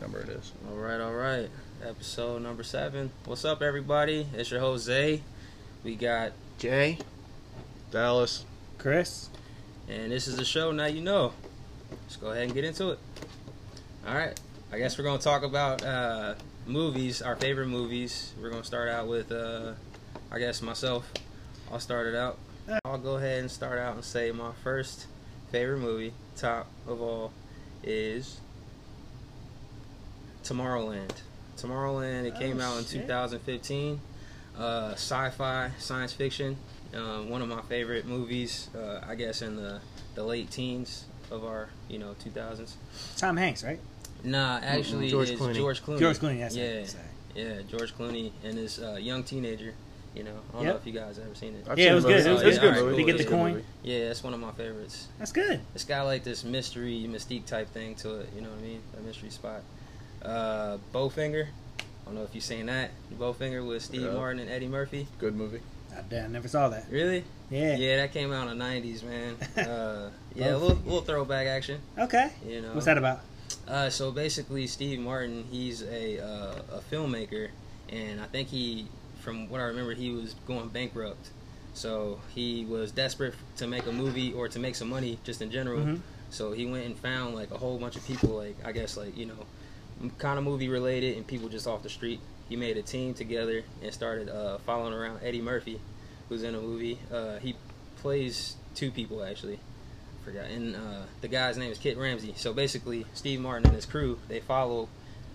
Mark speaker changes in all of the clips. Speaker 1: number it is.
Speaker 2: All right, all right. Episode number seven. What's up, everybody? It's your Jose. We got,
Speaker 3: Jay.
Speaker 1: Dallas.
Speaker 4: Chris.
Speaker 2: and this is the show. Now you know. Let's go ahead and get into it. All right. I guess we're gonna talk about uh, movies, our favorite movies. We're gonna start out with, uh, I guess myself. I'll start it out. I'll go ahead and start out and say my first favorite movie, top of all, is Tomorrowland. Tomorrowland. It came
Speaker 4: Oh,
Speaker 2: out in
Speaker 4: shit.
Speaker 2: 2015. Uh, sci-fi, science fiction. Um, one of my favorite movies, uh, I guess, in the, the late teens of our, you know, 2000s.
Speaker 4: Tom Hanks, right?
Speaker 2: Nah, actually,
Speaker 3: George
Speaker 2: it's
Speaker 3: Clooney.
Speaker 2: George Clooney.
Speaker 4: George Clooney, that's
Speaker 2: Oh, yeah,
Speaker 4: it. Sorry.
Speaker 2: yeah, George Clooney and this uh, young teenager. You know, I don't know
Speaker 4: Yep.
Speaker 2: if you guys ever seen it.
Speaker 1: I've
Speaker 4: Yeah,
Speaker 1: seen
Speaker 4: it was
Speaker 1: the
Speaker 4: good.
Speaker 1: movie.
Speaker 4: It was,
Speaker 2: Oh,
Speaker 4: it was
Speaker 2: yeah,
Speaker 4: good.
Speaker 2: alright,
Speaker 4: They
Speaker 2: cool.
Speaker 4: get the
Speaker 2: It's a good
Speaker 4: coin.
Speaker 2: Yeah, that's one of my favorites.
Speaker 4: That's good.
Speaker 2: It's got like this mystery, mystique type thing to it. You know what I mean? A mystery spot. Uh, Bowfinger. I don't know if you seen that. Bowfinger with Steve
Speaker 1: Yeah.
Speaker 2: Martin and Eddie Murphy.
Speaker 1: Good movie.
Speaker 4: I, I never saw that.
Speaker 2: Really?
Speaker 4: Yeah.
Speaker 2: that came out in the '90s, man. Uh, yeah, a little, little throwback action.
Speaker 4: Okay.
Speaker 2: You know.
Speaker 4: What's that about?
Speaker 2: Uh, so basically, Steve Martin, he's a uh, a filmmaker, and I think he, from what I remember, he was going bankrupt. So he was desperate to make a movie or to make some money just in general.
Speaker 4: Mhm.
Speaker 2: So he went and found like a whole bunch of people, like I guess like you know, kind of movie related and people just off the street. He made a team together and started uh, following around Eddie Murphy, who's in a movie. Uh, he plays two people actually forgot. And uh, the guy's name is Kit Ramsey. So basically, Steve Martin and his crew they follow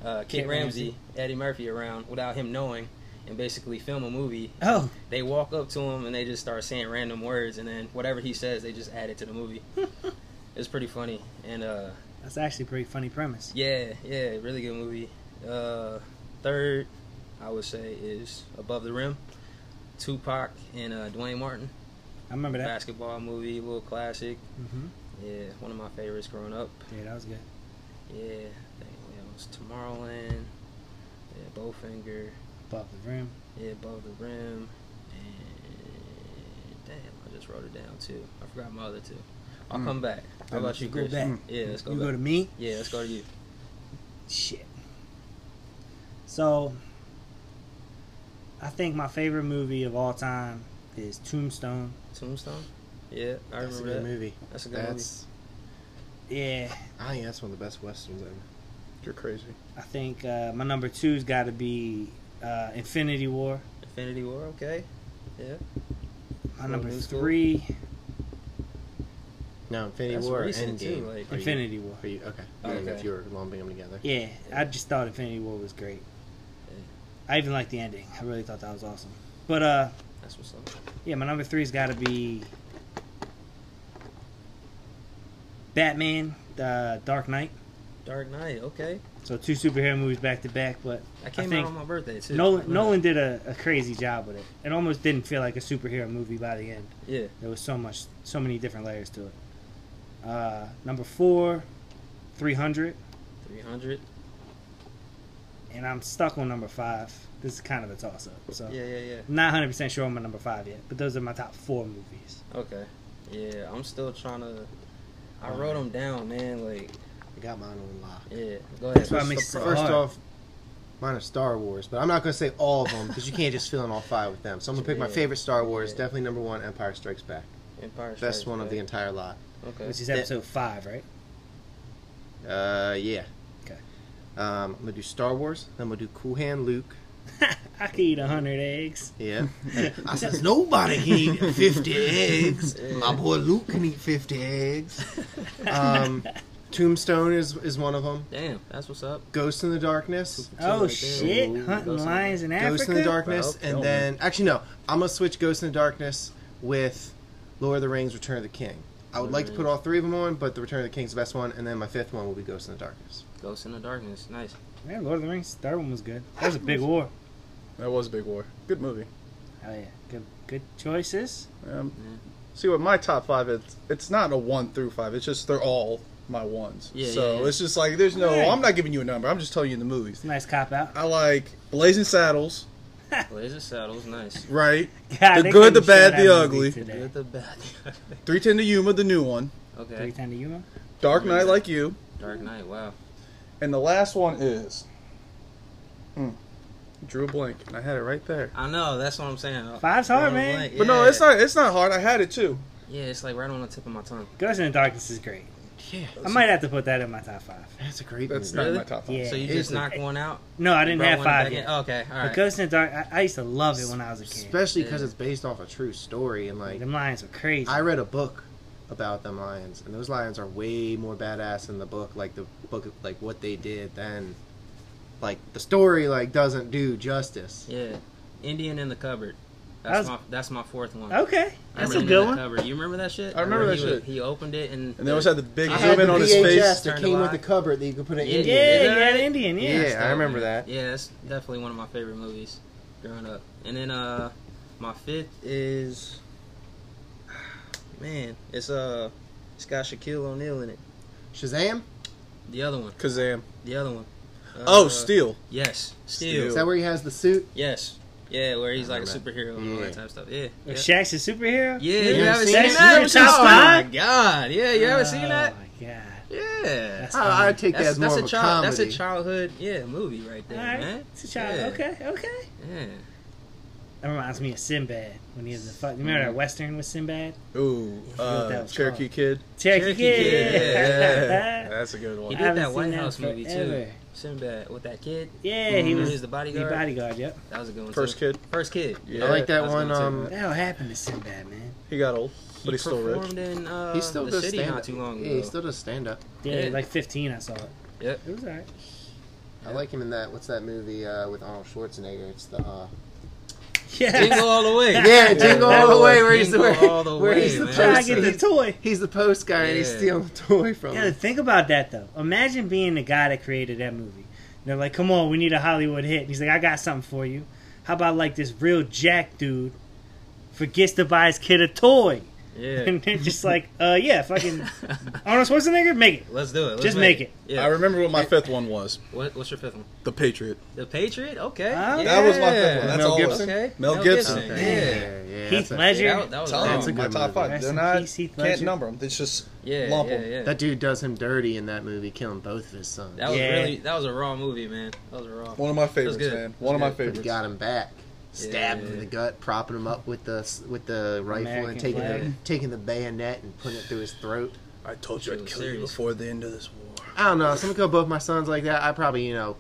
Speaker 2: uh, Kit,
Speaker 4: Kit
Speaker 2: Ramsey,
Speaker 4: Ramsey.
Speaker 2: Eddie Murphy around without him knowing, and basically film a movie.
Speaker 4: Oh,
Speaker 2: They walk up to him and they just start saying random words, and then whatever he says, they just add it to the movie. it's pretty funny, and uh,
Speaker 4: that's actually a pretty funny premise.
Speaker 2: yeah, yeah, really good movie. Uh, third, I would say is Above the Rim. Tupac and uh, Dwayne Martin,
Speaker 4: I remember that.
Speaker 2: basketball movie, little classic.
Speaker 4: hmm
Speaker 2: Yeah, one of my favorites growing up.
Speaker 4: Yeah, that was good.
Speaker 2: Yeah, I think yeah, it was Tomorrowland. Yeah, Bowfinger.
Speaker 4: Above the rim.
Speaker 2: Yeah, above the rim. And damn, I just wrote it down too. I forgot my other two. I'll
Speaker 1: Mm.
Speaker 2: come back. How
Speaker 1: Yeah,
Speaker 2: about
Speaker 1: let's
Speaker 2: you,
Speaker 4: go
Speaker 2: Chris?
Speaker 4: back.
Speaker 2: Yeah, let's go
Speaker 4: you
Speaker 2: back.
Speaker 4: go to me.
Speaker 2: yeah, let's go to you.
Speaker 4: Shit. So, I think my favorite movie of all time is Tombstone.
Speaker 2: Tombstone. Yeah, I
Speaker 3: That's
Speaker 2: remember
Speaker 3: a good
Speaker 2: that.
Speaker 3: movie.
Speaker 2: That's a good
Speaker 3: That's
Speaker 4: Yeah,
Speaker 3: I think that's one of the best westerns ever.
Speaker 2: Mm.
Speaker 1: You're crazy.
Speaker 4: I think uh, my number two's got to be uh, Infinity War.
Speaker 2: movie. Infinity War. Okay. Yeah.
Speaker 4: My
Speaker 2: Cool,
Speaker 4: number
Speaker 2: new school.
Speaker 4: three,
Speaker 3: No, Infinity
Speaker 2: That's
Speaker 3: War
Speaker 2: recent,
Speaker 3: Endgame.
Speaker 2: too, like- Oh,
Speaker 3: Are you-
Speaker 4: Infinity War.
Speaker 3: Are you okay? I didn't know
Speaker 2: Okay.
Speaker 3: if you were lumping them together.
Speaker 4: Yeah, I just thought Infinity War was great.
Speaker 2: Yeah.
Speaker 4: I even liked the ending. I really thought that was awesome. But uh,
Speaker 2: That's what's up.
Speaker 4: yeah, my number three's got to be Batman: The Dark Knight.
Speaker 2: Dark Knight. Okay.
Speaker 4: So two superhero movies back to back, but
Speaker 2: I came out
Speaker 4: think
Speaker 2: on my birthday too.
Speaker 4: Nolan
Speaker 2: Yeah.
Speaker 4: Nolan did a, a crazy job with it. It almost didn't feel like a superhero movie by the end.
Speaker 2: Yeah.
Speaker 4: There was so much, so many different layers to it. Uh, number four, 300,
Speaker 2: Three hundred.
Speaker 4: and I'm stuck on number five. This is kind of a toss up, so
Speaker 2: Yeah, yeah, yeah.
Speaker 4: I'm not 100 percent sure on my number five yet. But those are my top four movies.
Speaker 2: Okay. Yeah, I'm still trying to. I wrote them down, man. Like,
Speaker 3: I got mine on lock.
Speaker 2: yeah. Go ahead.
Speaker 4: That's why I make- makes it so
Speaker 3: first
Speaker 4: hard.
Speaker 3: off, mine are Star Wars, but I'm not gonna say all of them because you can't just fill in all five with them. So I'm gonna pick my
Speaker 2: Yeah,
Speaker 3: favorite Star Wars.
Speaker 2: yeah.
Speaker 3: Definitely number one, Empire Strikes Back.
Speaker 2: Empire Strikes
Speaker 3: Best one of the
Speaker 2: Back.
Speaker 3: entire lot.
Speaker 2: Okay.
Speaker 4: Which is episode five, right?
Speaker 3: Uh, yeah.
Speaker 4: Okay.
Speaker 3: Um, I'm gonna do Star Wars. Then I'm gonna do Cool Hand Luke.
Speaker 4: I could eat 100 eggs.
Speaker 3: Yeah. I says nobody can eat 50 eggs.
Speaker 2: Yeah.
Speaker 3: My boy Luke can eat 50 eggs. Um, Tombstone is is one of them.
Speaker 2: Damn, that's what's up.
Speaker 3: Ghost in the Darkness.
Speaker 2: Two
Speaker 4: Oh
Speaker 2: right there.
Speaker 4: shit!
Speaker 2: Ooh,
Speaker 4: Hunting
Speaker 2: those are-
Speaker 4: lions in Africa.
Speaker 3: Ghost in the Darkness,
Speaker 2: Well,
Speaker 3: and
Speaker 2: film
Speaker 3: then actually no, I'm gonna switch Ghost in the Darkness with Lord of the Rings: Return of the King. I would like to put all three of them on, but the Return of the King's the best one, and then my fifth one will be Ghost in the Darkness.
Speaker 2: Ghost in the Darkness. Nice.
Speaker 4: Yeah, Lord of the Rings. Third one was good. That was a big war.
Speaker 1: That was a big war. Good movie.
Speaker 4: Oh yeah, good good choices.
Speaker 1: Um,
Speaker 2: Yeah.
Speaker 1: See, with my top five, it's it's not a one through five. It's just they're all my ones.
Speaker 2: Yeah,
Speaker 1: so
Speaker 2: yeah, yeah.
Speaker 1: it's just like there's no.
Speaker 4: Alright.
Speaker 1: I'm not giving you a number. I'm just telling you the movies.
Speaker 4: It's a nice cop out.
Speaker 1: I like Blazing Saddles.
Speaker 2: Blazer Saddles. Nice.
Speaker 1: Right.
Speaker 4: God,
Speaker 1: The
Speaker 4: they
Speaker 1: good,
Speaker 4: couldn't
Speaker 1: the
Speaker 4: show
Speaker 1: bad,
Speaker 4: that
Speaker 1: the
Speaker 4: movie
Speaker 1: ugly.
Speaker 4: Today.
Speaker 2: Good, the bad.
Speaker 1: Three Ten to Yuma, the new one.
Speaker 2: okay.
Speaker 4: Three times to Yuma.
Speaker 1: Dark Knight, like you.
Speaker 2: Dark Knight. Wow.
Speaker 1: And the last one is. Hmm. Drew a blank, and I had it right there.
Speaker 2: I know. That's what I'm saying.
Speaker 4: Five's hard,
Speaker 2: Drawing a
Speaker 4: man.
Speaker 2: blank,
Speaker 1: But no,
Speaker 2: yeah.
Speaker 1: it's not. It's not hard. I had it too.
Speaker 2: Yeah, it's like right on the tip of my tongue.
Speaker 4: Ghost in the Darkness is great.
Speaker 2: Yeah.
Speaker 4: I might have to put that in my top five.
Speaker 3: That's a great
Speaker 1: That's
Speaker 3: movie.
Speaker 1: not in
Speaker 2: Really?
Speaker 1: my top five.
Speaker 4: Yeah.
Speaker 2: So you
Speaker 3: it's
Speaker 2: just
Speaker 3: a-
Speaker 2: knocked one out?
Speaker 4: No, I didn't
Speaker 2: Brought
Speaker 4: have
Speaker 2: one back
Speaker 4: five
Speaker 2: in?
Speaker 4: yet.
Speaker 2: Okay, all
Speaker 4: But
Speaker 2: right.
Speaker 4: Ghost in the Dark, I, I used to love it when I was a kid.
Speaker 3: Especially because
Speaker 2: Yeah.
Speaker 3: it's based off a true story and like
Speaker 4: Them lions were crazy.
Speaker 3: I read a book about them lions, and those lions are way more badass in the book. Like the book, like what they did then. Like the story, like doesn't do justice.
Speaker 2: Yeah, Indian in the cupboard.
Speaker 4: That
Speaker 2: That's
Speaker 4: was-
Speaker 2: my that's my fourth one.
Speaker 4: okay,
Speaker 2: I
Speaker 4: that's a
Speaker 2: remember
Speaker 4: good
Speaker 2: that
Speaker 4: one.
Speaker 2: Cupboard. You remember that shit?
Speaker 1: I remember
Speaker 2: Where
Speaker 1: that
Speaker 2: he was-
Speaker 1: shit.
Speaker 2: He opened it and
Speaker 1: And they always had the big
Speaker 3: I
Speaker 2: I
Speaker 1: zoom
Speaker 3: had
Speaker 2: had
Speaker 1: in
Speaker 3: the
Speaker 1: on his
Speaker 3: VHS
Speaker 1: face.
Speaker 3: that
Speaker 2: Turned
Speaker 3: came with
Speaker 2: alive.
Speaker 3: the cupboard that you could put an
Speaker 2: Yeah,
Speaker 3: Indian.
Speaker 4: Yeah,
Speaker 2: Yeah.
Speaker 4: you had an Indian. Yeah.
Speaker 3: Yeah. I remember that.
Speaker 2: Yeah, that's definitely one of my favorite movies growing up. And then uh, my fifth is man, it's uh, it's got Shaquille O'Neal in it.
Speaker 3: Shazam?
Speaker 2: The other one,
Speaker 1: Kazam.
Speaker 2: the other one. Uh,
Speaker 1: um, oh, Steel.
Speaker 2: Yes,
Speaker 1: Steel.
Speaker 2: Steel.
Speaker 3: Is that where he has the suit?
Speaker 2: Yes. Yeah, where he's
Speaker 3: I
Speaker 2: like a
Speaker 3: remember
Speaker 2: superhero and all
Speaker 3: Yeah.
Speaker 2: that type of stuff. Yeah. Yeah.
Speaker 4: Shaq's a superhero.
Speaker 2: Yeah,
Speaker 3: You
Speaker 2: you haven't
Speaker 3: haven't
Speaker 2: seen
Speaker 3: seen
Speaker 4: it?
Speaker 2: that?
Speaker 4: That's your top
Speaker 2: Oh my
Speaker 4: five?
Speaker 2: god! Yeah, you haven't seen that?
Speaker 4: Oh my god,
Speaker 2: Yeah.
Speaker 4: That's-
Speaker 3: Ah, I, I take that
Speaker 2: That's,
Speaker 3: as more
Speaker 2: that's a
Speaker 3: of a
Speaker 2: child.
Speaker 3: comedy.
Speaker 2: That's a childhood. Yeah, movie right there,
Speaker 4: all right,
Speaker 2: man.
Speaker 4: it's a child.
Speaker 2: Yeah.
Speaker 4: Okay, okay.
Speaker 2: Yeah.
Speaker 4: That reminds me of Sinbad when he was a fuck. You remember that
Speaker 2: Mm-hmm.
Speaker 4: western with Sinbad?
Speaker 1: Ooh,
Speaker 4: I forgot what that
Speaker 1: uh,
Speaker 4: was
Speaker 1: Cherokee
Speaker 4: called.
Speaker 1: Kid.
Speaker 4: Cherokee
Speaker 2: Cherokee
Speaker 4: Kid.
Speaker 2: Kid,
Speaker 1: Yeah, that's a good
Speaker 2: He
Speaker 1: one.
Speaker 4: I
Speaker 2: did
Speaker 4: haven't
Speaker 2: that
Speaker 4: seen
Speaker 2: White
Speaker 4: that
Speaker 2: House movie too.
Speaker 4: forever.
Speaker 2: Sinbad with that kid.
Speaker 4: Yeah,
Speaker 2: He
Speaker 4: he
Speaker 2: was,
Speaker 4: was
Speaker 2: the
Speaker 4: the
Speaker 2: bodyguard.
Speaker 4: bodyguard. Yep.
Speaker 2: That was a good one.
Speaker 1: First
Speaker 2: too.
Speaker 1: kid.
Speaker 2: First kid.
Speaker 1: Yeah.
Speaker 3: I like that
Speaker 2: That's
Speaker 3: one.
Speaker 2: good too,
Speaker 3: Um,
Speaker 4: What the hell happened to Sinbad, man?
Speaker 1: He got old, but he's still rich.
Speaker 2: performed in uh,
Speaker 3: he still
Speaker 2: the
Speaker 3: does
Speaker 2: city
Speaker 3: stand
Speaker 2: not
Speaker 3: up.
Speaker 2: too long ago.
Speaker 3: Yeah, he still does stand up.
Speaker 4: Yeah,
Speaker 2: Yeah.
Speaker 4: like 15, I saw it.
Speaker 2: Yep.
Speaker 4: It was alright.
Speaker 3: I like him in that. What's that movie uh, with Arnold Schwarzenegger? It's the. Uh,
Speaker 2: Jingle
Speaker 4: Yeah.
Speaker 2: all the way.
Speaker 3: yeah, Jingle All the Way, where he's the,
Speaker 2: Jingle all the
Speaker 3: where
Speaker 2: way,
Speaker 3: he's the
Speaker 2: man.
Speaker 4: Trying to
Speaker 3: post.
Speaker 4: get the toy.
Speaker 3: He's the post guy, and he's
Speaker 2: Yeah.
Speaker 3: stealing the toy from
Speaker 4: Yeah,
Speaker 3: him.
Speaker 4: think about that though. Imagine being the guy that created that movie. And they're like, "Come on, we need a Hollywood hit." And he's like, "I got something for you. How about like this real jack dude forgets to buy his kid a toy?"
Speaker 2: Yeah.
Speaker 4: And they're just like, "Uh, yeah, fucking Arnold Schwarzenegger, make it.
Speaker 2: Let's do it. Let's
Speaker 4: Just make
Speaker 1: I
Speaker 2: Yeah.
Speaker 1: remember what my fifth one was.
Speaker 2: What, what's your fifth one?
Speaker 1: The Patriot.
Speaker 2: The Patriot. Okay.
Speaker 4: Ah,
Speaker 2: Yeah.
Speaker 1: That was my fifth one. That's
Speaker 3: Mel
Speaker 1: all it was.
Speaker 3: Gibson?
Speaker 2: Okay.
Speaker 1: Mel Gibson.
Speaker 2: Yeah.
Speaker 3: yeah, yeah,
Speaker 4: Heath
Speaker 3: that's a-
Speaker 4: Ledger.
Speaker 2: Yeah, that, that was
Speaker 1: Tell
Speaker 2: awesome.
Speaker 3: That's a
Speaker 1: them, my
Speaker 3: good
Speaker 1: top
Speaker 3: movie.
Speaker 1: five.
Speaker 4: Rest
Speaker 1: They're
Speaker 4: in
Speaker 1: not
Speaker 4: peace, Heath
Speaker 1: can't
Speaker 4: Ledger.
Speaker 1: number them. It's just
Speaker 2: Yeah,
Speaker 1: lump
Speaker 2: yeah,
Speaker 1: 'em.
Speaker 2: yeah. That,
Speaker 3: That dude does him dirty in that movie, killing both of his sons.
Speaker 2: was
Speaker 4: Yeah.
Speaker 2: really that was a raw movie, man. That was a raw.
Speaker 1: One of my favorites,
Speaker 2: good.
Speaker 1: man. One of my
Speaker 3: But he
Speaker 1: favorites.
Speaker 3: got him back. Stabbed him in
Speaker 2: Yeah.
Speaker 3: the gut, propping him up with the s- with the rifle
Speaker 4: American
Speaker 3: and taking the,
Speaker 4: flag.
Speaker 3: taking the bayonet and putting it through his throat.
Speaker 1: I told
Speaker 2: you I'd kill you Serious.
Speaker 1: before the end of this war.
Speaker 3: I don't know. If someone killed both my sons like that, I probably you know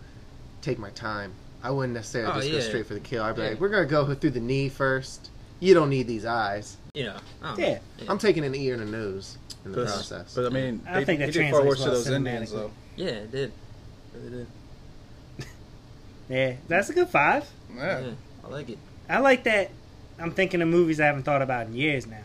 Speaker 3: take my time. I wouldn't necessarily
Speaker 2: Oh,
Speaker 3: just go
Speaker 2: yeah.
Speaker 3: straight for the kill. I'd be
Speaker 2: Yeah.
Speaker 3: like, we're gonna go through the knee first. You don't need these eyes.
Speaker 2: You know. I don't
Speaker 4: Yeah.
Speaker 2: Know.
Speaker 3: I'm taking an ear and a nose in the
Speaker 1: But,
Speaker 3: process.
Speaker 1: but uh, I mean,
Speaker 4: I don't
Speaker 1: they,
Speaker 4: think that
Speaker 1: they did far
Speaker 4: translates
Speaker 1: worse to
Speaker 4: well
Speaker 1: those Indians,
Speaker 4: cinematically.
Speaker 1: though.
Speaker 2: Yeah, it did. Really did.
Speaker 4: Yeah, that's a good five.
Speaker 1: Yeah.
Speaker 2: Yeah, I like it.
Speaker 4: I like that. I'm thinking of movies I haven't thought about in years now.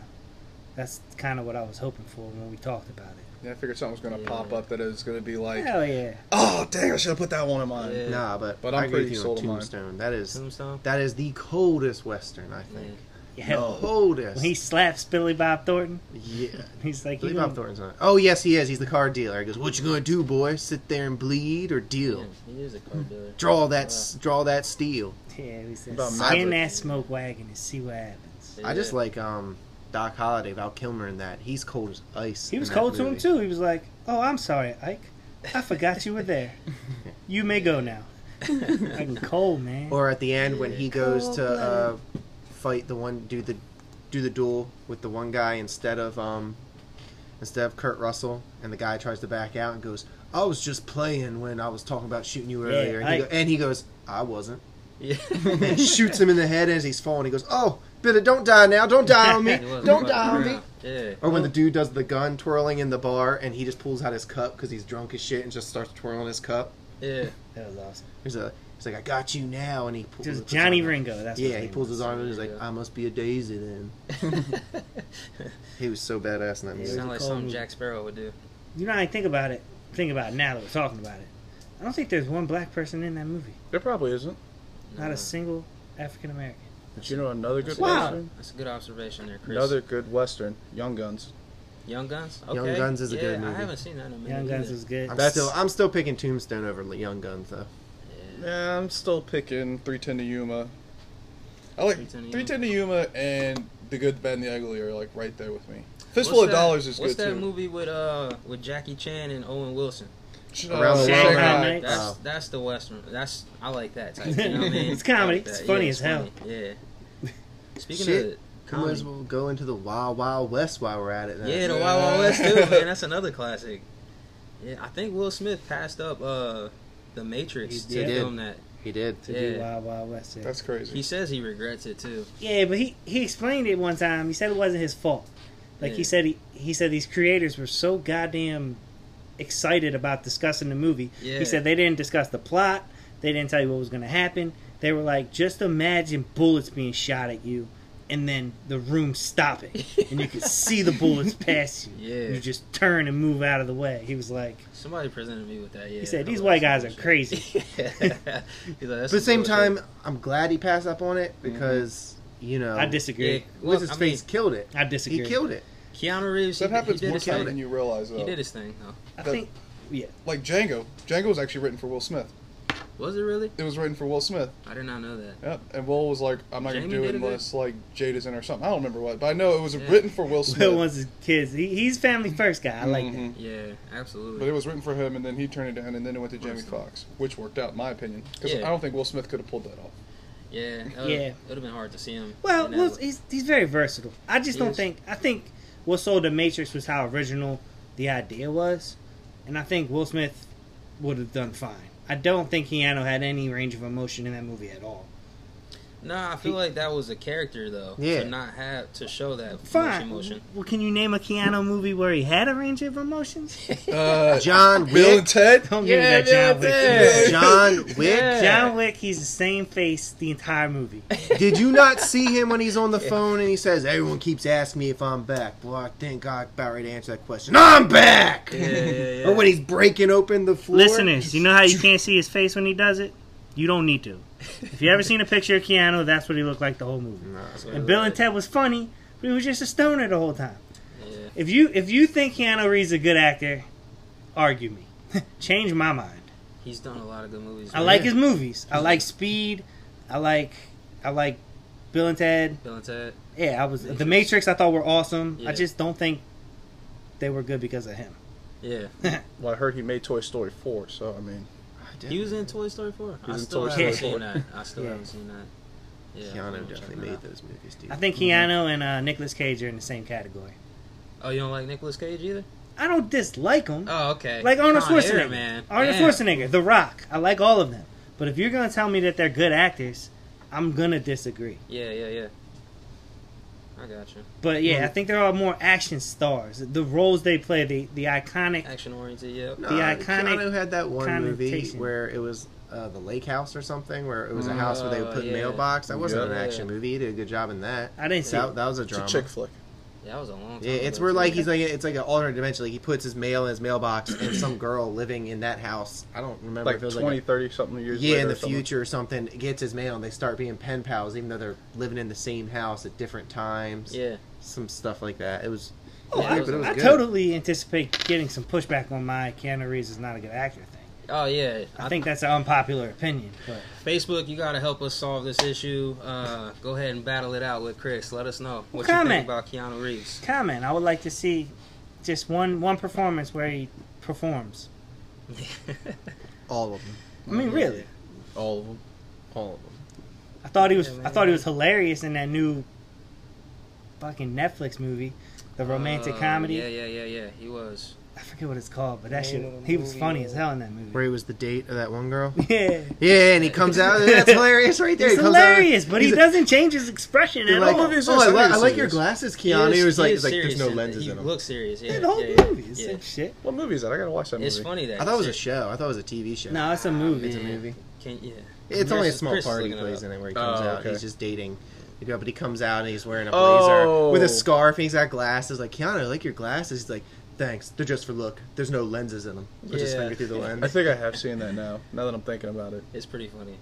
Speaker 4: That's kind of what I was hoping for when we talked about it.
Speaker 1: Yeah, I figured something was going to
Speaker 2: Yeah.
Speaker 1: pop up that it was going to be like,
Speaker 4: Hell yeah!
Speaker 1: oh, dang, I should have put that one in mine.
Speaker 2: Yeah. Mm.
Speaker 3: nah, but,
Speaker 1: But
Speaker 3: I
Speaker 1: I'm
Speaker 3: agree
Speaker 1: pretty
Speaker 3: with you
Speaker 1: sold
Speaker 3: on
Speaker 1: on mine.
Speaker 3: Tombstone. That is
Speaker 2: Tombstone.
Speaker 3: that is the coldest western I think.
Speaker 4: Yeah.
Speaker 3: The coldest.
Speaker 4: When he slaps Billy Bob Thornton,
Speaker 3: yeah.
Speaker 4: he's like,
Speaker 3: Billy
Speaker 4: you
Speaker 3: Bob
Speaker 4: gonna-
Speaker 3: Thornton's on it. Oh yes, he is. He's the car dealer. He goes, "What you gonna do, boy? Sit there and bleed or
Speaker 2: Yeah,
Speaker 3: deal?
Speaker 2: he is a car dealer.
Speaker 3: Draw that, s draw that steel."
Speaker 4: Yeah, he said,
Speaker 1: About Maverick.
Speaker 4: skin that smoke wagon and see what happens.
Speaker 2: Yeah.
Speaker 3: I just like um Doc Holliday, Val Kilmer in that. He's cold as ice.
Speaker 4: He
Speaker 3: in
Speaker 4: was
Speaker 3: that
Speaker 4: cold to him
Speaker 3: movie.
Speaker 4: too. He was like, "Oh, I'm sorry, Ike. I forgot you were there. You may go now." Fucking cold, man.
Speaker 3: Or at the end when
Speaker 2: Yeah.
Speaker 3: he goes to uh,
Speaker 4: Cold-blooded.
Speaker 3: fight the one, do the do the duel with the one guy instead of um instead of Kurt Russell, and the guy tries to back out and goes, "I was just playing when I was talking about shooting you
Speaker 4: Yeah,
Speaker 3: earlier," and, he
Speaker 4: I-
Speaker 3: go, and he goes, "I wasn't."
Speaker 2: Yeah.
Speaker 3: and shoots him in the head as he's falling. He goes, "Oh, Bitter, don't die now! Don't die on me!
Speaker 2: He was
Speaker 3: Don't
Speaker 2: a
Speaker 3: die on
Speaker 2: fucking
Speaker 3: me!"
Speaker 2: clown. Yeah.
Speaker 3: Or when the dude does the gun twirling in the bar and he just pulls out his cup because he's drunk as shit and just starts twirling his cup.
Speaker 2: Yeah.
Speaker 4: that was awesome.
Speaker 3: He's a, he's like, "I got you now," and he pulls.
Speaker 4: Just
Speaker 3: puts
Speaker 4: Johnny
Speaker 3: his arm out.
Speaker 4: Ringo. That's
Speaker 3: Yeah,
Speaker 4: what
Speaker 3: he pulls his arm and he's like,
Speaker 2: Yeah.
Speaker 3: "I must be a daisy then." He was so badass in that
Speaker 4: Yeah.
Speaker 3: movie.
Speaker 2: Sound like something Jack Sparrow would do.
Speaker 4: You know, I think about it. Think about it now that we're talking about it. I don't think there's one black person in that movie.
Speaker 1: There probably isn't.
Speaker 4: Not
Speaker 2: No.
Speaker 4: a single African American.
Speaker 1: But you know another good
Speaker 2: That's a
Speaker 4: Wow.
Speaker 1: Western?
Speaker 2: That's a good observation there, Chris.
Speaker 1: Another good Western, Young Guns.
Speaker 2: Young Guns. Okay.
Speaker 3: Young Guns is a
Speaker 2: yeah,
Speaker 3: good movie.
Speaker 2: I haven't seen that in a minute.
Speaker 4: Young Guns
Speaker 2: either.
Speaker 4: was good.
Speaker 3: I'm
Speaker 1: That's-
Speaker 3: still, I'm still picking Tombstone over Young Guns though.
Speaker 2: Yeah.
Speaker 1: Yeah, I'm still picking 310 to Yuma. I like
Speaker 2: 310 to
Speaker 1: 310 to Yuma and The Good, the Bad, and the Ugly are like right there with me. Fistful
Speaker 2: What's
Speaker 1: of
Speaker 2: that-
Speaker 1: Dollars is
Speaker 2: what's
Speaker 1: good
Speaker 2: that
Speaker 1: too.
Speaker 2: movie with uh with Jackie Chan and Owen Wilson?
Speaker 3: Around the
Speaker 4: Shanghai
Speaker 3: world.
Speaker 4: Nights.
Speaker 2: That's
Speaker 3: Wow.
Speaker 2: that's the western. That's I like that type. You know what I mean?
Speaker 4: It's comedy.
Speaker 2: I like
Speaker 4: It's
Speaker 2: that.
Speaker 4: funny
Speaker 2: it's
Speaker 4: as hell.
Speaker 2: funny. Yeah. Speaking
Speaker 3: Shit.
Speaker 2: of
Speaker 3: We might
Speaker 2: comedy,
Speaker 3: as well go into the Wild Wild West while we're at it. Then.
Speaker 2: yeah, the
Speaker 1: Yeah.
Speaker 2: Wild Wild West too, man. That's another classic. Yeah, I think Will Smith passed up uh, the Matrix
Speaker 4: He
Speaker 2: to
Speaker 3: did.
Speaker 2: film that.
Speaker 3: he did.
Speaker 4: to do
Speaker 2: Yeah.
Speaker 4: Wild Wild West. yeah.
Speaker 1: That's crazy.
Speaker 2: He says he regrets it too.
Speaker 4: Yeah, but he, he explained it one time. He said it wasn't his fault. Like he
Speaker 2: Yeah.
Speaker 4: said he, he said these creators were so goddamn excited about discussing the movie.
Speaker 2: Yeah.
Speaker 4: He said they didn't discuss the plot. They didn't tell you what was going to happen. They were like, just imagine bullets being shot at you, and then the room stopping, and you can see the bullets pass you.
Speaker 2: Yeah.
Speaker 4: You just turn and move out of the way. He was like,
Speaker 2: Somebody presented me with that. Yeah,
Speaker 4: said,
Speaker 2: I
Speaker 4: "These
Speaker 2: was
Speaker 4: white
Speaker 2: like,
Speaker 4: guys
Speaker 2: "Some
Speaker 4: are
Speaker 2: bullshit."
Speaker 4: crazy."
Speaker 2: He's like, "That's
Speaker 3: But at the
Speaker 2: some
Speaker 3: same
Speaker 2: bullshit."
Speaker 3: time, I'm glad he passed up on it because you know
Speaker 4: I
Speaker 2: yeah,
Speaker 4: disagree.
Speaker 2: well,
Speaker 3: what's his
Speaker 2: I mean,
Speaker 3: face killed it.
Speaker 4: I disagree.
Speaker 3: He killed it.
Speaker 2: Keanu Reeves.
Speaker 1: that
Speaker 2: he,
Speaker 1: happens
Speaker 2: he did
Speaker 1: more
Speaker 2: his
Speaker 1: time than
Speaker 2: thing.
Speaker 1: you realize, though.
Speaker 2: He did his thing though.
Speaker 4: I think, yeah.
Speaker 1: Like Django. Django was actually written for Will Smith.
Speaker 2: Was it really?
Speaker 1: It was written for Will Smith.
Speaker 2: I did not know that.
Speaker 1: Yep. And Will was like, "I'm not
Speaker 2: Jamie
Speaker 1: gonna do it
Speaker 2: did it,
Speaker 1: unless like Jade is in or something." I don't remember what, but I know it was
Speaker 2: Yeah.
Speaker 1: written for Will
Speaker 4: Will
Speaker 1: Smith.
Speaker 4: wants his kids. He, he's family first guy. I like
Speaker 2: Mm-hmm.
Speaker 4: that.
Speaker 1: Mhm.
Speaker 2: Yeah, absolutely.
Speaker 1: But it was written for him, and then he turned it down, and then it went to Jamie
Speaker 2: Understand.
Speaker 1: Foxx, which worked out, in my opinion, because
Speaker 2: Yeah.
Speaker 1: I don't think Will Smith could have pulled that off.
Speaker 2: Yeah, that
Speaker 4: Yeah.
Speaker 2: It would have been hard to see him.
Speaker 4: Well,
Speaker 2: in that
Speaker 4: well
Speaker 2: look.
Speaker 4: he's, he's very versatile. I just
Speaker 2: He
Speaker 4: don't
Speaker 2: is.
Speaker 4: think. I think what sold the Matrix was how original the idea was, and I think Will Smith would have done fine. I don't think Keanu had any range of emotion in that movie at all.
Speaker 2: nah, I feel like that was a character though.
Speaker 3: Yeah.
Speaker 2: To not have to show that much
Speaker 4: Fine.
Speaker 2: emotion.
Speaker 4: Well, can you name a Keanu movie where he had a range of emotions?
Speaker 1: Uh,
Speaker 3: John
Speaker 1: Bill
Speaker 3: Wick.
Speaker 1: and Ted.
Speaker 4: Don't give me that John Wick.
Speaker 1: Ted.
Speaker 3: John Wick.
Speaker 2: Yeah.
Speaker 4: John Wick, he's the same face the entire movie.
Speaker 3: Did you not see him when he's on the phone and he says, "Everyone keeps asking me if I'm back." Well, I think I about ready to answer that question. I'm back.
Speaker 2: Yeah, yeah, yeah.
Speaker 3: Or when he's breaking open the floor.
Speaker 4: Listeners, you know how you can't see his face when he does it? You don't need to. If you ever seen a picture of Keanu, that's what he looked like the whole movie.
Speaker 3: Nah.
Speaker 2: That's what it
Speaker 4: And Bill and
Speaker 2: looked
Speaker 4: Ted was funny, but he was just a stoner the whole time.
Speaker 2: like. Yeah.
Speaker 4: If you if you think Keanu Reeves a good actor, argue me. Change my mind.
Speaker 2: He's done a lot of good movies.
Speaker 4: I
Speaker 2: man.
Speaker 4: like his movies. I like Speed. I like I like Bill and Ted.
Speaker 2: Bill and Ted.
Speaker 4: Yeah, I was The
Speaker 2: Matrix.
Speaker 4: Matrix. I thought were awesome.
Speaker 2: Yeah.
Speaker 4: I just don't think they were good because of him.
Speaker 2: Yeah.
Speaker 1: Well, I heard he made Toy Story four, so I mean,
Speaker 2: He was in Toy Story 4. I
Speaker 1: was in
Speaker 2: still
Speaker 1: Toy
Speaker 2: haven't
Speaker 4: Story
Speaker 2: seen
Speaker 1: 4.
Speaker 2: that. I still
Speaker 4: Yeah.
Speaker 2: haven't seen that. Yeah, I'm gonna
Speaker 3: Keanu
Speaker 2: check
Speaker 3: definitely
Speaker 2: that
Speaker 3: made
Speaker 2: out.
Speaker 3: those movies, dude.
Speaker 4: I think
Speaker 2: Mm-hmm.
Speaker 4: Keanu and uh, Nicolas Cage are in the same category.
Speaker 2: Oh, you don't like Nicolas Cage either?
Speaker 4: I don't dislike him.
Speaker 2: Oh, okay.
Speaker 4: Like Arnold
Speaker 2: Con Air,
Speaker 4: Schwarzenegger.
Speaker 2: man.
Speaker 4: Arnold
Speaker 2: Damn.
Speaker 4: Schwarzenegger, The Rock. I like all of them. But if you're gonna tell me that they're good actors, I'm gonna disagree.
Speaker 2: Yeah, yeah, yeah. I got you.
Speaker 4: But yeah, I think there are more action stars. The roles they play, the the iconic.
Speaker 2: Action oriented, yeah.
Speaker 3: No,
Speaker 4: The iconic
Speaker 3: Keanu had that one movie
Speaker 4: connotation.
Speaker 3: where it was uh, the lake house or something, where it was a house where they would
Speaker 2: Oh,
Speaker 3: put
Speaker 2: yeah.
Speaker 3: mailbox. That wasn't an
Speaker 2: Yeah.
Speaker 3: action movie. He did a good job in that.
Speaker 4: I didn't see.
Speaker 3: That,
Speaker 4: It.
Speaker 3: that was a
Speaker 1: it's a
Speaker 3: drama.
Speaker 1: chick flick.
Speaker 2: That was a long time
Speaker 3: yeah, it's
Speaker 2: ago,
Speaker 3: where
Speaker 2: too.
Speaker 3: like he's like it's like an alternate dimension. Like he puts his mail in his mailbox, and some girl living in that house. I don't remember
Speaker 1: Like
Speaker 3: if it was
Speaker 1: 20,
Speaker 3: like
Speaker 1: 30 something
Speaker 3: a,
Speaker 1: years.
Speaker 3: yeah
Speaker 1: later
Speaker 3: in
Speaker 1: or
Speaker 3: the
Speaker 1: something.
Speaker 3: future or something. Gets his mail, and they start being pen pals, even though they're living in the same house at different times.
Speaker 2: Yeah.
Speaker 3: some stuff like that. It was.
Speaker 4: Oh,
Speaker 2: Yeah,
Speaker 4: I,
Speaker 2: it was a-
Speaker 3: it was
Speaker 4: I
Speaker 3: good.
Speaker 4: totally anticipate getting some pushback on my Keanu Reeves is not a good actor thing.
Speaker 2: Oh yeah.
Speaker 4: I think that's an unpopular opinion. But
Speaker 2: Facebook, you gotta help us solve this issue. Uh, go ahead and battle it out with Chris. Let us know what
Speaker 4: Comment.
Speaker 2: you think about Keanu Reeves.
Speaker 4: comment, I would like to see just one one performance where he performs.
Speaker 3: All of them.
Speaker 4: I mean, really,
Speaker 3: All of them. All of them.
Speaker 4: I thought he was.
Speaker 2: Yeah,
Speaker 4: I thought he was hilarious in that new fucking Netflix movie, the romantic
Speaker 2: Uh,
Speaker 4: comedy.
Speaker 2: Yeah, yeah, yeah, yeah. He was.
Speaker 4: I forget what it's called, but that
Speaker 2: Name
Speaker 4: shit.
Speaker 2: of the
Speaker 4: He was
Speaker 2: movie
Speaker 4: funny
Speaker 2: was-
Speaker 4: as hell in that movie.
Speaker 3: Where he was the date of that one girl.
Speaker 4: Yeah.
Speaker 3: Yeah, and he comes out. That's hilarious, right there.
Speaker 4: It's
Speaker 3: he comes out-
Speaker 4: hilarious, but he
Speaker 3: he's a-
Speaker 4: doesn't change his expression
Speaker 3: they're
Speaker 4: at
Speaker 3: like,
Speaker 4: all.
Speaker 1: movies
Speaker 3: oh,
Speaker 1: are
Speaker 3: I, li- I
Speaker 1: serious.
Speaker 3: like your glasses, Keanu.
Speaker 2: is-
Speaker 3: He, was
Speaker 2: is
Speaker 3: like, he's like, there's
Speaker 2: serious
Speaker 3: no
Speaker 2: in-
Speaker 3: lenses
Speaker 2: he
Speaker 3: in them.
Speaker 2: Looks serious. Yeah.
Speaker 4: the whole
Speaker 2: yeah, yeah,
Speaker 4: movie, it's
Speaker 2: yeah.
Speaker 4: same shit.
Speaker 1: What movie is that? I gotta watch that movie.
Speaker 2: It's funny that
Speaker 3: I thought it was a
Speaker 2: shit
Speaker 3: show. I thought it was a TV show.
Speaker 4: No, it's a movie.
Speaker 3: it's a movie.
Speaker 2: Can, yeah.
Speaker 3: It's only a
Speaker 2: Chris-
Speaker 3: small
Speaker 2: Chris is
Speaker 3: part he
Speaker 2: looking it
Speaker 3: plays
Speaker 2: up.
Speaker 3: in it where he comes
Speaker 1: Oh,
Speaker 3: out.
Speaker 1: okay.
Speaker 3: He's just dating. You know, but he comes out and he's wearing a blazer
Speaker 1: Oh.
Speaker 3: with a scarf. And he's got glasses. Like Keanu, I like your glasses. He's like, thanks. They're just for look. There's no lenses in them. Puts his
Speaker 2: Yeah.
Speaker 3: finger through the
Speaker 1: I
Speaker 3: lens.
Speaker 1: think I have seen that now. Now that I'm thinking about it,
Speaker 2: It's pretty funny.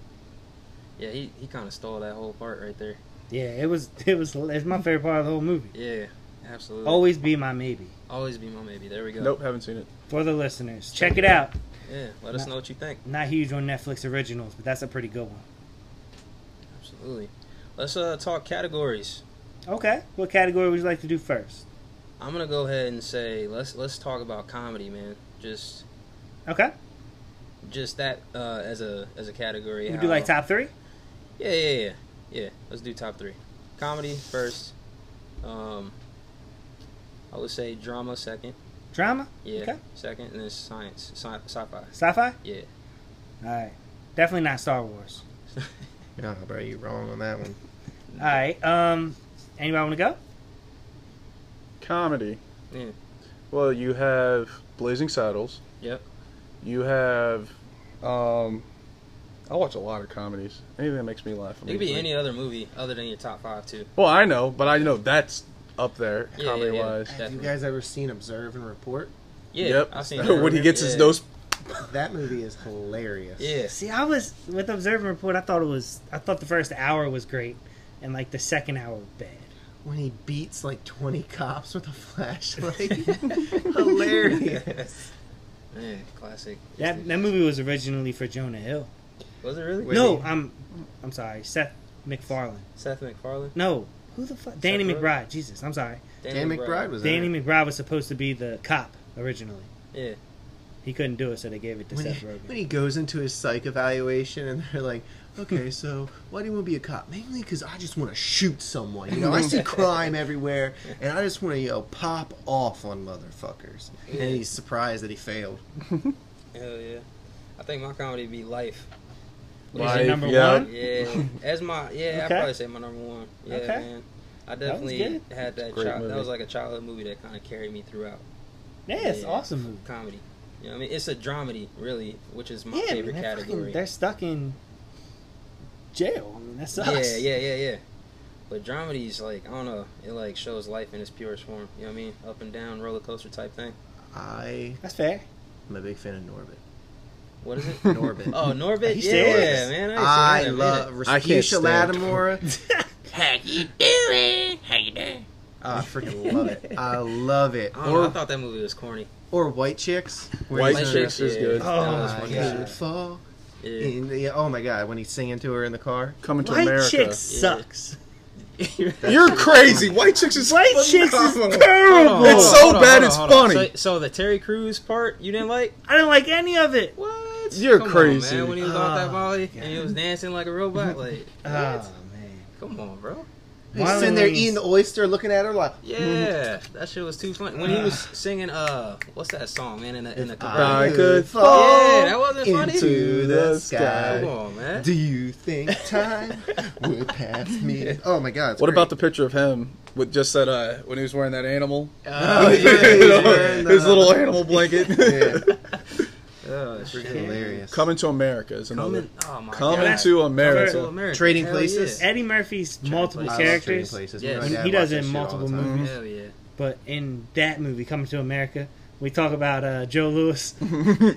Speaker 2: Yeah, he, he kind of stole that whole part right there.
Speaker 4: Yeah, it was. It was. It's my favorite part of the whole movie.
Speaker 2: Yeah, absolutely. Always,
Speaker 4: Always be my maybe.
Speaker 2: Always be my maybe. There we go.
Speaker 1: nope, haven't seen it.
Speaker 4: For the listeners, check it out.
Speaker 2: Yeah, let us know what you think.
Speaker 4: Not huge on Netflix originals, but that's a pretty good one.
Speaker 2: Absolutely. Let's uh, talk categories.
Speaker 4: Okay, what category would you like to do first?
Speaker 2: I'm gonna go ahead and say let's let's talk about comedy, man. Just
Speaker 4: Okay.
Speaker 2: Just that uh, as a as a category.
Speaker 4: We
Speaker 2: how-
Speaker 4: do like top three.
Speaker 2: Yeah, yeah, yeah, yeah. Let's do top three. Comedy first. Um, I would say drama second.
Speaker 4: Drama.
Speaker 2: Yeah,
Speaker 4: Okay.
Speaker 2: second, and then science, sci- sci-fi.
Speaker 4: Sci-fi.
Speaker 2: Yeah.
Speaker 4: All right. Definitely not Star Wars.
Speaker 3: Nah, bro, you wrong on that one.
Speaker 4: All right. Um. Anybody want to go?
Speaker 1: Comedy.
Speaker 2: Yeah.
Speaker 1: Well, you have Blazing Saddles.
Speaker 2: Yep.
Speaker 1: You have. Um, I watch a lot of comedies. Anything that makes me laugh. I'm
Speaker 2: It could be
Speaker 1: usually-
Speaker 2: any other movie other than your top five too.
Speaker 1: Well, I know, but I know that's up there
Speaker 2: Yeah, yeah, yeah.
Speaker 1: comedy wise.
Speaker 3: Have you
Speaker 2: Definitely.
Speaker 3: guys ever seen Observe and Report?
Speaker 2: Yeah.
Speaker 1: Yep.
Speaker 2: I've seen that.
Speaker 1: when he gets his
Speaker 2: Yeah.
Speaker 1: nose.
Speaker 3: That movie is hilarious.
Speaker 2: Yeah.
Speaker 4: See, I was with Observe and Report. I thought it was. I thought the first hour was great, and like the second hour was bad.
Speaker 3: When he beats like 20 cops with a flashlight. hilarious.
Speaker 2: Man, classic.
Speaker 4: That that movie was originally for Jonah Hill.
Speaker 2: was it really?
Speaker 3: Wait,
Speaker 4: no,
Speaker 3: wait.
Speaker 4: I'm. I'm sorry, Seth MacFarlane.
Speaker 2: Seth MacFarlane.
Speaker 4: No, who the fuck? Danny
Speaker 2: Rogen?
Speaker 4: McBride. Jesus, I'm sorry.
Speaker 3: Dan McBride was in
Speaker 4: Danny
Speaker 3: it.
Speaker 4: McBride was supposed to be the cop originally.
Speaker 2: Yeah.
Speaker 4: He couldn't do it, so they gave it to
Speaker 3: When
Speaker 4: Seth
Speaker 3: he, when
Speaker 4: Rogen.
Speaker 3: he goes into his psych evaluation and they're like, okay, so why do you want to be a cop? Mainly because I just want to shoot someone. You know, I see crime everywhere and I just want to, you know, pop off on motherfuckers.
Speaker 2: Yeah.
Speaker 3: And he's surprised that he failed.
Speaker 2: Hell yeah. I think my comedy would be Life.
Speaker 4: your
Speaker 1: Life,
Speaker 4: number
Speaker 1: yeah.
Speaker 4: one?
Speaker 2: Yeah. As my yeah,
Speaker 4: Okay.
Speaker 2: I'd probably say my number one. Yeah,
Speaker 4: Okay.
Speaker 2: man. I
Speaker 4: That was
Speaker 2: definitely
Speaker 4: good.
Speaker 2: had that
Speaker 1: great
Speaker 2: child.
Speaker 1: movie.
Speaker 2: That was like a childhood movie that kind of carried me throughout
Speaker 4: Yeah, it's
Speaker 2: Yeah.
Speaker 4: awesome movie.
Speaker 2: comedy. You know, what I mean, it's a dramedy, really, which is my
Speaker 4: yeah, I mean,
Speaker 2: favorite
Speaker 4: they're, fucking-
Speaker 2: category.
Speaker 4: they're stuck in jail. I mean, that
Speaker 2: Yeah,
Speaker 4: sucks.
Speaker 2: yeah, yeah, yeah. But dramedies, like I don't know, it like shows life in its purest form. You know what I mean? Up and down, roller coaster type thing.
Speaker 3: I
Speaker 4: That's fair.
Speaker 3: am a big fan of Norbit.
Speaker 2: What is it?
Speaker 3: Norbit.
Speaker 2: Oh, Norbit.
Speaker 4: He
Speaker 2: Yeah,
Speaker 4: said
Speaker 3: Norbit.
Speaker 2: man. I,
Speaker 3: I,
Speaker 2: ain't seen that in a minute.
Speaker 3: love
Speaker 1: I can't
Speaker 3: Keisha
Speaker 1: stand-
Speaker 3: Lattimore. Oh, I freaking love it. I love it.
Speaker 2: Oh, I, don't know, I
Speaker 3: Or
Speaker 2: thought that movie was corny.
Speaker 3: or White Chicks. where
Speaker 1: White
Speaker 3: he's
Speaker 1: Chicks
Speaker 3: in-
Speaker 1: Chicks is good.
Speaker 2: that
Speaker 4: Oh,
Speaker 2: was
Speaker 3: I
Speaker 2: funny.
Speaker 4: God.
Speaker 3: should fall
Speaker 2: Yeah.
Speaker 3: in the- oh my god, when he's singing to her in the car.
Speaker 1: Coming to
Speaker 4: White
Speaker 1: America.
Speaker 4: Chicks
Speaker 2: Yeah.
Speaker 4: sucks.
Speaker 1: You're crazy. White chicks is
Speaker 4: White Chicks is
Speaker 1: phenomenal.
Speaker 4: terrible.
Speaker 1: It's so
Speaker 2: Hold on,
Speaker 1: bad.
Speaker 2: hold on,
Speaker 1: it's
Speaker 2: hold on.
Speaker 1: funny.
Speaker 2: So, so the Terry Crews part you didn't like?
Speaker 4: I didn't like any of it.
Speaker 2: What?
Speaker 1: You're
Speaker 2: Come on,
Speaker 1: crazy.
Speaker 2: man. When he was off that
Speaker 4: Oh,
Speaker 2: volley and he was dancing like a robot, like
Speaker 4: Oh,
Speaker 2: what?
Speaker 4: man.
Speaker 2: Come on, bro.
Speaker 3: He's
Speaker 4: Marlon
Speaker 3: sitting there
Speaker 4: Wayans.
Speaker 3: eating the oyster, looking at her like,
Speaker 2: Yeah, that shit was too funny. When he was singing, uh, what's that song, man? In the in the
Speaker 3: Ah,
Speaker 1: I
Speaker 2: convertible.
Speaker 1: could fall
Speaker 2: Yeah, that wasn't funny.
Speaker 3: into the
Speaker 2: Come
Speaker 3: sky.
Speaker 2: on, man.
Speaker 3: Do you think time would pass me? Oh my god! it's
Speaker 1: What
Speaker 3: great.
Speaker 1: about the picture of him with just that uh, when he was wearing that animal?
Speaker 2: Oh, yeah,
Speaker 1: You know,
Speaker 2: yeah,
Speaker 1: his
Speaker 3: no.
Speaker 1: little animal blanket.
Speaker 3: Yeah.
Speaker 2: Oh, shit.
Speaker 3: Freaking hilarious.
Speaker 1: Coming to America is another.
Speaker 2: Coming, oh my
Speaker 1: Coming
Speaker 2: God.
Speaker 1: to America.
Speaker 2: Coming to America.
Speaker 3: Trading
Speaker 2: Hell
Speaker 3: Places.
Speaker 2: Yeah.
Speaker 4: Eddie Murphy's multiple
Speaker 3: I love Trading
Speaker 4: characters,
Speaker 3: Places.
Speaker 2: Yes.
Speaker 3: My
Speaker 2: He-
Speaker 3: dad
Speaker 4: he
Speaker 3: watched
Speaker 4: does
Speaker 3: that
Speaker 4: it in
Speaker 3: shit all the
Speaker 4: multiple
Speaker 3: time.
Speaker 4: movies.
Speaker 2: Hell yeah.
Speaker 4: but in that movie, Coming to America, we talk about uh, Joe Lewis.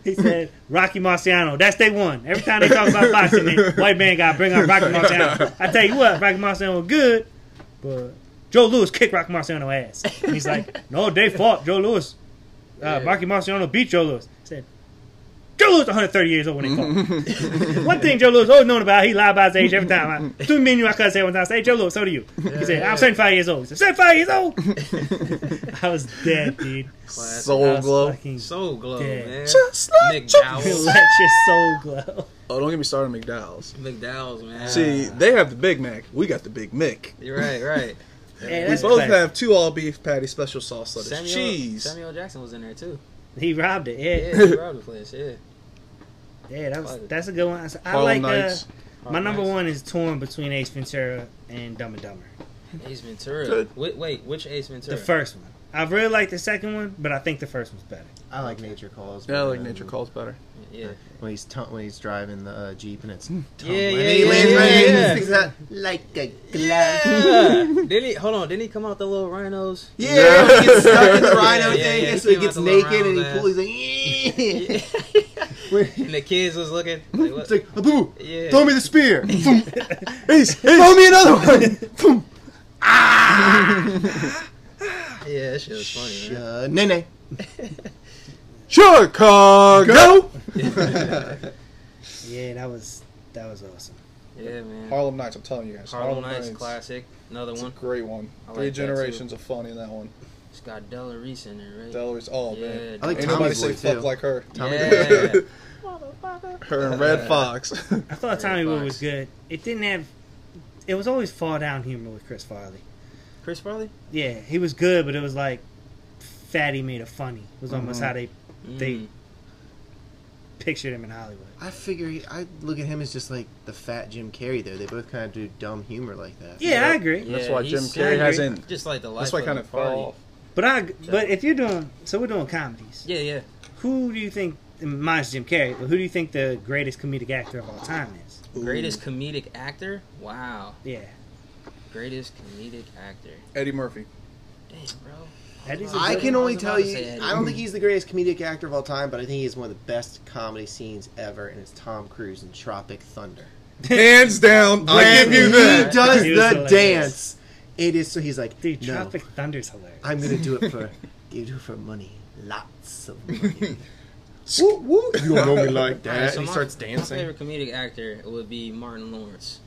Speaker 4: he said Rocky Marciano. That's day one. Every time they talk about boxing, they, white man got to bring up Rocky Marciano. I tell you what, Rocky Marciano was good, but Joe Lewis kicked Rocky Marciano ass. And he's like, no, they fought Joe Lewis. Uh,
Speaker 2: Yeah.
Speaker 4: Rocky Marciano beat Joe Lewis. I said. Joe Lewis 130 years old when they fought. one thing Joe Lewis always known about, he lied about his age every time. I, between me and you, I couldn't say one time, I say, Joe Lewis, so do you. He said, I'm 75 years old. He said, 75 years old? I was dead, dude.
Speaker 2: Classic.
Speaker 1: Soul glow.
Speaker 4: Fucking
Speaker 2: Soul glow,
Speaker 4: Dead.
Speaker 2: man.
Speaker 1: Just like
Speaker 2: McDowell's.
Speaker 4: let your soul glow.
Speaker 1: Oh, don't get me started on McDowell's.
Speaker 2: McDowell's, man.
Speaker 1: See, they have the Big Mac. We got the Big Mick.
Speaker 2: You're right, right.
Speaker 4: Hey,
Speaker 1: We
Speaker 4: that's
Speaker 1: both
Speaker 4: classic.
Speaker 1: have two all beef patty special sauce lettuce
Speaker 2: Samuel,
Speaker 1: cheese.
Speaker 2: Samuel Jackson was in there too.
Speaker 4: He robbed it. Yeah,
Speaker 2: Yeah, he robbed the place. Yeah.
Speaker 4: yeah, that was that's a good one. I
Speaker 1: Harlem
Speaker 4: like uh,
Speaker 1: Nights.
Speaker 4: my number one is torn between Ace Ventura and Dumb and Dumber.
Speaker 2: Ace Ventura.
Speaker 1: Good.
Speaker 2: Wait, wait, which Ace Ventura?
Speaker 4: The first one. I really like the second one, but I think the first one's better.
Speaker 3: I like Nature Calls.
Speaker 1: Yeah, I like
Speaker 3: when,
Speaker 1: Nature Calls better.
Speaker 2: Yeah.
Speaker 3: When he's tum- when he's driving the uh, jeep and it's
Speaker 2: Yeah, yeah,
Speaker 3: And he
Speaker 2: yeah,
Speaker 3: lands
Speaker 2: yeah,
Speaker 3: right in
Speaker 2: yeah.
Speaker 3: and sticks out like a glove.
Speaker 2: Yeah. didn't he? Hold on. Didn't he come out the little rhinos?
Speaker 3: Yeah, he gets stuck in the
Speaker 2: Yeah,
Speaker 3: rhino
Speaker 2: yeah,
Speaker 3: thing,
Speaker 2: yeah,
Speaker 3: and
Speaker 2: he
Speaker 3: so he
Speaker 2: came
Speaker 3: gets
Speaker 2: out the little
Speaker 3: naked and he
Speaker 2: round
Speaker 3: pulls. He's like,
Speaker 2: and the kids was looking. Like, what?
Speaker 3: it's like, "Ah, boo, boo,
Speaker 2: Yeah.
Speaker 3: throw me the spear. Boom. Ace, throw me another one. Boom.
Speaker 2: yeah, that shit was funny, man.
Speaker 3: Sha- Nene.
Speaker 1: Chicago.
Speaker 4: Yeah, that was that was awesome.
Speaker 2: Yeah, man. Harlem,
Speaker 1: Harlem Nights. I'm telling you guys.
Speaker 2: Nights, classic. Another
Speaker 1: It's a
Speaker 2: one.
Speaker 1: great one.
Speaker 2: I like
Speaker 1: Three
Speaker 2: that, too.
Speaker 1: generations of fun in that one.
Speaker 2: It's got Della Reese in there, right?
Speaker 1: Dollars. Oh
Speaker 2: yeah,
Speaker 1: man.
Speaker 3: I like
Speaker 1: Ain't
Speaker 3: Tommy's
Speaker 1: nobody say
Speaker 3: voice,
Speaker 1: fuck
Speaker 3: too.
Speaker 1: like her.
Speaker 3: Tommy
Speaker 2: yeah.
Speaker 1: Her and Red Fox.
Speaker 4: I thought
Speaker 2: Red
Speaker 4: Tommy Wood
Speaker 2: Fox.
Speaker 4: was good. It didn't have. It was always fall down humor with Chris Farley.
Speaker 2: Chris Farley.
Speaker 4: Yeah, he was good, but it was like fatty made a funny. Was almost
Speaker 1: Mhm.
Speaker 4: how they They-
Speaker 2: Mm.
Speaker 4: pictured him in Hollywood.
Speaker 3: I figure he, I look at him as just like the fat Jim Carrey. Though they both kind of do dumb humor like that.
Speaker 4: Yeah, I agree.
Speaker 1: That's
Speaker 2: Yeah,
Speaker 1: why Jim
Speaker 2: he's-
Speaker 1: Carrey
Speaker 4: I agree.
Speaker 1: hasn't.
Speaker 2: Just like the life.
Speaker 1: That's why
Speaker 2: of
Speaker 1: kind
Speaker 2: the
Speaker 1: of fell
Speaker 2: party.
Speaker 1: off.
Speaker 4: But I. But if you're doing so, we're doing comedies.
Speaker 2: Yeah, yeah.
Speaker 4: Who do you think? Mine's Jim Carrey, but who do you think the greatest comedic actor of all time is?
Speaker 2: Greatest comedic actor? Wow.
Speaker 4: Yeah,
Speaker 2: Greatest comedic actor.
Speaker 1: Eddie Murphy.
Speaker 2: Damn, bro.
Speaker 4: that is. a
Speaker 3: I
Speaker 4: good
Speaker 3: can
Speaker 2: I
Speaker 3: only
Speaker 2: was
Speaker 3: tell
Speaker 2: about to
Speaker 3: you,
Speaker 2: say Eddie.
Speaker 3: I don't think he's the greatest comedic actor of all time, but I think he's one of the best comedy scenes ever, and it's Tom Cruise in Tropic Thunder.
Speaker 1: Hands down, I
Speaker 3: When
Speaker 1: give you
Speaker 3: he
Speaker 1: that.
Speaker 3: does
Speaker 4: He was
Speaker 3: the
Speaker 4: hilarious.
Speaker 3: dance, it is so he's like,
Speaker 4: Dude,
Speaker 3: no,
Speaker 4: Tropic Thunder's hilarious.
Speaker 3: I'm gonna do it for, you do it for money, lots of money.
Speaker 1: Woo, woo. You don't know me like
Speaker 2: Alright,
Speaker 1: that.
Speaker 2: so
Speaker 1: he
Speaker 2: my-
Speaker 1: starts
Speaker 2: My
Speaker 1: dancing.
Speaker 2: favorite comedic actor would be Martin Lawrence.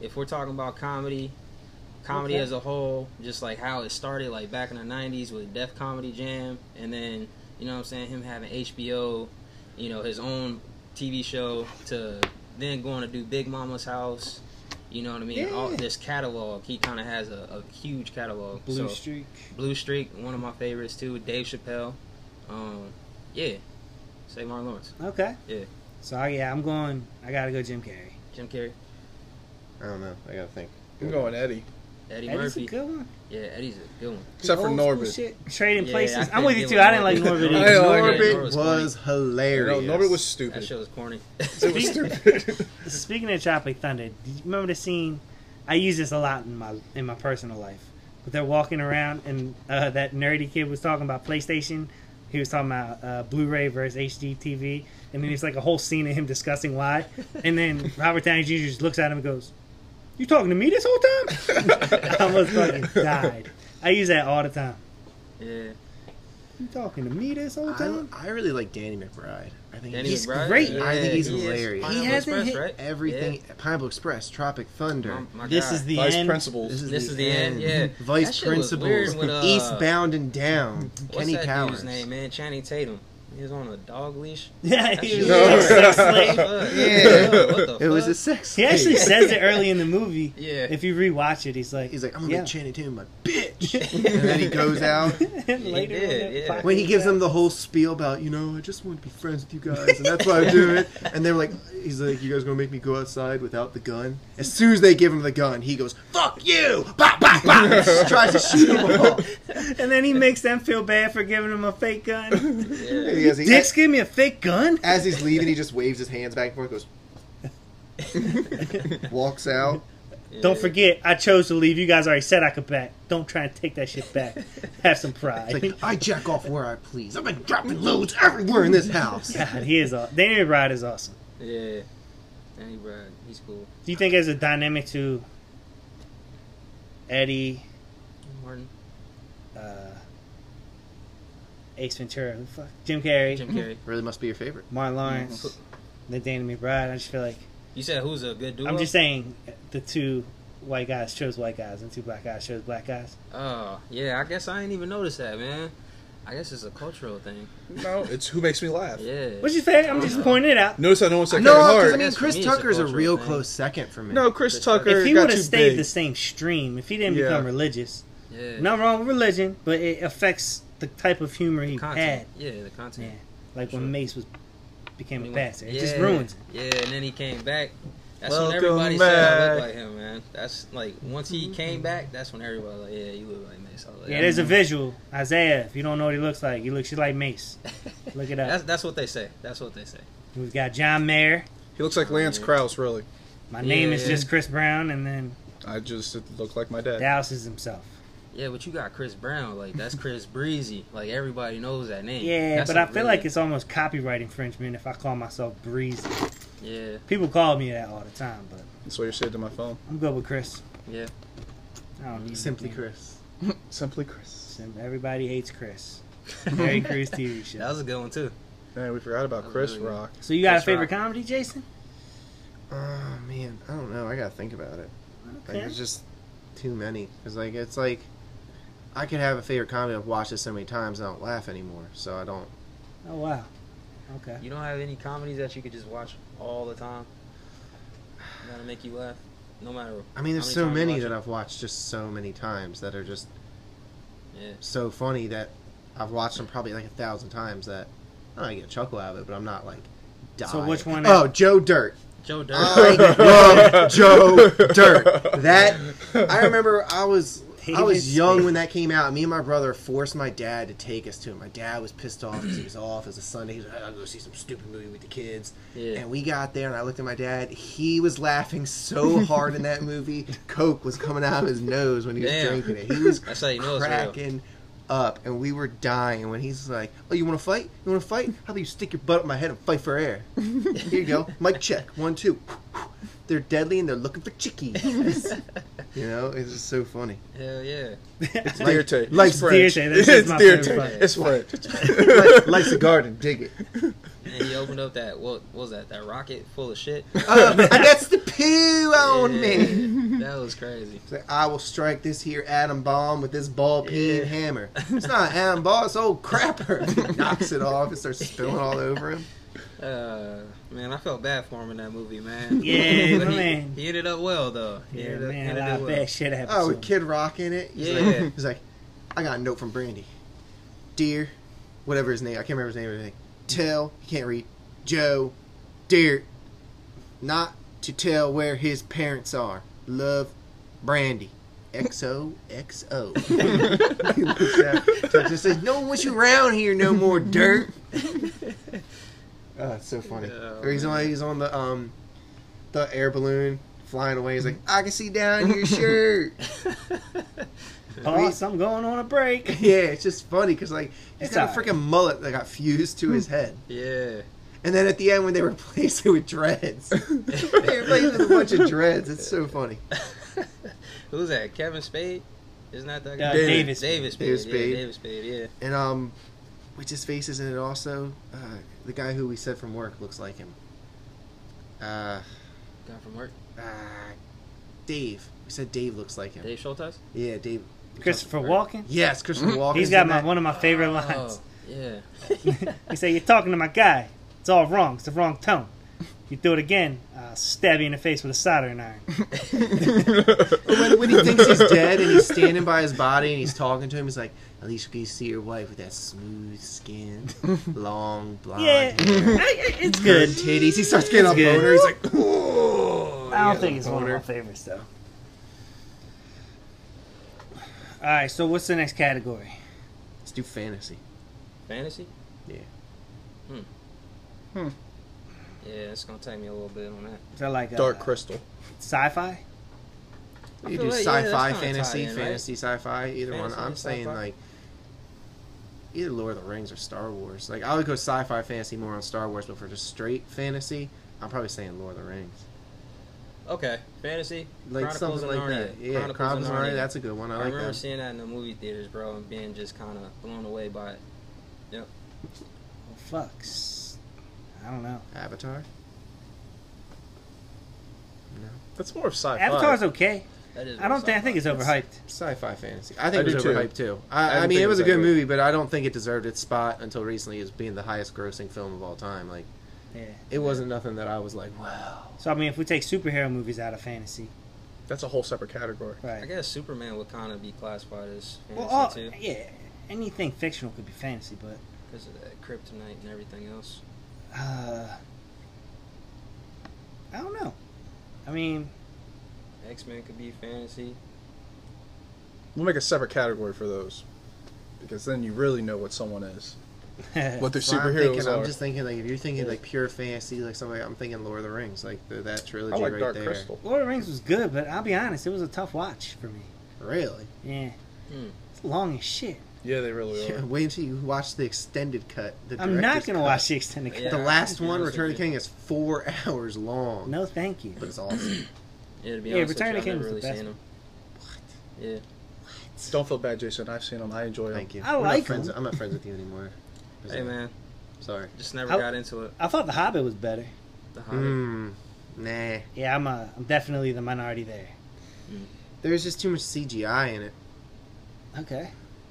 Speaker 2: If we're talking about comedy, comedy
Speaker 4: Okay.
Speaker 2: as a whole, just like how it started, like back in the '90s with Def Comedy Jam, and then you know what I'm saying, him having HBO, you know, his own TV show, to then going to do Big Mama's House. You know what I mean? All
Speaker 4: Yeah.
Speaker 2: this catalog, he kind of has a, a huge catalog.
Speaker 4: Blue
Speaker 2: so,
Speaker 4: Streak.
Speaker 2: Blue Streak, one of my favorites too. Dave Chappelle. Um, yeah, say Martin Lawrence.
Speaker 4: Okay.
Speaker 2: Yeah.
Speaker 4: So yeah, I'm going. I gotta go Jim Carrey.
Speaker 2: Jim Carrey,
Speaker 3: I don't know. I gotta think.
Speaker 1: I'm going Eddie.
Speaker 2: Eddie
Speaker 4: That's
Speaker 2: Murphy.
Speaker 4: a good one.
Speaker 2: yeah, Eddie's a good one.
Speaker 1: Except for
Speaker 4: Old school
Speaker 1: Norbit.
Speaker 4: shit. Trading
Speaker 2: Yeah, I
Speaker 4: places. I'm
Speaker 2: couldn't
Speaker 4: with you
Speaker 2: deal
Speaker 4: too.
Speaker 2: with
Speaker 4: I didn't like
Speaker 2: Norbit.
Speaker 4: Norbit.
Speaker 1: I didn't
Speaker 4: either.
Speaker 1: like
Speaker 2: Norbit
Speaker 3: Norbit
Speaker 2: was
Speaker 3: was,
Speaker 2: funny.
Speaker 1: No,
Speaker 3: hilarious.
Speaker 1: Norbit was
Speaker 2: That
Speaker 1: stupid.
Speaker 2: shit was corny.
Speaker 1: It was stupid.
Speaker 4: Speaking of Tropic Thunder, do you remember the scene? I use this a lot in my in my personal life. But they're walking around, and uh, that nerdy kid was talking about PlayStation. He was talking about uh, Blu-ray versus HD TV, and then it's like a whole scene of him discussing why. And then Robert Downey Jr. just looks at him and goes, "You talking to me this whole time?" I almost fucking died. I use that all the time.
Speaker 2: yeah,
Speaker 4: You talking to me this whole
Speaker 3: I,
Speaker 4: time?
Speaker 3: I really like Danny McBride. I think
Speaker 2: Danny
Speaker 3: he's
Speaker 2: McBride?
Speaker 4: great.
Speaker 2: Yeah,
Speaker 3: I think he's
Speaker 2: he is.
Speaker 3: hilarious.
Speaker 4: He
Speaker 2: Pineapple
Speaker 4: hasn't
Speaker 2: Express,
Speaker 4: hit
Speaker 2: right?
Speaker 3: everything. Pineapple Express, Tropic Thunder.
Speaker 2: Yeah. My- my
Speaker 4: this
Speaker 2: God.
Speaker 4: is the
Speaker 1: Vice
Speaker 4: end.
Speaker 1: principals.
Speaker 3: This is,
Speaker 2: This
Speaker 3: the,
Speaker 2: is the end,
Speaker 3: end.
Speaker 2: yeah. That
Speaker 3: Vice
Speaker 2: shit was weird
Speaker 3: principals,
Speaker 2: with, uh,
Speaker 3: Eastbound and Down,
Speaker 2: What's
Speaker 3: Kenny
Speaker 2: that
Speaker 3: Powers.
Speaker 2: dude's name, man? Channing Tatum. He was on a dog leash.
Speaker 4: Yeah,
Speaker 2: That
Speaker 4: he
Speaker 2: shit
Speaker 4: was
Speaker 1: No.
Speaker 4: like sex
Speaker 2: Fuck.
Speaker 4: slave.
Speaker 3: Yeah.
Speaker 2: What the
Speaker 3: It was
Speaker 2: fuck?
Speaker 3: a sex.
Speaker 4: He actually
Speaker 3: tape.
Speaker 4: says it early in the movie.
Speaker 2: Yeah.
Speaker 4: If you rewatch it, he's like,
Speaker 3: He's like, I'm gonna
Speaker 4: yeah.
Speaker 3: make Channing Tatum my bitch, and then he goes out.
Speaker 4: And
Speaker 2: He
Speaker 4: later
Speaker 2: did,
Speaker 4: on,
Speaker 2: yeah.
Speaker 4: fucking
Speaker 3: When he gives
Speaker 4: said-
Speaker 3: them the whole spiel about, you know, I just want to be friends with you guys, and that's why I'm doing it. And they're like, he's like, you guys gonna make me go outside without the gun? As soon as they give him the gun, he goes, fuck you, bah, bah, bah, tries to shoot him off.
Speaker 4: and then he makes them feel bad for giving him a fake gun.
Speaker 2: Yeah.
Speaker 3: He goes, he-
Speaker 4: Dicks give me a fake gun.
Speaker 3: As he's leaving, he just waves his hands back and forth, goes, walks out.
Speaker 2: Yeah.
Speaker 4: Don't forget, I chose to leave. You guys already said I could back. Don't try and take that shit back. Have some pride.
Speaker 3: It's like, I jack off where I please. I've been dropping loads everywhere in this house.
Speaker 4: God, he is. Aw- Danny McBride is awesome.
Speaker 2: Yeah. Danny Brad, he's cool.
Speaker 4: Do you think there's a dynamic to Eddie,
Speaker 2: Martin,
Speaker 4: uh, Ace Ventura, who the fuck, Jim Carrey,
Speaker 2: Jim Carrey.
Speaker 3: Really must be your favorite.
Speaker 4: Martin Lawrence, then Danny McBride? I just feel like
Speaker 2: You said who's a good duo?
Speaker 4: I'm just saying the two white guys chose white guys and two black guys chose black guys.
Speaker 2: Oh, yeah, I guess I ain't even noticed that, man. I guess it's a cultural thing.
Speaker 1: no, it's who makes me laugh.
Speaker 2: Yeah.
Speaker 4: Which is fair. I'm just pointing it out.
Speaker 1: Notice I don't want to say
Speaker 3: No,
Speaker 1: Kevin
Speaker 3: because I
Speaker 1: Hart.
Speaker 3: mean,
Speaker 2: That's for
Speaker 3: Chris
Speaker 2: me, it's a
Speaker 3: Tucker's a
Speaker 2: cultural
Speaker 3: real
Speaker 2: thing.
Speaker 3: close second for me.
Speaker 1: No, Chris Tucker
Speaker 4: If he
Speaker 1: got
Speaker 4: would have
Speaker 1: too
Speaker 4: stayed
Speaker 1: big.
Speaker 4: the same stream, if he didn't
Speaker 1: Yeah.
Speaker 4: become religious,
Speaker 2: Yeah.
Speaker 4: nothing wrong with religion, but it affects the type of humor he
Speaker 2: Content. Yeah, the
Speaker 4: had. Yeah,
Speaker 2: content.
Speaker 4: like
Speaker 2: Sure.
Speaker 4: when Mace was became
Speaker 2: When he
Speaker 4: a
Speaker 2: went-
Speaker 4: pastor, it just
Speaker 2: yeah,
Speaker 4: ruins it.
Speaker 2: Yeah, and then he came back. That's when
Speaker 1: Welcome
Speaker 2: everybody said I
Speaker 1: back.
Speaker 2: look like him, man. That's like once he came back, that's when everybody was like, yeah, you look like Mace. I was like,
Speaker 4: Mm-hmm. Yeah, there's a visual Isaiah. If you don't know what he looks like, he looks just like Mace. Look it
Speaker 2: That's
Speaker 4: up.
Speaker 2: that's what they say. That's what they say.
Speaker 4: We've got John Mayer.
Speaker 1: He looks like Lance Krause, really.
Speaker 4: My name is
Speaker 2: Yeah.
Speaker 4: just Chris Brown, and then
Speaker 1: I just look like my dad.
Speaker 4: Dallas is himself.
Speaker 2: Yeah, but you got Chris Brown, like that's Chris Breezy. Like everybody knows that name.
Speaker 4: Yeah,
Speaker 2: That's
Speaker 4: but
Speaker 2: a
Speaker 4: I feel
Speaker 2: really-
Speaker 4: like it's almost copyright infringement if I call myself Breezy.
Speaker 2: Yeah,
Speaker 4: People call me that all the time, but
Speaker 1: That's what you said to my phone.
Speaker 4: I'm good with Chris.
Speaker 2: yeah. Mm-hmm.
Speaker 4: I don't need
Speaker 3: Simply
Speaker 4: anything.
Speaker 3: Chris.
Speaker 1: Simply Chris.
Speaker 4: Sim- Everybody hates Chris. Very Chris TV
Speaker 2: That
Speaker 4: show.
Speaker 2: was a good one too.
Speaker 1: Man, we forgot about
Speaker 2: That's
Speaker 1: Chris
Speaker 2: really good.
Speaker 1: Rock.
Speaker 4: So you got a
Speaker 2: Chris
Speaker 4: favorite
Speaker 2: Rock.
Speaker 4: comedy, Jason?
Speaker 3: Oh man, I don't know. I gotta think about it. Like
Speaker 4: Okay.
Speaker 3: there's just too many. It's like it's like I could have a favorite comedy I've watched it so many times and I don't laugh anymore. So I don't.
Speaker 4: Oh wow. Okay.
Speaker 2: You don't have any comedies that you could just watch all the time that'll make you laugh, no matter.
Speaker 3: I mean, there's
Speaker 2: how
Speaker 3: so
Speaker 2: times you
Speaker 3: many
Speaker 2: watch
Speaker 3: that
Speaker 2: it.
Speaker 3: I've watched just so many times that are just
Speaker 2: Yeah.
Speaker 3: so funny that I've watched them probably like a thousand times that I don't know, I get a chuckle out of it, but I'm not like. Dying.
Speaker 4: So which one-
Speaker 3: Oh, Joe Dirt.
Speaker 2: Joe Dirt.
Speaker 4: Oh,
Speaker 3: I love Joe Dirt. That I remember I was I was
Speaker 4: David
Speaker 3: young
Speaker 4: Spade.
Speaker 3: when that came out. Me and my brother forced my dad to take us to it. My dad was pissed off because he was off. It was a Sunday. He was like, I'll go see some stupid movie with the kids.
Speaker 2: Yeah.
Speaker 3: And we got there, and I looked at my dad. He was laughing so hard in that movie. Coke was coming out of his nose when he was
Speaker 2: Damn.
Speaker 3: drinking it. He was
Speaker 2: That's how you know it's real.
Speaker 3: cracking up, and we were dying. And When he's like, "Oh, you want to fight? You want to fight? How about you stick your butt up my head and fight for air?" Here you go, mic check. One, two. They're deadly and they're looking for chickies. you know, it's just so funny.
Speaker 2: Hell yeah.
Speaker 1: It's deer tape.
Speaker 3: like
Speaker 1: it's French.
Speaker 4: deer tape. That's- that's
Speaker 1: It's
Speaker 4: my
Speaker 1: deer tape.
Speaker 4: favorite
Speaker 1: It's French.
Speaker 3: Like, life's a garden, dig it.
Speaker 2: And he opened up that what, what was that? That rocket full of shit.
Speaker 3: Uh, I got the poo on me.
Speaker 2: Yeah, That was crazy.
Speaker 3: It's like, I will strike this here atom bomb with this ball peen
Speaker 2: Yeah.
Speaker 3: hammer. It's not an atom bomb, it's old crapper. He knocks it off and starts spilling all over him.
Speaker 2: Uh, man, I felt bad for him in that movie, man.
Speaker 4: Yeah,
Speaker 2: But
Speaker 4: my
Speaker 2: he,
Speaker 4: man.
Speaker 2: He ended up well though. He
Speaker 4: Yeah,
Speaker 2: ended up-
Speaker 4: man,
Speaker 2: ended
Speaker 4: a lot
Speaker 2: up
Speaker 4: of
Speaker 2: well.
Speaker 4: bad shit happens.
Speaker 3: Oh, with Kid Rock in it. He's
Speaker 2: Yeah.
Speaker 3: Like, he's like, I got a note from Brandy. Dear, whatever his name, I can't remember his name or anything. Tell, he can't read. Joe, dear, not to tell where his parents are. Love, Brandy. XOXO. He looks out, so just says, no one wants you around here no more, dirt. Oh, it's so funny.
Speaker 2: Oh,
Speaker 3: or he's on,
Speaker 2: man.
Speaker 3: he's on the um, the air balloon flying away. He's like, I can see down your shirt.
Speaker 4: Oh, something going on a break.
Speaker 3: Yeah, it's just funny because like he's
Speaker 4: It's
Speaker 3: got a
Speaker 4: alright.
Speaker 3: freaking mullet that got fused to his head,
Speaker 2: Yeah.
Speaker 3: and then at the end when they replaced it with dreads, they replaced it with a bunch of dreads. It's so funny.
Speaker 2: Who's that? Kevin Spade? Isn't that that guy?
Speaker 4: Uh,
Speaker 2: David
Speaker 4: Davis.
Speaker 2: Davis Spade.
Speaker 3: David Spade.
Speaker 2: Yeah, David Spade. Yeah.
Speaker 3: And um, which his face is in it also. Uh, the guy who we said from work looks like him. Uh,
Speaker 2: Guy from work.
Speaker 3: uh, Dave. We said Dave looks like him.
Speaker 2: Dave Schultes.
Speaker 3: Yeah, Dave.
Speaker 4: Christopher Walken.
Speaker 3: Yes, Christopher Walken.
Speaker 4: He's got my one of my favorite lines.
Speaker 2: Oh, yeah.
Speaker 4: He said, "You're talking to my guy. It's all wrong. It's the wrong tone. You do it again, I'll stab you in the face with a soldering iron."
Speaker 3: when, when he thinks he's dead and he's standing by his body and he's talking to him, he's like, "At least you can see your wife with that smooth skin, long blonde
Speaker 4: Yeah, I-
Speaker 3: hair,
Speaker 4: I- it's good.
Speaker 3: good titties." He starts getting a
Speaker 4: good.
Speaker 3: boner. He's like, "Oh."
Speaker 4: I don't
Speaker 3: Yeah,
Speaker 4: think it's one of
Speaker 3: boner.
Speaker 4: my favorites though. All right, so what's the next category?
Speaker 3: Let's do fantasy.
Speaker 2: Fantasy.
Speaker 3: Yeah.
Speaker 2: Hmm.
Speaker 1: Hmm.
Speaker 2: Yeah, it's gonna take me a little bit on that.
Speaker 4: Is that like uh,
Speaker 1: Dark Crystal.
Speaker 4: sci-fi?
Speaker 2: I
Speaker 3: You
Speaker 2: feel like, yeah,
Speaker 3: do
Speaker 2: that's
Speaker 3: sci-fi,
Speaker 2: kinda
Speaker 3: fantasy,
Speaker 2: tied in, right?
Speaker 3: fantasy, sci-fi, either
Speaker 2: Fantasy
Speaker 3: one. I'm
Speaker 2: and
Speaker 3: saying
Speaker 2: sci-fi?
Speaker 3: like either Lord of the Rings or Star Wars. Like I would go sci-fi, fantasy more on Star Wars, but for just straight fantasy, I'm probably saying Lord of the Rings.
Speaker 2: Okay, fantasy.
Speaker 3: Like
Speaker 2: Chronicles
Speaker 3: something
Speaker 2: of
Speaker 3: like
Speaker 2: Narnia.
Speaker 3: that. Yeah, Chronicles,
Speaker 2: Chronicles
Speaker 3: of
Speaker 2: of
Speaker 3: Narnia.
Speaker 2: Narnia.
Speaker 3: That's a good one. I
Speaker 2: I,
Speaker 3: like
Speaker 2: remember
Speaker 3: that.
Speaker 2: seeing that in the movie theaters, bro, and being just kind of blown away by it.
Speaker 4: Oh fuck, S- I don't know.
Speaker 3: Avatar.
Speaker 1: That's more of sci-fi.
Speaker 4: Avatar's okay.
Speaker 2: That is
Speaker 4: I don't think I think it's overhyped.
Speaker 3: Sci-fi fantasy. I think
Speaker 1: I
Speaker 3: it was
Speaker 1: do too.
Speaker 3: overhyped too. I,
Speaker 1: didn't
Speaker 3: I, mean,
Speaker 1: think
Speaker 3: it was a good
Speaker 1: overhyped.
Speaker 3: movie, but I don't think it deserved its spot until recently as being the highest-grossing film of all time. Like,
Speaker 4: Yeah.
Speaker 3: it wasn't nothing that I was like, wow.
Speaker 4: So I mean, if we take superhero movies out of fantasy,
Speaker 1: That's a whole separate category.
Speaker 2: I
Speaker 4: right?
Speaker 2: guess Superman would kind of be classified as fantasy
Speaker 4: Well, uh, all,
Speaker 2: too,
Speaker 4: yeah, anything fictional could be fantasy, but
Speaker 2: because of that kryptonite and everything else.
Speaker 4: uh, I don't know. I mean,
Speaker 2: X Men could be fantasy.
Speaker 1: We'll make a separate category for those. Because then you really know what someone is. What their
Speaker 3: That's why I'm,
Speaker 1: superheroes
Speaker 3: thinking, I'm
Speaker 1: are.
Speaker 3: just thinking like if you're thinking like pure fantasy, like something, I'm thinking Lord of the Rings, like the, that
Speaker 1: I
Speaker 3: trilogy
Speaker 1: like
Speaker 3: right
Speaker 1: Dark
Speaker 3: there.
Speaker 1: Crystal.
Speaker 4: Lord of the Rings was good, but I'll be honest, it was a tough watch for me.
Speaker 3: Really?
Speaker 4: Yeah,
Speaker 2: Hmm.
Speaker 4: it's long as shit.
Speaker 1: Oh, Yeah, they really
Speaker 3: Yeah,
Speaker 1: are.
Speaker 3: wait until you watch the extended cut. The
Speaker 4: I'm not
Speaker 3: director's
Speaker 4: gonna
Speaker 3: cut.
Speaker 4: watch the extended cut.
Speaker 2: Yeah,
Speaker 3: The
Speaker 2: I'll
Speaker 3: last
Speaker 2: be
Speaker 3: one,
Speaker 2: honest
Speaker 3: Return of
Speaker 2: with
Speaker 3: the King, is four hours long.
Speaker 4: No, thank you.
Speaker 3: but it's awesome.
Speaker 2: Yeah, to be
Speaker 4: Yeah,
Speaker 2: honest,
Speaker 4: Return
Speaker 2: with
Speaker 4: of
Speaker 2: you,
Speaker 4: the
Speaker 2: I've never
Speaker 4: King
Speaker 2: really
Speaker 4: was the
Speaker 2: seen them. Yeah,
Speaker 1: Don't feel bad, Jason. I've seen them. I enjoy them.
Speaker 3: Thank you.
Speaker 4: I
Speaker 3: We're not
Speaker 4: like
Speaker 3: friends-
Speaker 4: him.
Speaker 3: I'm not friends with you anymore.
Speaker 2: hey man,
Speaker 3: Sorry.
Speaker 2: just never
Speaker 4: I'll-
Speaker 2: got into it.
Speaker 4: I thought The Hobbit was better.
Speaker 2: The
Speaker 4: Hmm.
Speaker 2: Hobbit.
Speaker 3: Mm, nah.
Speaker 4: Yeah, I'm uh, I'm definitely the minority there.
Speaker 3: There's just too much CGI in it.
Speaker 4: Okay.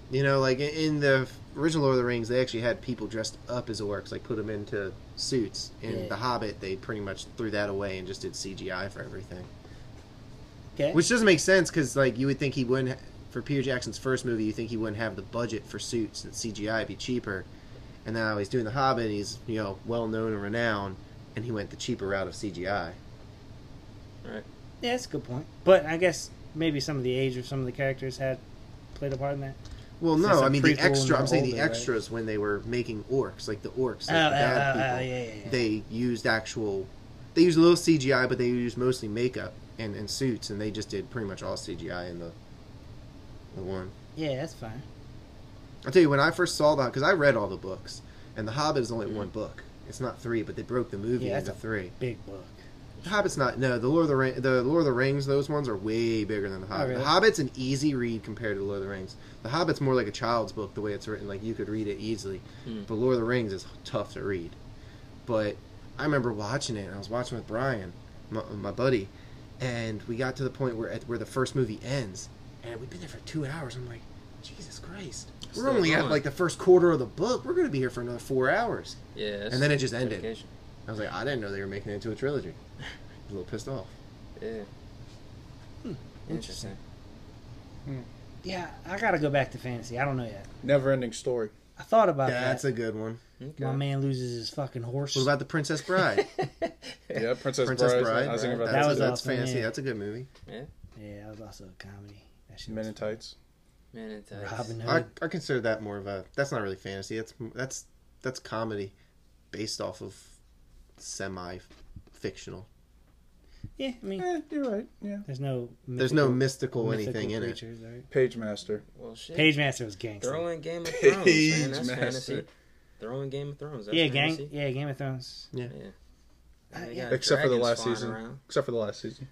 Speaker 3: You know, like in, in the original Lord of the Rings, they actually had people dressed up as orcs, like put them into suits. In
Speaker 4: Yeah.
Speaker 3: The Hobbit, they pretty much threw that away and just did CGI for everything,
Speaker 4: Okay.
Speaker 3: which doesn't make sense because like you would think he wouldn't. ha- For Peter Jackson's first movie, you think he wouldn't have the budget for suits and CGI would be cheaper, and now he's doing The Hobbit. He's you know well known and renowned, and he went the cheaper route of CGI.
Speaker 4: Yeah, that's a good point. But I guess maybe some of the age of some of the characters had played a part in that.
Speaker 3: Well,
Speaker 4: Since
Speaker 3: no,
Speaker 4: the
Speaker 3: I mean the
Speaker 4: prequel and
Speaker 3: extra. I'm
Speaker 4: the
Speaker 3: saying the
Speaker 4: older, right?
Speaker 3: extras when they were making orcs, like the orcs, like
Speaker 4: oh,
Speaker 3: the
Speaker 4: oh,
Speaker 3: bad
Speaker 4: oh,
Speaker 3: people.
Speaker 4: oh, yeah, yeah, yeah.
Speaker 3: They used actual. They used a little CGI, but they used mostly makeup and, and suits, and they just did pretty much all CGI in the the one.
Speaker 4: yeah, that's fine.
Speaker 3: I'll tell you when I first saw that because I read all the books, and The Hobbit is only one book. It's not three, but they broke the movie
Speaker 4: Mm-hmm. Yeah, that's
Speaker 3: into
Speaker 4: a-
Speaker 3: three.
Speaker 4: Big book.
Speaker 3: The Hobbit's not. No, the Lord of the Ring, the Lord of the Rings, those ones are way bigger than the Hobbit.
Speaker 4: really?
Speaker 3: The Hobbit's an easy read compared to the Lord of the Rings. The Hobbit's more like a child's book the way it's written, like you could read it easily.
Speaker 2: Hmm.
Speaker 3: But Lord of the Rings is tough to read. But I remember watching it. and I was watching with Brian, my, my buddy, and we got to the point where at, where the first movie ends, and we've been there for two hours. I'm like, Jesus Christ, we're
Speaker 2: Still
Speaker 3: only at
Speaker 2: going.
Speaker 3: like the first quarter of the book. We're gonna be here for another four hours.
Speaker 2: Yeah. that's
Speaker 3: And then it just ended.
Speaker 2: dedication.
Speaker 3: I was like, I didn't know they were making it into a trilogy. I was a little pissed off.
Speaker 2: Yeah.
Speaker 4: Interesting. Yeah, I gotta go back to fantasy. I don't know yet.
Speaker 1: Never ending story.
Speaker 4: I thought about
Speaker 3: That's
Speaker 4: that.
Speaker 3: a good one.
Speaker 2: Okay.
Speaker 4: My man loses his fucking horse.
Speaker 3: What about the Princess Bride?
Speaker 1: Yeah, Princess,
Speaker 3: Princess
Speaker 1: Bride.
Speaker 3: Bride.
Speaker 1: I was thinking
Speaker 3: right?
Speaker 1: about
Speaker 4: That
Speaker 1: that.
Speaker 4: was
Speaker 1: too.
Speaker 3: that's
Speaker 4: awesome,
Speaker 3: fancy.
Speaker 4: yeah.
Speaker 3: That's a good movie.
Speaker 4: yeah, that was also a comedy. That shit
Speaker 1: Men in
Speaker 4: was
Speaker 1: Tights.
Speaker 2: Man, it's
Speaker 4: Robin Hood.
Speaker 3: I, I consider that more of a. That's not really fantasy. That's that's that's comedy, based off of semi fictional.
Speaker 4: yeah, I mean,
Speaker 1: Eh, you're right. Yeah.
Speaker 4: there's no.
Speaker 3: There's no mystical, anything in it.
Speaker 4: creatures, Right?
Speaker 1: Page Master.
Speaker 2: Well, shit.
Speaker 4: Page Master was gangster.
Speaker 2: Throw in Game of Thrones, man. That's
Speaker 1: Page
Speaker 2: fantasy.
Speaker 1: Master.
Speaker 2: Throw in Game of Thrones. That's
Speaker 4: yeah,
Speaker 2: fantasy.
Speaker 4: gang. Yeah, Game of Thrones.
Speaker 2: And they
Speaker 4: Yeah.
Speaker 2: got
Speaker 1: Except for the
Speaker 2: dragons
Speaker 1: last
Speaker 2: flying
Speaker 1: season.
Speaker 2: around.
Speaker 1: Except for the last season.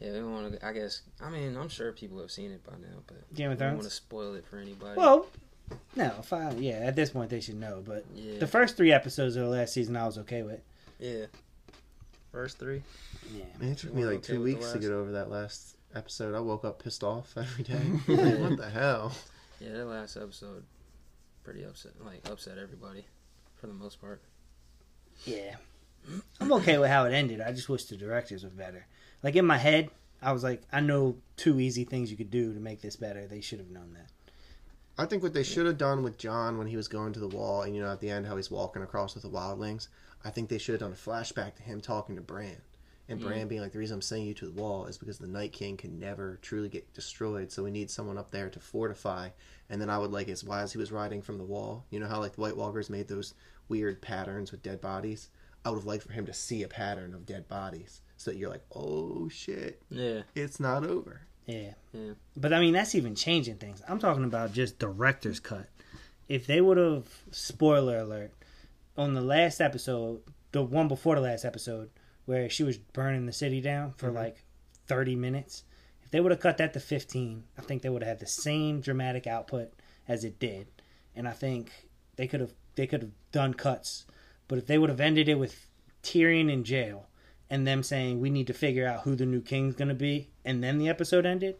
Speaker 2: Yeah, we want to. I guess. I mean, I'm sure people have seen it by now, but
Speaker 4: Game
Speaker 2: I
Speaker 4: of
Speaker 2: don't want to
Speaker 4: Thrones.
Speaker 2: spoil it for anybody.
Speaker 4: Well, no, five. Yeah, at this point they should know. But
Speaker 2: yeah,
Speaker 4: the first three episodes of the last season, I was okay with.
Speaker 2: yeah. First three.
Speaker 4: Yeah.
Speaker 3: Man, it took
Speaker 2: You
Speaker 3: me
Speaker 2: weren't
Speaker 3: like
Speaker 2: okay
Speaker 3: two
Speaker 2: with the
Speaker 3: weeks to
Speaker 2: last-
Speaker 3: get over that last episode. I woke up pissed off every day. Like, what the hell?
Speaker 2: Yeah, that last episode, pretty upset. Like upset everybody, for the most part.
Speaker 4: Yeah. I'm okay with how it ended. I just wish the directors were better. Like in my head, I was like, I know two easy things you could do to make this better. They should have known that.
Speaker 3: I think what they should have done with John when he was going to the wall, and you know, at the end how he's walking across with the wildlings, I think they should have done a flashback to him talking to Bran, and Bran being like, "The reason I'm sending you to the wall is because the Night King can never truly get destroyed, so we need someone up there to fortify." And then I would like, as why as he was riding from the wall, you know how like the White Walkers made those weird patterns with dead bodies. I would have liked for him to see a pattern of dead bodies, so that you're like, "Oh shit,
Speaker 2: Yeah,
Speaker 3: it's not over."
Speaker 4: Yeah.
Speaker 2: Yeah.
Speaker 4: But I mean, that's even changing things. I'm talking about just director's cut. If they would have, spoiler alert, on the last episode, the one before the last episode, where she was burning the city down for like 30 minutes, if they would have cut that to 15, I think they would have had the same dramatic output as it did. And I think they could have they could have done cuts, but if they would have ended it with Tyrion in jail and them saying we need to figure out who the new king's going to be, and then the episode ended,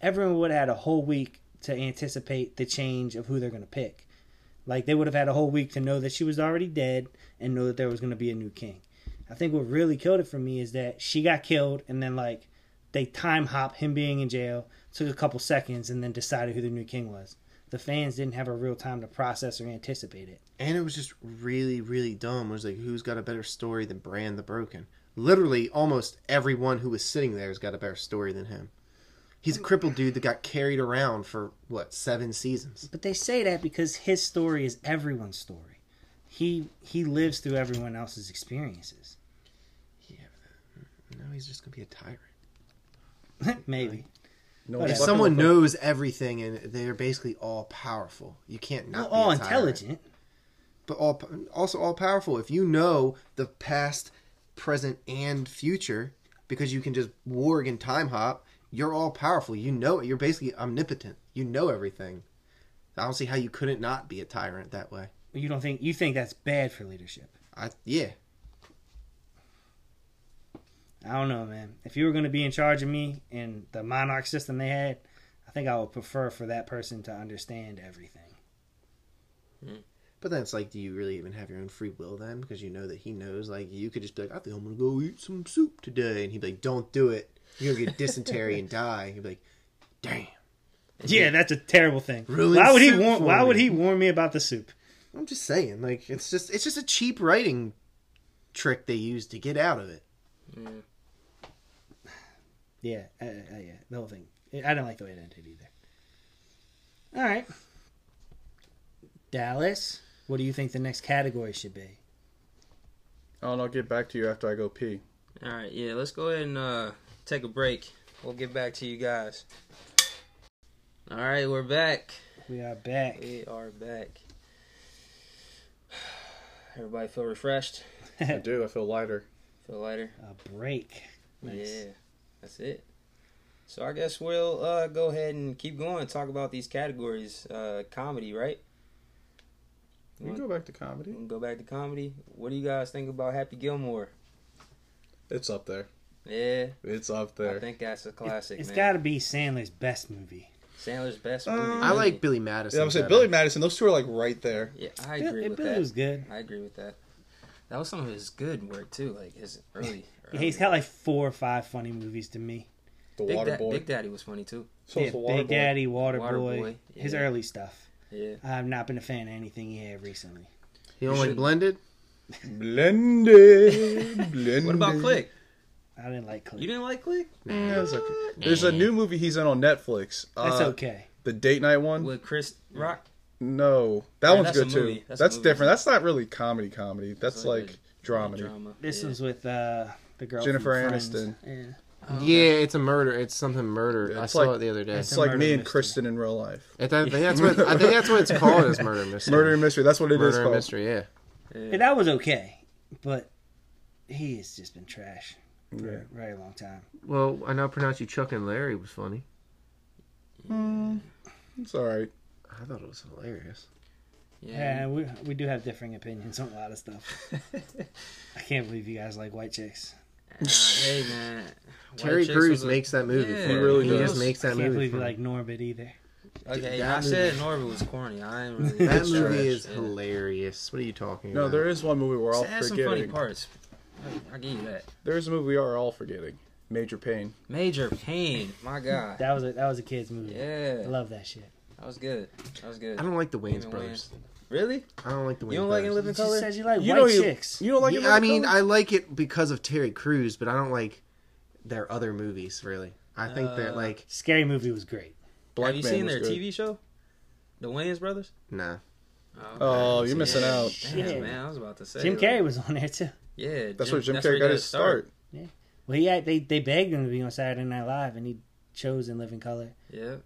Speaker 4: everyone would have had a whole week to anticipate the change of who they're going to pick. Like they would have had a whole week to know that she was already dead and know that there was going to be a new king. I think what really killed it for me is that she got killed and then like they time hop him being in jail took a couple seconds and then decided who the new king was. The fans didn't have a real time to process or anticipate it.
Speaker 3: And it was just really, really dumb. It was like, who's got a better story than Bran the Broken? Literally, almost everyone who was sitting there has got a better story than him. He's a crippled dude that got carried around for, what, seven seasons?
Speaker 4: But they say that because his story is everyone's story. He he lives through everyone else's experiences.
Speaker 3: Now he's just going to be a tyrant.
Speaker 4: Maybe.
Speaker 1: No
Speaker 4: But
Speaker 1: one
Speaker 3: If
Speaker 4: Yeah.
Speaker 1: fucking
Speaker 3: someone
Speaker 1: with him.
Speaker 3: knows everything and they're basically all powerful, you can't
Speaker 4: Well,
Speaker 3: not be
Speaker 4: all
Speaker 3: a tyrant.
Speaker 4: intelligent.
Speaker 3: but all also all powerful. If you know the past, present, and future, because you can just warg and time hop, you're all powerful. You know it. You're basically omnipotent. You know everything. I don't see how you couldn't not be a tyrant that way.
Speaker 4: You don't think you think that's bad for leadership?
Speaker 3: I yeah.
Speaker 4: I don't know, man. If you were going to be in charge of me in the monarch system they had, I think I would prefer for that person to understand everything.
Speaker 3: But then it's like, do you really even have your own free will then? Because you know that he knows. Like, you could just be like, I think I'm gonna go eat some soup today, and he'd be like, Don't do it. You're gonna get dysentery and die. He'd be like, Damn.
Speaker 4: Yeah, that's a terrible thing.
Speaker 3: Ruined
Speaker 4: why would he
Speaker 3: soup
Speaker 4: warn?
Speaker 3: for
Speaker 4: Why
Speaker 3: me.
Speaker 4: would he warn me about the soup?
Speaker 3: I'm just saying, like, it's just it's just a cheap writing trick they use to get out of it.
Speaker 4: Yeah, uh, uh, yeah, the whole thing. I didn't like the way it ended either. All right, Dallas, what do you think the next category should be?
Speaker 1: Oh, and I'll get back to you after I go pee.
Speaker 2: All right, yeah, let's go ahead and uh, take a break. We'll get back to you guys. All right, we're back.
Speaker 4: We are back.
Speaker 2: We are back. Everybody feel refreshed?
Speaker 1: I do. I feel lighter.
Speaker 2: Feel lighter?
Speaker 4: A break. Nice.
Speaker 2: Yeah, that's it. So I guess we'll uh, go ahead and keep going. and Talk about these categories. Uh, comedy, right?
Speaker 1: We can go back to comedy.
Speaker 2: We'll go back to comedy. What do you guys think about Happy Gilmore?
Speaker 1: It's up there.
Speaker 2: Yeah,
Speaker 1: It's up
Speaker 2: I
Speaker 1: there.
Speaker 2: think that's a classic.
Speaker 4: It's
Speaker 2: man.
Speaker 4: got to be Sandler's best movie.
Speaker 2: Sandler's best
Speaker 1: Um,
Speaker 2: movie.
Speaker 3: I
Speaker 2: really.
Speaker 3: like Billy Madison.
Speaker 1: yeah, I would say
Speaker 3: better.
Speaker 1: Billy Madison. Those two are like right there.
Speaker 2: Yeah, I
Speaker 4: Bill-
Speaker 2: agree
Speaker 4: and
Speaker 2: with
Speaker 4: Billy
Speaker 2: that.
Speaker 4: was good.
Speaker 2: I agree with that. That was some of his good work too, like his early.
Speaker 4: Yeah, he's got like four or five funny movies to me.
Speaker 1: The
Speaker 2: Big,
Speaker 1: Water
Speaker 2: Da-
Speaker 1: Boy.
Speaker 2: Big Daddy was funny too.
Speaker 1: so
Speaker 4: yeah,
Speaker 1: is the Water
Speaker 4: Big
Speaker 1: Boy.
Speaker 4: Daddy, Waterboy,
Speaker 2: Waterboy,
Speaker 4: his
Speaker 2: yeah.
Speaker 4: early stuff.
Speaker 2: Yeah,
Speaker 4: I've not been a fan of anything he had recently.
Speaker 3: You don't
Speaker 2: You
Speaker 3: like
Speaker 2: should-
Speaker 3: blended?
Speaker 1: Blended. Blended.
Speaker 2: What about Click?
Speaker 4: I didn't like Click.
Speaker 2: You didn't like Click
Speaker 1: Yeah, it's okay. There's a new movie he's in on Netflix. Uh,
Speaker 4: That's okay.
Speaker 1: The date night one.
Speaker 2: with Chris Rock?
Speaker 1: No, that
Speaker 2: Yeah,
Speaker 1: one's
Speaker 2: that's
Speaker 1: good
Speaker 2: a
Speaker 1: too.
Speaker 2: movie.
Speaker 1: That's,
Speaker 2: That's a movie.
Speaker 1: different. That's not really comedy comedy. That's
Speaker 2: It's
Speaker 1: like
Speaker 2: like a
Speaker 1: dramedy.
Speaker 2: Drama.
Speaker 4: This
Speaker 2: yeah.
Speaker 4: was with uh, the girl
Speaker 1: Jennifer
Speaker 4: from Friends.
Speaker 1: Aniston.
Speaker 4: Yeah.
Speaker 3: Yeah, it's a murder. It's something murder.
Speaker 1: It's
Speaker 3: I saw
Speaker 1: like-
Speaker 3: it the other day.
Speaker 1: It's
Speaker 4: a
Speaker 1: like
Speaker 4: murder
Speaker 1: me and
Speaker 4: mystery.
Speaker 1: Kristen in real life.
Speaker 3: I think that's what I think that's what it's called is murder mystery.
Speaker 1: Murder and mystery. That's what it is
Speaker 3: Murder and
Speaker 1: called.
Speaker 3: mystery. Yeah.
Speaker 4: And that was okay, but he has just been trash for a very long time.
Speaker 3: Well, I now pronounce you Chuck and Larry was funny.
Speaker 1: It's all right.
Speaker 3: I thought it was hilarious.
Speaker 2: Yeah.
Speaker 4: Yeah, we we do have differing opinions on a lot of stuff. I can't believe you guys like white chicks.
Speaker 2: Uh, hey man, White
Speaker 3: Terry
Speaker 2: Chicks
Speaker 3: Crews
Speaker 2: was a-
Speaker 3: makes that movie.
Speaker 2: Yeah.
Speaker 3: for
Speaker 2: He
Speaker 3: me.
Speaker 1: really
Speaker 3: he
Speaker 1: does.
Speaker 3: just makes
Speaker 4: I
Speaker 3: that
Speaker 4: can't
Speaker 3: movie.
Speaker 4: believe
Speaker 3: for
Speaker 4: you
Speaker 3: me.
Speaker 4: like Norbit either.
Speaker 2: Okay,
Speaker 3: that
Speaker 2: I said Norbert was corny. I ain't really.
Speaker 3: that
Speaker 1: It's
Speaker 3: movie
Speaker 1: trash,
Speaker 3: is
Speaker 2: yeah.
Speaker 3: hilarious. What are you talking
Speaker 1: No,
Speaker 3: about?
Speaker 1: there is one movie we're all
Speaker 2: It has some funny
Speaker 1: forgetting.
Speaker 2: parts. I- I give you that.
Speaker 1: There is a movie we are all forgetting. Major Pain.
Speaker 2: Major Pain. My God.
Speaker 4: That was a that was a kids movie. I
Speaker 2: Yeah,
Speaker 4: love that shit.
Speaker 2: that was good. That was good.
Speaker 3: I don't like the Wayne's
Speaker 2: Even
Speaker 3: brothers.
Speaker 2: Really?
Speaker 3: I don't like the Wayne's
Speaker 2: You don't like In
Speaker 3: brothers.
Speaker 2: Living
Speaker 4: You
Speaker 2: Color?
Speaker 4: said you like
Speaker 1: You know
Speaker 4: white
Speaker 1: you-
Speaker 4: chicks.
Speaker 1: You don't like it?
Speaker 3: Yeah, I mean, I like it because of Terry Crews, but I don't like their other movies really. I think they're
Speaker 2: Uh,
Speaker 3: like
Speaker 4: Scary movie was great.
Speaker 1: Black
Speaker 2: Have you
Speaker 1: Man
Speaker 2: seen
Speaker 1: was
Speaker 2: their
Speaker 1: good.
Speaker 2: TV show? The Wayans Brothers?
Speaker 3: nah.
Speaker 1: Oh, you're missing out.
Speaker 2: Damn,
Speaker 4: Yeah.
Speaker 2: man, I was about to say.
Speaker 4: Jim
Speaker 2: like,
Speaker 4: Carrey was on there too.
Speaker 2: Yeah,
Speaker 1: That's where Jim
Speaker 2: that's
Speaker 1: Carrey
Speaker 2: he
Speaker 1: got his start.
Speaker 4: Well, yeah, they they begged him to be on Saturday Night Live, and he chose In Living Color.
Speaker 2: Yeah.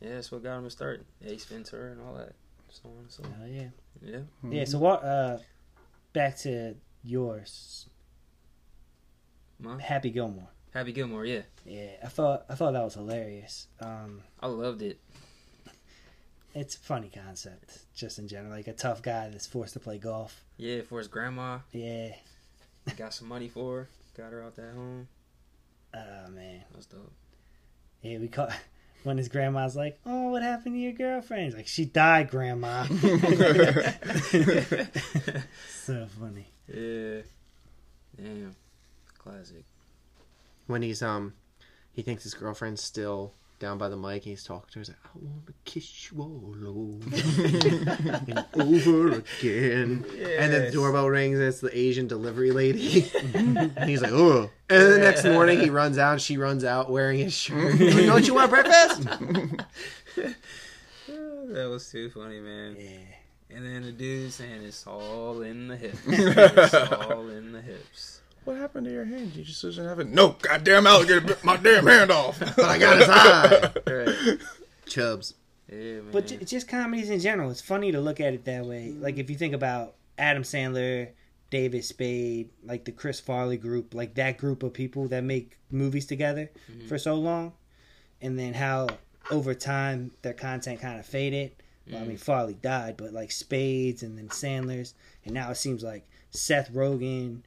Speaker 2: Yeah, that's what got him his start. Ace Ventura and all that. So on and so on.
Speaker 4: Oh yeah,
Speaker 2: Yeah.
Speaker 4: yeah. So what? Uh, back to yours,
Speaker 2: Mine?
Speaker 4: Happy Gilmore.
Speaker 2: Happy Gilmore, yeah.
Speaker 4: Yeah, I thought I thought that was hilarious. Um,
Speaker 2: I loved it.
Speaker 4: it's a funny concept, just in general, like a tough guy that's forced to play golf.
Speaker 2: Yeah, for his grandma.
Speaker 4: Yeah,
Speaker 2: Got some money for her. Got her out that home.
Speaker 4: oh man,
Speaker 2: That was dope.
Speaker 4: yeah. We caught when his grandma's like, "Oh, what happened to your girlfriend?" He's like, "She died, grandma." so funny.
Speaker 2: Yeah. Damn. Classic.
Speaker 3: when he's um he thinks his girlfriend's still down by the mic and he's talking to her he's like i want to kiss you all over and over again and then the
Speaker 2: Yes.
Speaker 3: doorbell rings and it's the asian delivery lady and he's like oh and then the next morning he runs out and she runs out wearing his shirt He's like, don't you want breakfast
Speaker 2: That was too funny, man.
Speaker 4: Yeah,
Speaker 2: And then the dude saying it's all in the hips. it's all in the hips.
Speaker 1: What happened to your hand? You just doesn't have it. No, goddamn alligator bit my damn hand off.
Speaker 3: i got his eye
Speaker 2: Right.
Speaker 3: chubs
Speaker 2: Yeah, man.
Speaker 4: but ju- just comedies in general. It's funny to look at it that way.
Speaker 2: Mm-hmm.
Speaker 4: Like if you think about Adam Sandler, David Spade, like the Chris Farley group, like that group of people that make movies together
Speaker 2: Mm-hmm.
Speaker 4: for so long, and then how over time their content kind of faded. Well, I
Speaker 2: Mm-hmm.
Speaker 4: mean, Farley died, but like Spades and then Sandler's, and now it seems like Seth Rogen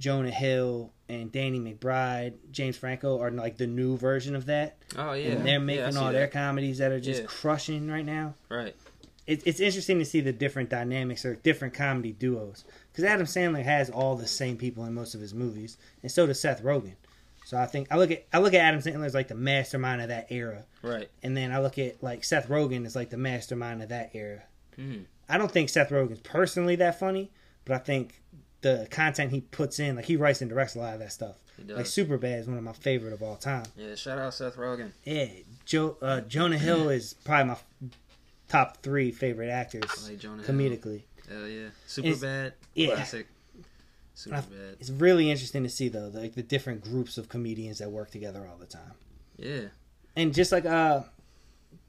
Speaker 4: Jonah Hill and Danny McBride, James Franco are like the new version of that.
Speaker 2: Oh yeah,
Speaker 4: And they're
Speaker 2: Yeah, I
Speaker 4: making
Speaker 2: see
Speaker 4: all their
Speaker 2: that.
Speaker 4: comedies that are just
Speaker 2: Yeah.
Speaker 4: crushing right now.
Speaker 2: right.
Speaker 4: It, it's interesting to see the different dynamics or different comedy duos because Adam Sandler has all the same people in most of his movies, and so does Seth Rogen. So I think I look at I look at Adam Sandler as like the mastermind of that era,
Speaker 2: Right.
Speaker 4: and then I look at like Seth Rogen as like the mastermind of that era.
Speaker 2: Mhm.
Speaker 4: I don't think Seth Rogen's personally that funny, but I think the content he puts in, like he writes and directs a lot of that stuff.
Speaker 2: He does.
Speaker 4: Like Superbad is one of my favorite of all time.
Speaker 2: Yeah. Shout out Seth Rogen.
Speaker 4: Yeah, Joe uh, Jonah Hill is probably my f- top three favorite actors
Speaker 2: Like Jonah. Hill.
Speaker 4: comedically.
Speaker 2: Hell yeah. Super bad.
Speaker 4: yeah.
Speaker 2: Classic. Super bad.
Speaker 4: It's really interesting to see though, like the different groups of comedians that work together all the time.
Speaker 2: Yeah.
Speaker 4: and just like uh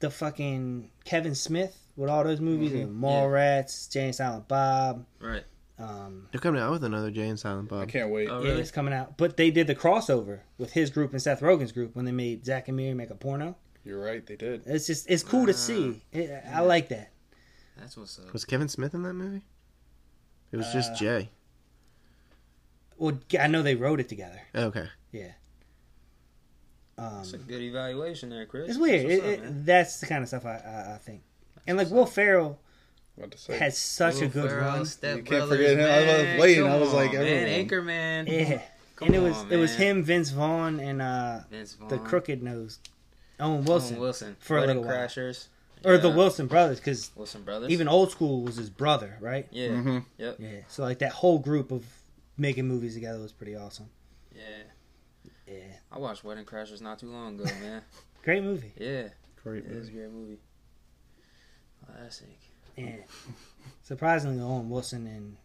Speaker 4: the fucking Kevin Smith with all those movies and Mallrats, Jay and Silent Bob,
Speaker 2: Mm-hmm. Right.
Speaker 4: um
Speaker 3: They're coming out with another Jay and Silent
Speaker 1: I
Speaker 3: Bob.
Speaker 1: can't wait.
Speaker 2: Oh
Speaker 4: yeah,
Speaker 2: really?
Speaker 4: it's coming out. But they did the crossover with his group and Seth Rogen's group when they made Zach and Miri make a porno.
Speaker 1: You're right. They did.
Speaker 4: It's just it's cool to see.
Speaker 2: Ah.
Speaker 4: It, I like that.
Speaker 2: That's what's up.
Speaker 3: Was Kevin Smith in that movie? It was just Jay.
Speaker 4: Well, I know they wrote it together.
Speaker 3: Oh, Okay.
Speaker 4: Um,
Speaker 2: That's a good evaluation there, Chris.
Speaker 4: it's weird.
Speaker 2: That's
Speaker 4: It,
Speaker 2: what's up,
Speaker 4: it-
Speaker 2: man.
Speaker 4: that's the kind of stuff I, I, I think. And like Will Ferrell
Speaker 1: About to say.
Speaker 4: has such a
Speaker 2: Will
Speaker 4: good
Speaker 2: Ferrell,
Speaker 4: run.
Speaker 2: Step
Speaker 1: You can't
Speaker 2: Brothers,
Speaker 1: forget him. I was
Speaker 2: man.
Speaker 1: waiting.
Speaker 2: Come
Speaker 1: I was
Speaker 2: on,
Speaker 1: like,
Speaker 2: man.
Speaker 1: everyone.
Speaker 2: Anchorman.
Speaker 4: Yeah,
Speaker 2: Come
Speaker 4: and it was
Speaker 2: on,
Speaker 4: it was
Speaker 2: man.
Speaker 4: him, Vince Vaughn, and uh,
Speaker 2: Vince Vaughn.
Speaker 4: the crooked nose, Owen
Speaker 2: Wilson.
Speaker 4: Wilson,
Speaker 2: Wilson.
Speaker 4: for a
Speaker 2: Wedding
Speaker 4: little while.
Speaker 2: Crashers.
Speaker 4: or the
Speaker 2: Yeah.
Speaker 4: Wilson brothers, because
Speaker 2: Wilson Brothers.
Speaker 4: even old school was his brother, right?
Speaker 2: Yeah.
Speaker 1: Mm-hmm.
Speaker 2: Yep.
Speaker 4: Yeah. So like that whole group of making movies together was pretty awesome.
Speaker 2: Yeah.
Speaker 4: Yeah,
Speaker 2: I watched Wedding Crashers not too long ago, man.
Speaker 4: great movie.
Speaker 2: Yeah.
Speaker 3: Great
Speaker 2: It was a great movie. Classic.
Speaker 4: Yeah. Surprisingly, Owen Wilson and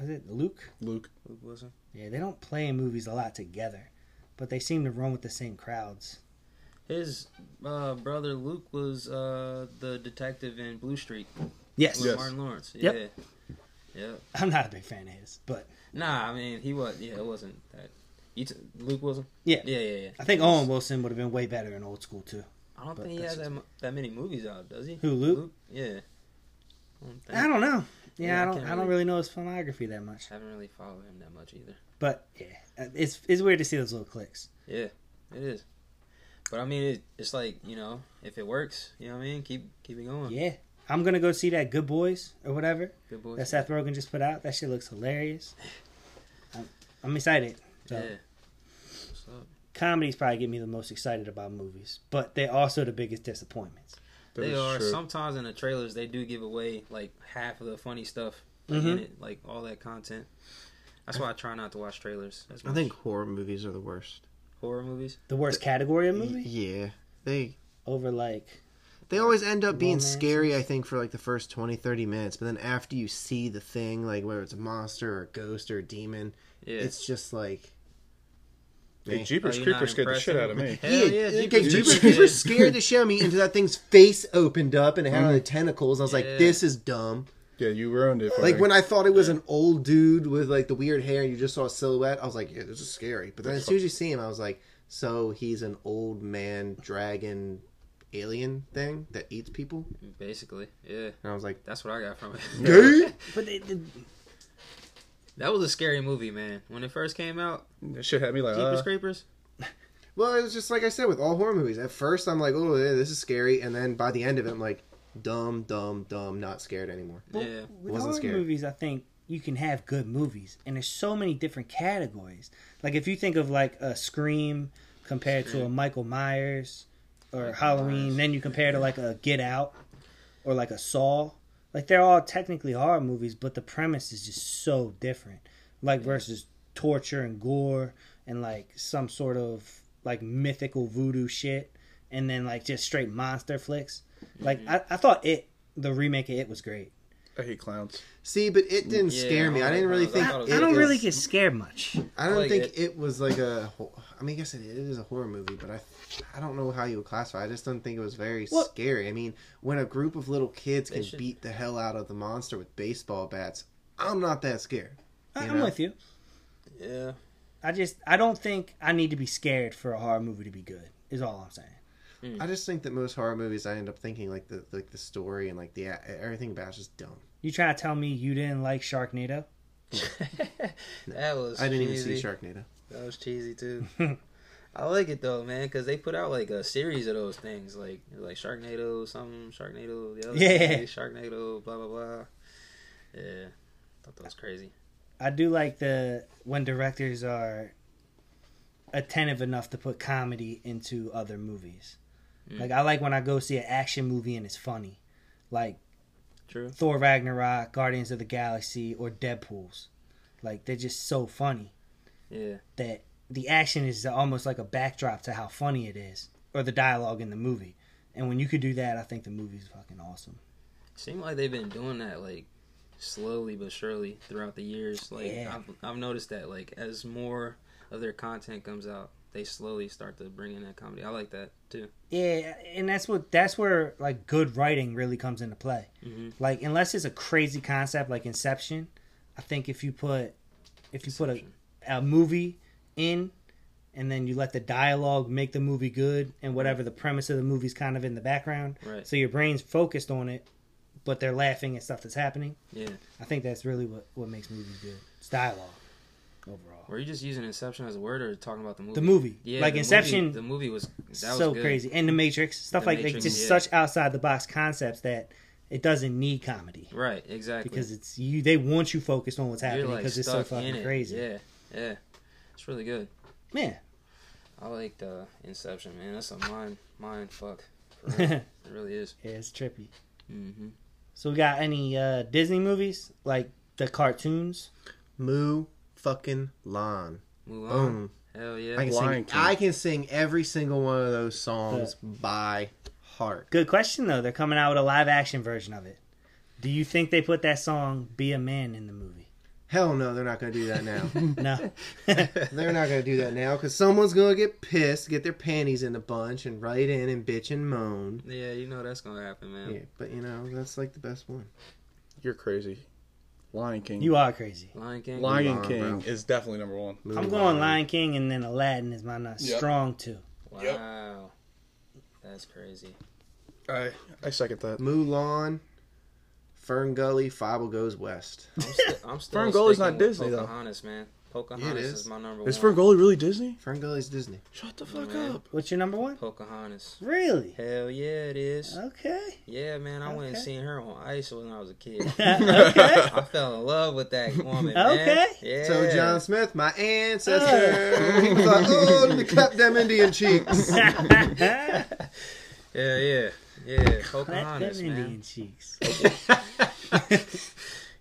Speaker 4: was it Luke?
Speaker 1: Luke.
Speaker 2: Luke Wilson.
Speaker 4: Yeah, they don't play in movies a lot together, but they seem to run with the same crowds.
Speaker 2: His uh, brother Luke was uh, the detective in Blue Street
Speaker 4: Yes,
Speaker 2: with
Speaker 1: Yes.
Speaker 2: Martin Lawrence. Yeah.
Speaker 4: Yep.
Speaker 2: Yeah.
Speaker 4: I'm not a big fan of his, but
Speaker 2: Nah, I mean he was. Yeah, it wasn't that. You t- Luke Wilson.
Speaker 4: Yeah.
Speaker 2: Yeah, yeah, yeah.
Speaker 4: I think Owen Wilson would have been way better in old school too.
Speaker 2: I don't
Speaker 4: But
Speaker 2: think he
Speaker 4: that's
Speaker 2: has that, mu- that many movies out, does he?
Speaker 4: Who, Luke?
Speaker 2: Yeah. I, don't think-
Speaker 4: I don't know. Yeah,
Speaker 2: Yeah, I
Speaker 4: I don't.
Speaker 2: can't
Speaker 4: I don't
Speaker 2: really-
Speaker 4: really know his filmography that much.
Speaker 2: haven't really followed him that much either.
Speaker 4: But yeah, it's it's weird to see those little clicks.
Speaker 2: Yeah, it is. But I mean, it, it's like you know, if it works, you know what I mean. Keep keep it going.
Speaker 4: Yeah, I'm gonna go see that Good Boys or whatever
Speaker 2: Good boys.
Speaker 4: that Seth Rogen just put out. That shit looks hilarious. I'm, I'm excited. So
Speaker 2: Yeah. What's up?
Speaker 4: comedies probably get me the most excited about movies, but they're also the biggest disappointments.
Speaker 1: That
Speaker 2: they
Speaker 1: is
Speaker 2: are
Speaker 1: true.
Speaker 2: sometimes in the trailers they do give away like half of the funny stuff
Speaker 3: Mm-hmm.
Speaker 2: like, in
Speaker 4: Mhm.
Speaker 2: it, like all that content. That's why I try not to watch trailers. As
Speaker 3: I
Speaker 2: much.
Speaker 3: think horror movies are the worst.
Speaker 2: horror movies.
Speaker 4: The worst category of
Speaker 3: Y-
Speaker 4: movie
Speaker 3: Yeah. They
Speaker 4: over like
Speaker 3: they always end up being
Speaker 4: Romances.
Speaker 3: scary, I think, for like the first 20, 30 minutes. But then after you see the thing, like whether it's a monster or a ghost or a demon,
Speaker 2: Yeah.
Speaker 3: it's just like.
Speaker 1: Hey,
Speaker 3: meh.
Speaker 1: Jeepers
Speaker 2: Are you
Speaker 1: Creepers
Speaker 2: not
Speaker 1: scared the shit out of
Speaker 2: impressed?
Speaker 1: me.
Speaker 2: Hell yeah,
Speaker 3: okay,
Speaker 2: Jeepers
Speaker 3: Jeepers
Speaker 2: Creepers.
Speaker 3: Creepers scared the shit out of me until that thing's face opened up and it had all the tentacles. I was
Speaker 2: Yeah.
Speaker 3: like, this is dumb.
Speaker 1: Yeah, you ruined it. For
Speaker 3: Like
Speaker 1: me.
Speaker 3: when I thought it was an old dude with like the weird hair and you just saw a silhouette, I was like, yeah, this is scary. But then as soon as you see him, I was like, so he's an old man dragon alien thing that eats people?
Speaker 2: Basically, yeah.
Speaker 3: And I was like,
Speaker 2: That's what I got from it.
Speaker 3: gay?
Speaker 4: but they, they,
Speaker 2: That was a scary movie, man. When it first came out,
Speaker 1: that shit had me like,
Speaker 2: Jeepers
Speaker 1: uh,
Speaker 2: Creepers.
Speaker 3: Well, it was just like I said with all horror movies. At first, I'm like, oh, yeah, this is scary. And then by the end of it, I'm like, dumb, dumb, dumb, not scared anymore.
Speaker 2: Yeah,
Speaker 4: With
Speaker 3: Wasn't
Speaker 4: horror
Speaker 3: scared.
Speaker 4: movies, I think you can have good movies, and there's so many different categories. Like if you think of like a Scream compared to a Michael Myers or
Speaker 2: Michael
Speaker 4: Halloween,
Speaker 2: Myers.
Speaker 4: then you compare to like a Get Out or like a Saw. Like they're all technically horror movies, but the premise is just so different. Like versus torture and gore and like some sort of like mythical voodoo shit, and then like just straight monster flicks.
Speaker 2: Mm-hmm.
Speaker 4: Like I, I thought it, the remake of it was great.
Speaker 1: I hate clowns.
Speaker 3: See, but it didn't
Speaker 2: Yeah,
Speaker 3: scare me. I didn't really
Speaker 2: I
Speaker 3: think.
Speaker 2: thought it was
Speaker 4: I don't
Speaker 3: is-
Speaker 4: really get scared much.
Speaker 3: I don't
Speaker 2: like
Speaker 3: think
Speaker 2: it.
Speaker 3: it. was like a. ho- I mean, I guess it is a horror movie, but I, I don't know how you would classify. it. I just don't think it was very
Speaker 4: Well-
Speaker 3: scary. I mean, when a group of little kids
Speaker 2: They
Speaker 3: can
Speaker 2: should-
Speaker 3: beat the hell out of the monster with baseball bats, I'm not that scared.
Speaker 4: I-
Speaker 3: You
Speaker 4: I'm
Speaker 3: know?
Speaker 4: with you.
Speaker 2: yeah.
Speaker 4: I just I don't think I need to be scared for a horror movie to be good. Is all I'm saying.
Speaker 3: I just think that most horror movies, I end up thinking like the like the story and like the a- everything about it's just dumb.
Speaker 4: You trying to tell me you didn't like Sharknado?
Speaker 2: that was.
Speaker 3: I didn't even
Speaker 2: cheesy.
Speaker 3: see Sharknado.
Speaker 2: That was cheesy too. I like it though, man, because they put out like a series of those things, like like Sharknado, something Sharknado, the other
Speaker 4: Yeah.
Speaker 2: thing, Sharknado, blah blah blah. Yeah, thought that was crazy.
Speaker 4: I do like the when directors are attentive enough to put comedy into other movies.
Speaker 2: Mm.
Speaker 4: Like I like when I go see an action movie and it's funny, like
Speaker 2: True.
Speaker 4: Thor Ragnarok, Guardians of the Galaxy, or Deadpool's. Like they're just so funny
Speaker 2: Yeah,
Speaker 4: that the action is almost like a backdrop to how funny it is, or the dialogue in the movie. And when you could do that, I think the movie's fucking awesome.
Speaker 2: seemed like they've been doing that like slowly but surely throughout the years. Like
Speaker 4: Yeah.
Speaker 2: I've I've noticed that like as more of their content comes out, they slowly start to bring in that comedy. I like that too.
Speaker 4: Yeah, and that's what that's where like good writing really comes into play.
Speaker 2: Mhm.
Speaker 4: Like unless it's a crazy concept like Inception, I think if you put if you
Speaker 2: Inception.
Speaker 4: put a, a movie in and then you let the dialogue make the movie good and whatever the premise of the movie's kind of in the background.
Speaker 2: Right.
Speaker 4: So your brain's focused on it, but they're laughing at stuff that's happening.
Speaker 2: Yeah.
Speaker 4: I think that's really what what makes movies good. It's dialogue overall.
Speaker 2: Were you just using Inception as a word or talking about the movie?
Speaker 4: The movie.
Speaker 2: Yeah,
Speaker 4: Like
Speaker 2: the movie-
Speaker 4: Inception-
Speaker 2: the movie was that
Speaker 4: so
Speaker 2: was good.
Speaker 4: crazy. And the Matrix stuff
Speaker 2: The
Speaker 4: like
Speaker 2: Matrix,
Speaker 4: that, just
Speaker 2: yeah.
Speaker 4: such outside the box concepts that it doesn't need comedy
Speaker 2: Right, exactly.
Speaker 4: because it's you. They want you focused on what's
Speaker 2: You're
Speaker 4: happening
Speaker 2: like
Speaker 4: because it's so
Speaker 2: stuck in
Speaker 4: fucking
Speaker 2: it.
Speaker 4: crazy. Yeah.
Speaker 2: Yeah, yeah. It's really good. I like the Inception, man. That's a mind mind fuck. For real.
Speaker 4: yeah,
Speaker 2: it really is.
Speaker 4: it's trippy.
Speaker 2: Mm-hmm.
Speaker 4: So we got any uh, Disney movies like the cartoons?
Speaker 3: Moo fucking lon.
Speaker 2: Mulan.
Speaker 3: Boom.
Speaker 2: Hell yeah.
Speaker 3: I can
Speaker 1: Lion
Speaker 3: sing.
Speaker 1: King.
Speaker 3: I can sing every single one of those songs by heart.
Speaker 4: Good question though. They're coming out with a live action version of it. Do you think they put that song "Be a Man" in the movie?
Speaker 3: Hell no, they're not gonna do that now.
Speaker 4: No.
Speaker 3: they're not gonna do that now because someone's gonna get pissed, get their panties in a bunch, and write in and bitch and moan.
Speaker 2: yeah, you know that's gonna happen, man.
Speaker 3: Yeah, but you know that's like the best one.
Speaker 1: You're crazy. Lion King.
Speaker 4: you are crazy.
Speaker 2: Lion King.
Speaker 1: Lion
Speaker 3: Mulan,
Speaker 1: King
Speaker 3: bro.
Speaker 1: is definitely number one.
Speaker 4: I'm going Lion King and then Aladdin is my not
Speaker 1: Yep.
Speaker 4: strong too.
Speaker 2: Wow. That's crazy.
Speaker 1: I I second that.
Speaker 3: Mulan, Fern Gully, Fable Goes West.
Speaker 2: I'm, st- I'm still.
Speaker 1: Ferngully's
Speaker 2: sticking
Speaker 1: not
Speaker 2: with
Speaker 1: Disney, though.
Speaker 2: Pocahontas, man. Pocahontas
Speaker 3: is.
Speaker 2: is. my number
Speaker 1: Is
Speaker 2: one.
Speaker 1: Ferngully really Disney?
Speaker 3: Fern Gully's Disney.
Speaker 1: Shut the fuck
Speaker 2: Yeah.
Speaker 1: up.
Speaker 4: What's your number one?
Speaker 2: Pocahontas.
Speaker 4: Really?
Speaker 2: Hell yeah, it is.
Speaker 4: Okay.
Speaker 2: Yeah, man, I went and
Speaker 4: Okay.
Speaker 2: seen her on ice when I was a kid.
Speaker 4: okay.
Speaker 2: I fell in love with that woman.
Speaker 4: Okay.
Speaker 2: Man. Yeah.
Speaker 3: So John Smith, my
Speaker 4: Ah.
Speaker 3: ancestor, he was like, oh, let me clap them Indian cheeks.
Speaker 2: Yeah, yeah, yeah.
Speaker 4: Clap
Speaker 2: Pocahontas,
Speaker 4: them Indian
Speaker 2: man.
Speaker 4: cheeks.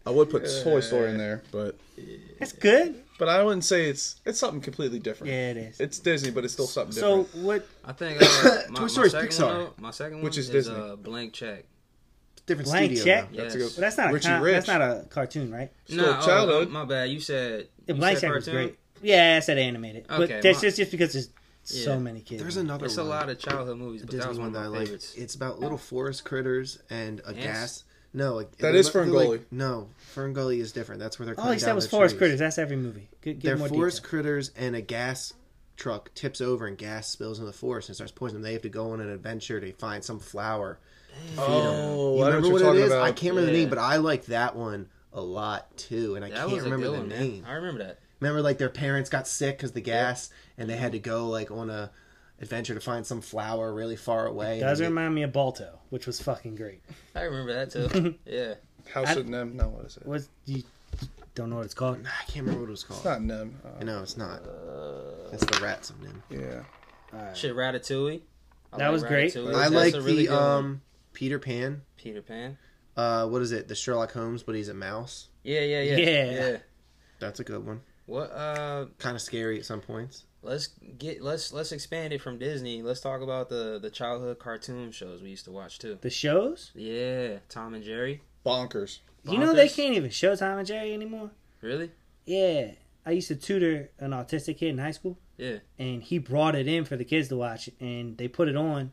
Speaker 1: I would put Toy Story in there, but
Speaker 4: That's good.
Speaker 1: but I wouldn't say it's it's something completely different.
Speaker 4: Yeah, it is.
Speaker 1: It's Disney, but it's still something
Speaker 4: So
Speaker 1: different.
Speaker 4: what?
Speaker 2: I think uh, my,
Speaker 3: Toy
Speaker 2: my
Speaker 3: Story's
Speaker 2: second
Speaker 3: Pixar.
Speaker 2: one, though, my second
Speaker 1: Which
Speaker 2: one
Speaker 1: is
Speaker 2: is,
Speaker 1: Disney.
Speaker 2: uh, blank check.
Speaker 3: Different
Speaker 4: Blank
Speaker 3: studio.
Speaker 4: check?
Speaker 3: though.
Speaker 2: Yes.
Speaker 1: That's a good-
Speaker 4: Well, that's not a
Speaker 1: Richie
Speaker 4: con-
Speaker 1: Rich.
Speaker 4: that's not a cartoon, right?
Speaker 1: Still
Speaker 2: Nah, oh,
Speaker 1: childhood.
Speaker 2: oh, my bad. You said
Speaker 4: The
Speaker 2: you
Speaker 4: Blank
Speaker 2: said
Speaker 4: Check was
Speaker 2: cartoon?
Speaker 4: great. Yeah, I said animated,
Speaker 2: Okay,
Speaker 4: but that's
Speaker 2: my-
Speaker 4: just, just because there's
Speaker 2: Yeah.
Speaker 4: so many kids.
Speaker 3: There's another
Speaker 2: It's a
Speaker 3: one.
Speaker 2: lot of childhood movies,
Speaker 3: a
Speaker 2: but
Speaker 3: Disney
Speaker 2: that was
Speaker 3: one
Speaker 2: one
Speaker 3: that I
Speaker 2: of my
Speaker 3: like.
Speaker 2: favorites.
Speaker 3: It's about little forest critters and a
Speaker 2: Ants?
Speaker 3: gas. No, like,
Speaker 1: That
Speaker 3: they're
Speaker 1: is
Speaker 3: li- they're
Speaker 1: Ferngully.
Speaker 3: Like, no, Ferngully is different. That's where they're.
Speaker 4: All
Speaker 3: cutting
Speaker 4: Oh, he said
Speaker 3: down
Speaker 4: was
Speaker 3: the
Speaker 4: forest
Speaker 3: trees.
Speaker 4: critters. That's every movie. Good, give
Speaker 3: They're
Speaker 4: more
Speaker 3: forest
Speaker 4: detail.
Speaker 3: critters, and a gas truck tips over and gas spills in the forest and starts poisoning. them. They have to go on an adventure to find some flower.
Speaker 1: oh,
Speaker 3: you
Speaker 1: I know
Speaker 3: remember
Speaker 1: what
Speaker 3: what,
Speaker 1: you're
Speaker 3: it
Speaker 1: talking
Speaker 3: is?
Speaker 1: about.
Speaker 3: I can't remember the
Speaker 2: Yeah.
Speaker 3: name, but I like that one a lot too. And I
Speaker 2: That
Speaker 3: can't
Speaker 2: was a
Speaker 3: remember
Speaker 2: good
Speaker 3: the
Speaker 2: one,
Speaker 3: name.
Speaker 2: man. I remember that.
Speaker 3: Remember, like their parents got sick because the gas, and they had to go like on a adventure to find some flower really far away. and
Speaker 4: Does
Speaker 3: they-
Speaker 4: remind me of Balto, which was fucking great.
Speaker 2: I remember that too. yeah.
Speaker 1: House of Nem. No, what is it?
Speaker 4: What you don't know what it's called?
Speaker 3: I can't remember what it was called.
Speaker 1: It's not Nem. Uh,
Speaker 3: No, it's not. It's the rats of Nim.
Speaker 1: yeah.
Speaker 2: Uh, Shit, Ratatouille. I
Speaker 4: That was great.
Speaker 2: Ratatouille.
Speaker 3: I
Speaker 2: That's
Speaker 3: like
Speaker 2: a
Speaker 3: the
Speaker 2: really good one.
Speaker 3: um Peter Pan.
Speaker 2: Peter Pan.
Speaker 3: Uh, what is it? The Sherlock Holmes, but he's a mouse.
Speaker 2: Yeah, yeah, yeah,
Speaker 4: Yeah.
Speaker 3: That's a good one.
Speaker 2: What? Uh,
Speaker 3: Kind of scary at some points.
Speaker 2: let's get let's let's expand it from Disney. Let's talk about the the childhood cartoon shows we used to watch too.
Speaker 4: The shows?
Speaker 2: Yeah, Tom and Jerry.
Speaker 1: Bonkers.
Speaker 4: You know they
Speaker 2: Bonkers.
Speaker 4: can't even show Tom and Jerry anymore.
Speaker 2: Really?
Speaker 4: Yeah, I used to tutor an autistic kid in high school.
Speaker 2: Yeah.
Speaker 4: and he brought it in for the kids to watch, and they put it on,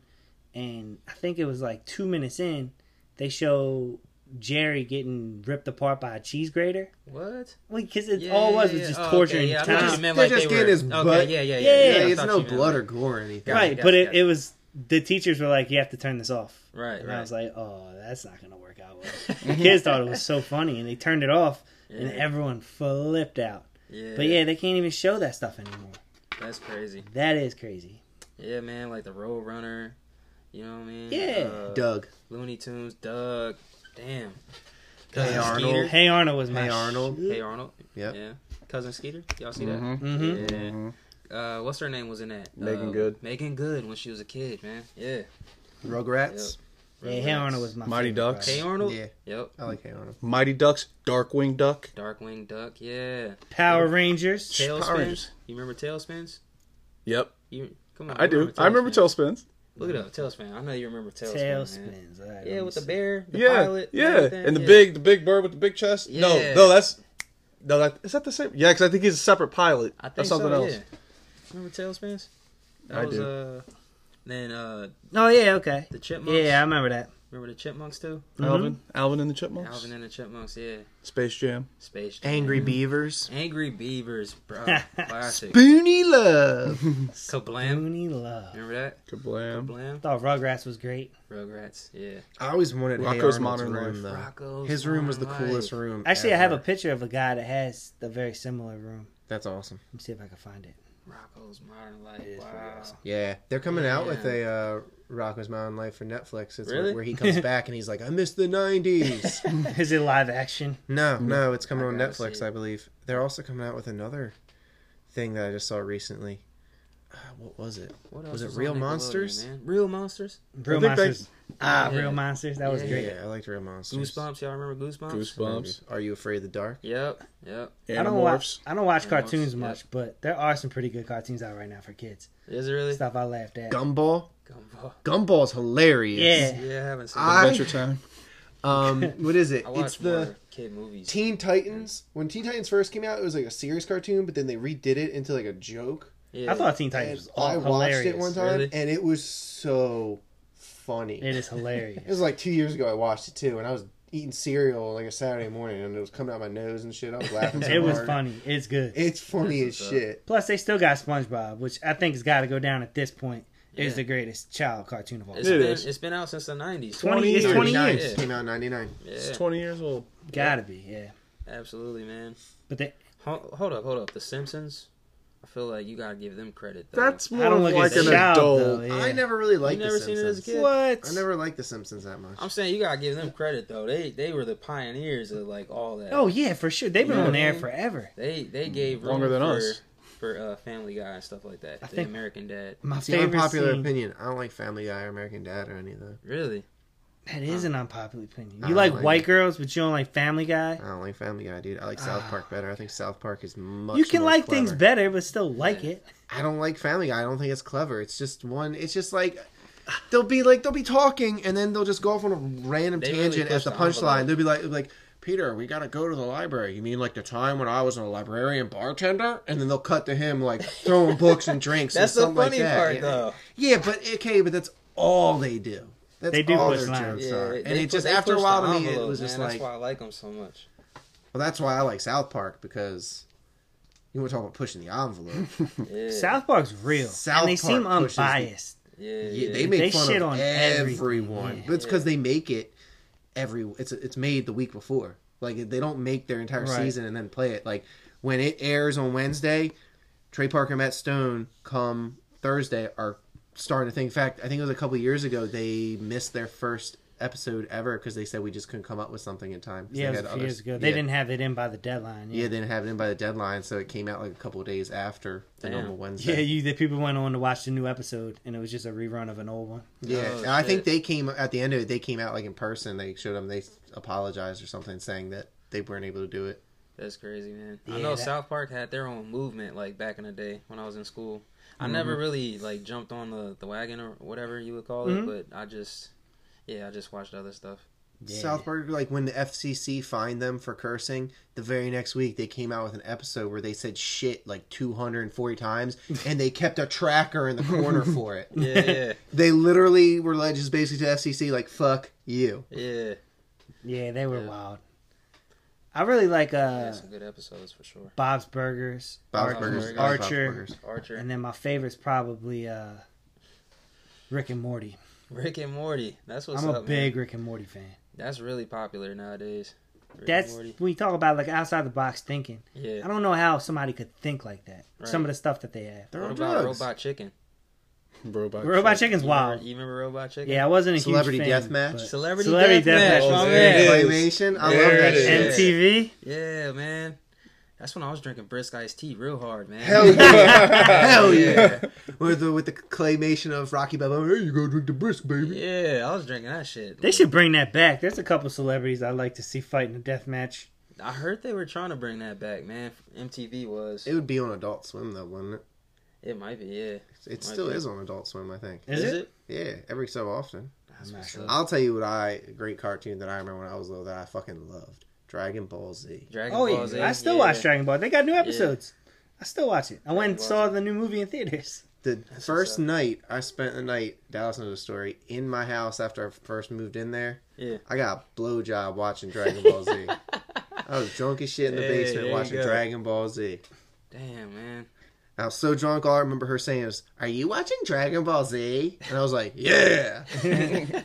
Speaker 4: and I think it was like two minutes in, they show Jerry getting ripped apart by a cheese grater.
Speaker 2: What?
Speaker 4: Like, because it all was was just
Speaker 2: Oh,
Speaker 4: torture
Speaker 2: okay, yeah, I
Speaker 4: and
Speaker 2: thought you
Speaker 4: time.
Speaker 2: meant
Speaker 3: They're
Speaker 2: like
Speaker 3: just
Speaker 2: they
Speaker 3: getting
Speaker 2: were-
Speaker 3: his
Speaker 2: okay,
Speaker 3: butt-
Speaker 2: Yeah, yeah,
Speaker 4: Yeah,
Speaker 2: yeah.
Speaker 3: Yeah,
Speaker 2: I
Speaker 3: it's
Speaker 2: thought
Speaker 3: no
Speaker 2: you meant
Speaker 3: blood or
Speaker 2: like-
Speaker 3: gore or anything.
Speaker 2: Gotcha,
Speaker 4: right,
Speaker 2: gotcha,
Speaker 4: but it,
Speaker 2: gotcha.
Speaker 4: it was the teachers were like, "You have to turn this off,"
Speaker 2: Right,
Speaker 4: and I was
Speaker 2: right.
Speaker 4: like, "Oh, that's not gonna work out." Well. the kids thought it was so funny, and they turned it off. and
Speaker 2: Yeah.
Speaker 4: everyone flipped out.
Speaker 2: Yeah,
Speaker 4: But yeah, they can't even show that stuff anymore.
Speaker 2: that's crazy.
Speaker 4: That is crazy.
Speaker 2: Yeah, man, like the Road Runner. You know what I mean?
Speaker 4: Yeah.
Speaker 2: Uh,
Speaker 3: Doug.
Speaker 2: Looney Tunes, Doug. Damn.
Speaker 3: Hey
Speaker 2: Cousin
Speaker 3: Arnold.
Speaker 2: Skeeter.
Speaker 4: Hey Arnold was my
Speaker 3: Hey Arnold.
Speaker 2: Hey Arnold.
Speaker 3: Yep.
Speaker 2: Yeah. Cousin Skeeter. Y'all see
Speaker 1: Mhm.
Speaker 4: Mm-hmm.
Speaker 2: that? Yeah.
Speaker 1: Mhm.
Speaker 2: Uh, what's her name was in that?
Speaker 1: Megan
Speaker 2: Uh,
Speaker 1: Good.
Speaker 2: Megan Good when she was a kid, man. Yeah.
Speaker 3: Rugrats.
Speaker 4: Yeah, Hey Arnold was my
Speaker 1: Mighty
Speaker 4: favorite
Speaker 1: Ducks.
Speaker 2: Hey Arnold.
Speaker 3: Yeah.
Speaker 2: Yep.
Speaker 3: I like Hey Arnold.
Speaker 1: Mighty Ducks, Darkwing Duck.
Speaker 2: Darkwing Duck. Yeah.
Speaker 4: Power Rangers.
Speaker 1: Power
Speaker 2: Tailspins.
Speaker 1: Rangers.
Speaker 2: You remember Tailspins?
Speaker 1: Yep,
Speaker 2: You come on.
Speaker 1: I
Speaker 2: you
Speaker 1: do. I remember Tailspins.
Speaker 2: Look it up. Tailspin. I know you remember Tailspin. man.
Speaker 4: Tailspins. All right, let
Speaker 2: Yeah,
Speaker 4: me
Speaker 2: with the
Speaker 4: see.
Speaker 2: bear, the
Speaker 1: yeah,
Speaker 2: pilot,
Speaker 1: yeah,
Speaker 2: everything.
Speaker 1: and the
Speaker 2: Yeah.
Speaker 1: big, the big bird with the big chest. No,
Speaker 2: Yeah.
Speaker 1: no, that's no, that is that the same? Yeah, because I think he's a separate pilot.
Speaker 2: I think
Speaker 1: that's something
Speaker 2: so,
Speaker 1: else.
Speaker 2: Yeah. Remember Tailspins? That
Speaker 1: I
Speaker 2: was,
Speaker 1: do.
Speaker 2: Uh, then uh,
Speaker 4: Oh yeah, okay.
Speaker 2: the Chipmunks.
Speaker 4: Yeah, I remember that.
Speaker 2: Remember the Chipmunks too?
Speaker 1: Alvin, Alvin and the Chipmunks,
Speaker 2: Alvin and the Chipmunks. Yeah.
Speaker 1: Space Jam, Mm-hmm.
Speaker 2: Space. Jam.
Speaker 3: Angry Beavers.
Speaker 2: Angry Beavers, bro. Classic.
Speaker 3: Boony Love.
Speaker 2: Kablam.
Speaker 4: Looney Love.
Speaker 2: Remember that?
Speaker 1: Kablam,
Speaker 4: I
Speaker 2: Kablam.
Speaker 4: thought Rugrats was great.
Speaker 2: Rugrats. Yeah.
Speaker 3: I always wanted
Speaker 1: Rocco's
Speaker 3: Hey Arnold's
Speaker 1: Modern
Speaker 3: room,
Speaker 1: Life.
Speaker 3: though.
Speaker 2: Rocco's.
Speaker 3: His room was the
Speaker 2: Modern
Speaker 3: coolest
Speaker 2: Life.
Speaker 3: room.
Speaker 4: Actually, I have a
Speaker 3: ever.
Speaker 4: picture of a guy that has a very similar room.
Speaker 3: That's awesome.
Speaker 4: Let me see if I can find it.
Speaker 2: Rocco's Modern Life.
Speaker 4: It is pretty
Speaker 2: Wow.
Speaker 4: awesome.
Speaker 3: Yeah, they're coming out with
Speaker 2: Yeah.
Speaker 3: a uh, Rocko's Mountain Life for Netflix. It's
Speaker 2: Really?
Speaker 3: where he comes back and he's like, "I missed the '90s."
Speaker 4: Is it live action?
Speaker 3: no, no, it's coming
Speaker 2: I
Speaker 3: on
Speaker 2: gotta see
Speaker 3: Netflix,
Speaker 2: it.
Speaker 3: I believe. They're also coming out with another thing that I just saw recently. Uh, what was it?
Speaker 2: What
Speaker 3: Was
Speaker 2: else
Speaker 3: it
Speaker 2: on
Speaker 3: Real
Speaker 2: Nickelodeon,
Speaker 3: Monsters?
Speaker 2: Man? Real Monsters.
Speaker 4: Real
Speaker 1: think they-
Speaker 4: Monsters. Ah,
Speaker 2: Yeah.
Speaker 4: Real Monsters. That was
Speaker 2: Yeah.
Speaker 3: Yeah,
Speaker 4: great.
Speaker 3: I liked Real Monsters.
Speaker 2: Goosebumps. Y'all remember Goosebumps?
Speaker 1: Goosebumps,
Speaker 3: Are you afraid of the dark?
Speaker 2: Yep. Yep.
Speaker 4: I don't
Speaker 1: Animorphs.
Speaker 4: watch. I don't watch
Speaker 2: Animorphs,
Speaker 4: cartoons
Speaker 2: yeah.
Speaker 4: much, but there are some pretty good cartoons out right now for kids.
Speaker 2: Is it really?
Speaker 4: Stuff I laughed at.
Speaker 3: Gumball.
Speaker 2: Gumball.
Speaker 3: Gumball's hilarious.
Speaker 4: Yeah.
Speaker 2: Yeah, I haven't seen.
Speaker 3: I-
Speaker 2: it.
Speaker 1: Adventure Time.
Speaker 3: Um, what is it?
Speaker 2: I
Speaker 3: it's
Speaker 2: watched
Speaker 3: the
Speaker 2: more kid movies.
Speaker 3: Teen Titans. When Teen Titans first came out, it was like a serious cartoon, but then they redid it into like a joke.
Speaker 2: Yeah.
Speaker 4: I thought Teen Titans was
Speaker 3: And
Speaker 4: all
Speaker 3: I watched
Speaker 4: hilarious.
Speaker 3: it one time,
Speaker 2: Really?
Speaker 3: and it was so funny.
Speaker 4: It
Speaker 3: It
Speaker 4: is hilarious.
Speaker 3: was like two years ago. I watched it too, and I was eating cereal like a Saturday morning, and it was coming out my nose and shit. I was laughing. So
Speaker 4: it was
Speaker 3: hard.
Speaker 4: funny. It's good.
Speaker 3: It's funny as
Speaker 2: This is, uh,
Speaker 3: shit.
Speaker 4: Plus, they still got SpongeBob, which I think has got to go down at this point.
Speaker 2: Yeah.
Speaker 4: Is the greatest child cartoon of all.
Speaker 2: It's
Speaker 4: time.
Speaker 1: It
Speaker 2: been,
Speaker 1: is.
Speaker 2: it's been out since the 90s.
Speaker 4: 20 it's 20
Speaker 3: 99.
Speaker 4: years.
Speaker 3: Came out in '99.
Speaker 1: It's
Speaker 2: Yeah,
Speaker 1: twenty years old.
Speaker 4: Gotta be, yeah.
Speaker 2: absolutely, man.
Speaker 4: But they,
Speaker 2: Hold, hold up, hold up. The Simpsons. I feel like you gotta give them credit. Though.
Speaker 1: That's
Speaker 4: I
Speaker 1: more
Speaker 4: don't
Speaker 1: of
Speaker 4: look
Speaker 1: like
Speaker 4: at
Speaker 1: an
Speaker 4: child though.
Speaker 1: adult.
Speaker 4: Yeah.
Speaker 3: I never really liked
Speaker 2: You
Speaker 3: the
Speaker 2: never seen it as a
Speaker 3: Simpsons.
Speaker 2: kid?
Speaker 4: What?
Speaker 3: I never liked the Simpsons that much.
Speaker 2: I'm saying you gotta give them credit though. They they were the pioneers of like all that.
Speaker 4: Oh yeah, for sure. They've been
Speaker 2: Yeah.
Speaker 4: on air forever.
Speaker 2: They they gave room
Speaker 1: Mm, Longer than
Speaker 2: for,
Speaker 1: us.
Speaker 2: for uh, Family Guy and stuff like that.
Speaker 4: I
Speaker 2: the
Speaker 4: think-
Speaker 2: American Dad.
Speaker 4: My
Speaker 3: It's the
Speaker 4: favorite
Speaker 3: unpopular
Speaker 4: scene.
Speaker 3: opinion. I don't like Family Guy or American Dad or any of that.
Speaker 2: Really?
Speaker 4: That is an unpopular opinion.
Speaker 3: I
Speaker 4: You
Speaker 3: don't
Speaker 4: like
Speaker 3: like
Speaker 4: white
Speaker 3: it.
Speaker 4: girls, but you don't like Family Guy.
Speaker 3: I don't like Family Guy, dude. I like South
Speaker 4: Ah.
Speaker 3: Park better. I think South Park is much.
Speaker 4: you can
Speaker 3: more
Speaker 4: like
Speaker 3: clever.
Speaker 4: things better, but still like
Speaker 2: Yeah.
Speaker 4: it.
Speaker 3: I don't like Family Guy. I don't think it's clever. It's just one. It's just like they'll be like they'll be talking and then they'll just go off on a random
Speaker 2: They really
Speaker 3: tangent
Speaker 2: push
Speaker 3: as the
Speaker 2: the envelope.
Speaker 3: punchline. They'll be like like Peter, we gotta go to the library. You mean like the time when I was a librarian bartender? And then they'll cut to him like throwing books and drinks.
Speaker 2: That's
Speaker 3: and
Speaker 2: the
Speaker 3: something like
Speaker 2: funny
Speaker 3: that.
Speaker 2: part
Speaker 3: yeah.
Speaker 2: though.
Speaker 3: Yeah, but okay, but that's all they do. That's
Speaker 4: They do
Speaker 3: all
Speaker 4: push
Speaker 3: their
Speaker 4: lines.
Speaker 3: jokes
Speaker 2: Yeah,
Speaker 3: are.
Speaker 2: they-
Speaker 3: And
Speaker 2: they
Speaker 3: it
Speaker 2: pu-
Speaker 3: just
Speaker 2: they
Speaker 3: after a
Speaker 2: pushed
Speaker 3: while
Speaker 2: the
Speaker 3: to me, it
Speaker 2: envelope,
Speaker 3: was just
Speaker 2: man.
Speaker 3: like
Speaker 2: that's why I like them so much.
Speaker 3: well, that's why I like South Park because you want to talk about pushing the envelope.
Speaker 2: Yeah,
Speaker 4: South Park's real,
Speaker 3: South
Speaker 4: and they seem
Speaker 3: Park pushes the-
Speaker 4: unbiased.
Speaker 2: yeah,
Speaker 3: Yeah,
Speaker 2: yeah.
Speaker 3: they make
Speaker 4: They
Speaker 3: fun
Speaker 4: shit
Speaker 3: of
Speaker 4: on
Speaker 3: everyone,
Speaker 4: everything.
Speaker 3: but it's because they make it every. It's it's made the week before. Like they don't make their entire
Speaker 4: Right.
Speaker 3: season and then play it. Like when it airs on Wednesday, Trey Parker and Matt Stone come Thursday are starting to think. In fact, I think it was a couple years ago they missed their first episode ever because they said we just couldn't come up with something in time. 'cause
Speaker 4: Yeah, it
Speaker 3: they
Speaker 4: was
Speaker 3: had
Speaker 4: a few
Speaker 3: other-
Speaker 4: years ago. They
Speaker 3: yeah.
Speaker 4: didn't have it in by the deadline.
Speaker 3: Yeah,
Speaker 4: Yeah,
Speaker 3: they didn't have it in by the deadline, so it came out like a couple of days after the
Speaker 2: Damn.
Speaker 3: normal Wednesday.
Speaker 4: yeah. You the people went on to watch the new episode, and it was just a rerun of an old one.
Speaker 3: Yeah,
Speaker 2: Oh,
Speaker 3: and I think
Speaker 2: shit.
Speaker 3: they came at the end of it. They came out like in person. They showed them. They apologized or something, saying that they weren't able to do it.
Speaker 2: That's crazy, man. I
Speaker 4: Yeah,
Speaker 2: know
Speaker 4: that-
Speaker 2: South Park had their own movement like back in the day when I was in school. I
Speaker 3: Mm-hmm.
Speaker 2: never really like jumped on the, the wagon or whatever you would call it,
Speaker 3: Mm-hmm.
Speaker 4: Mhm.
Speaker 2: but I just yeah, I just watched other stuff.
Speaker 4: Yeah.
Speaker 3: South Park, like when the FCC fined them for cursing, the very next week they came out with an episode where they said shit like 240 times, and they kept a tracker in the corner for it.
Speaker 2: Yeah, yeah,
Speaker 3: They literally were like just basically to FCC like "fuck you."
Speaker 2: yeah.
Speaker 4: Yeah, they were
Speaker 2: Yeah.
Speaker 4: wild. I really like
Speaker 2: They
Speaker 4: uh,
Speaker 2: had some good episodes for sure.
Speaker 4: Bob's Burgers,
Speaker 3: Bob's
Speaker 4: Archer,
Speaker 3: Burgers,
Speaker 2: Burgers.
Speaker 4: Archer,
Speaker 3: Bob's Burgers.
Speaker 2: Archer,
Speaker 4: and then my favorite's probably uh, Rick and Morty.
Speaker 2: Rick and Morty. That's what's
Speaker 4: I'm a
Speaker 2: up. man.
Speaker 4: big Rick and Morty fan.
Speaker 2: That's really popular nowadays. Rick and
Speaker 4: that's
Speaker 2: Morty.
Speaker 4: when you talk about like outside the box thinking.
Speaker 2: yeah.
Speaker 4: I don't know how somebody could think like that. Some
Speaker 2: Right.
Speaker 4: of the stuff that they have.
Speaker 3: They're
Speaker 2: What
Speaker 3: on
Speaker 2: about
Speaker 3: drugs.
Speaker 2: Robot Chicken?
Speaker 1: Robot.
Speaker 4: Robot
Speaker 1: Chick.
Speaker 4: Chicken's
Speaker 2: You
Speaker 4: wild.
Speaker 2: Remember, you remember Robot Chicken?
Speaker 4: Yeah, I wasn't a
Speaker 3: Celebrity
Speaker 4: huge fan.
Speaker 3: Deathmatch?
Speaker 4: but-
Speaker 2: Celebrity,
Speaker 4: Celebrity
Speaker 2: Deathmatch,
Speaker 4: Deathmatch.
Speaker 2: my
Speaker 1: Oh,
Speaker 2: man.
Speaker 1: there it is.
Speaker 3: Claymation. I
Speaker 1: There
Speaker 3: love that
Speaker 1: it is.
Speaker 3: shit.
Speaker 1: And-
Speaker 4: MTV.
Speaker 2: Yeah, man. That's when I was drinking brisk iced tea real hard, man.
Speaker 3: Hell yeah! Hell
Speaker 2: Yeah.
Speaker 3: yeah! With the with the claymation of Rocky Balboa, hey, you go drink the brisk, baby.
Speaker 2: Yeah, I was drinking that shit.
Speaker 4: They should bring that back. There's a couple celebrities I'd like to see fight in a death match.
Speaker 2: I heard they were trying to bring that back, man. MTV was.
Speaker 3: It would be on Adult Swim though, wouldn't it?
Speaker 2: It might be, yeah.
Speaker 3: It
Speaker 2: Might
Speaker 3: still
Speaker 2: be.
Speaker 3: is on Adult Swim, I think.
Speaker 4: Is, it?
Speaker 3: Yeah, every so often.
Speaker 4: I'm not sure.
Speaker 3: I'll tell you what I a great cartoon that I remember when I was little that I fucking loved. Dragon Ball Z.
Speaker 2: Dragon
Speaker 4: Oh
Speaker 2: Ball Z.
Speaker 4: yeah, I still
Speaker 2: yeah.
Speaker 4: watch Dragon Ball. They got new episodes. I still watch it. I went and
Speaker 2: Ball
Speaker 4: saw the new movie in theaters.
Speaker 3: The
Speaker 2: what's
Speaker 3: first
Speaker 2: up.
Speaker 3: night I spent the night, Dallas knows the story, in my house after I first moved in there.
Speaker 2: Yeah.
Speaker 3: I got a blowjob watching Dragon Ball Z. I was drunk as shit in the
Speaker 2: Hey, there
Speaker 3: basement
Speaker 2: you
Speaker 3: watching
Speaker 2: go.
Speaker 3: Dragon Ball Z.
Speaker 2: Damn, man.
Speaker 3: I was so drunk, all I remember her saying was, Are you watching Dragon Ball Z? And I was like, Yeah.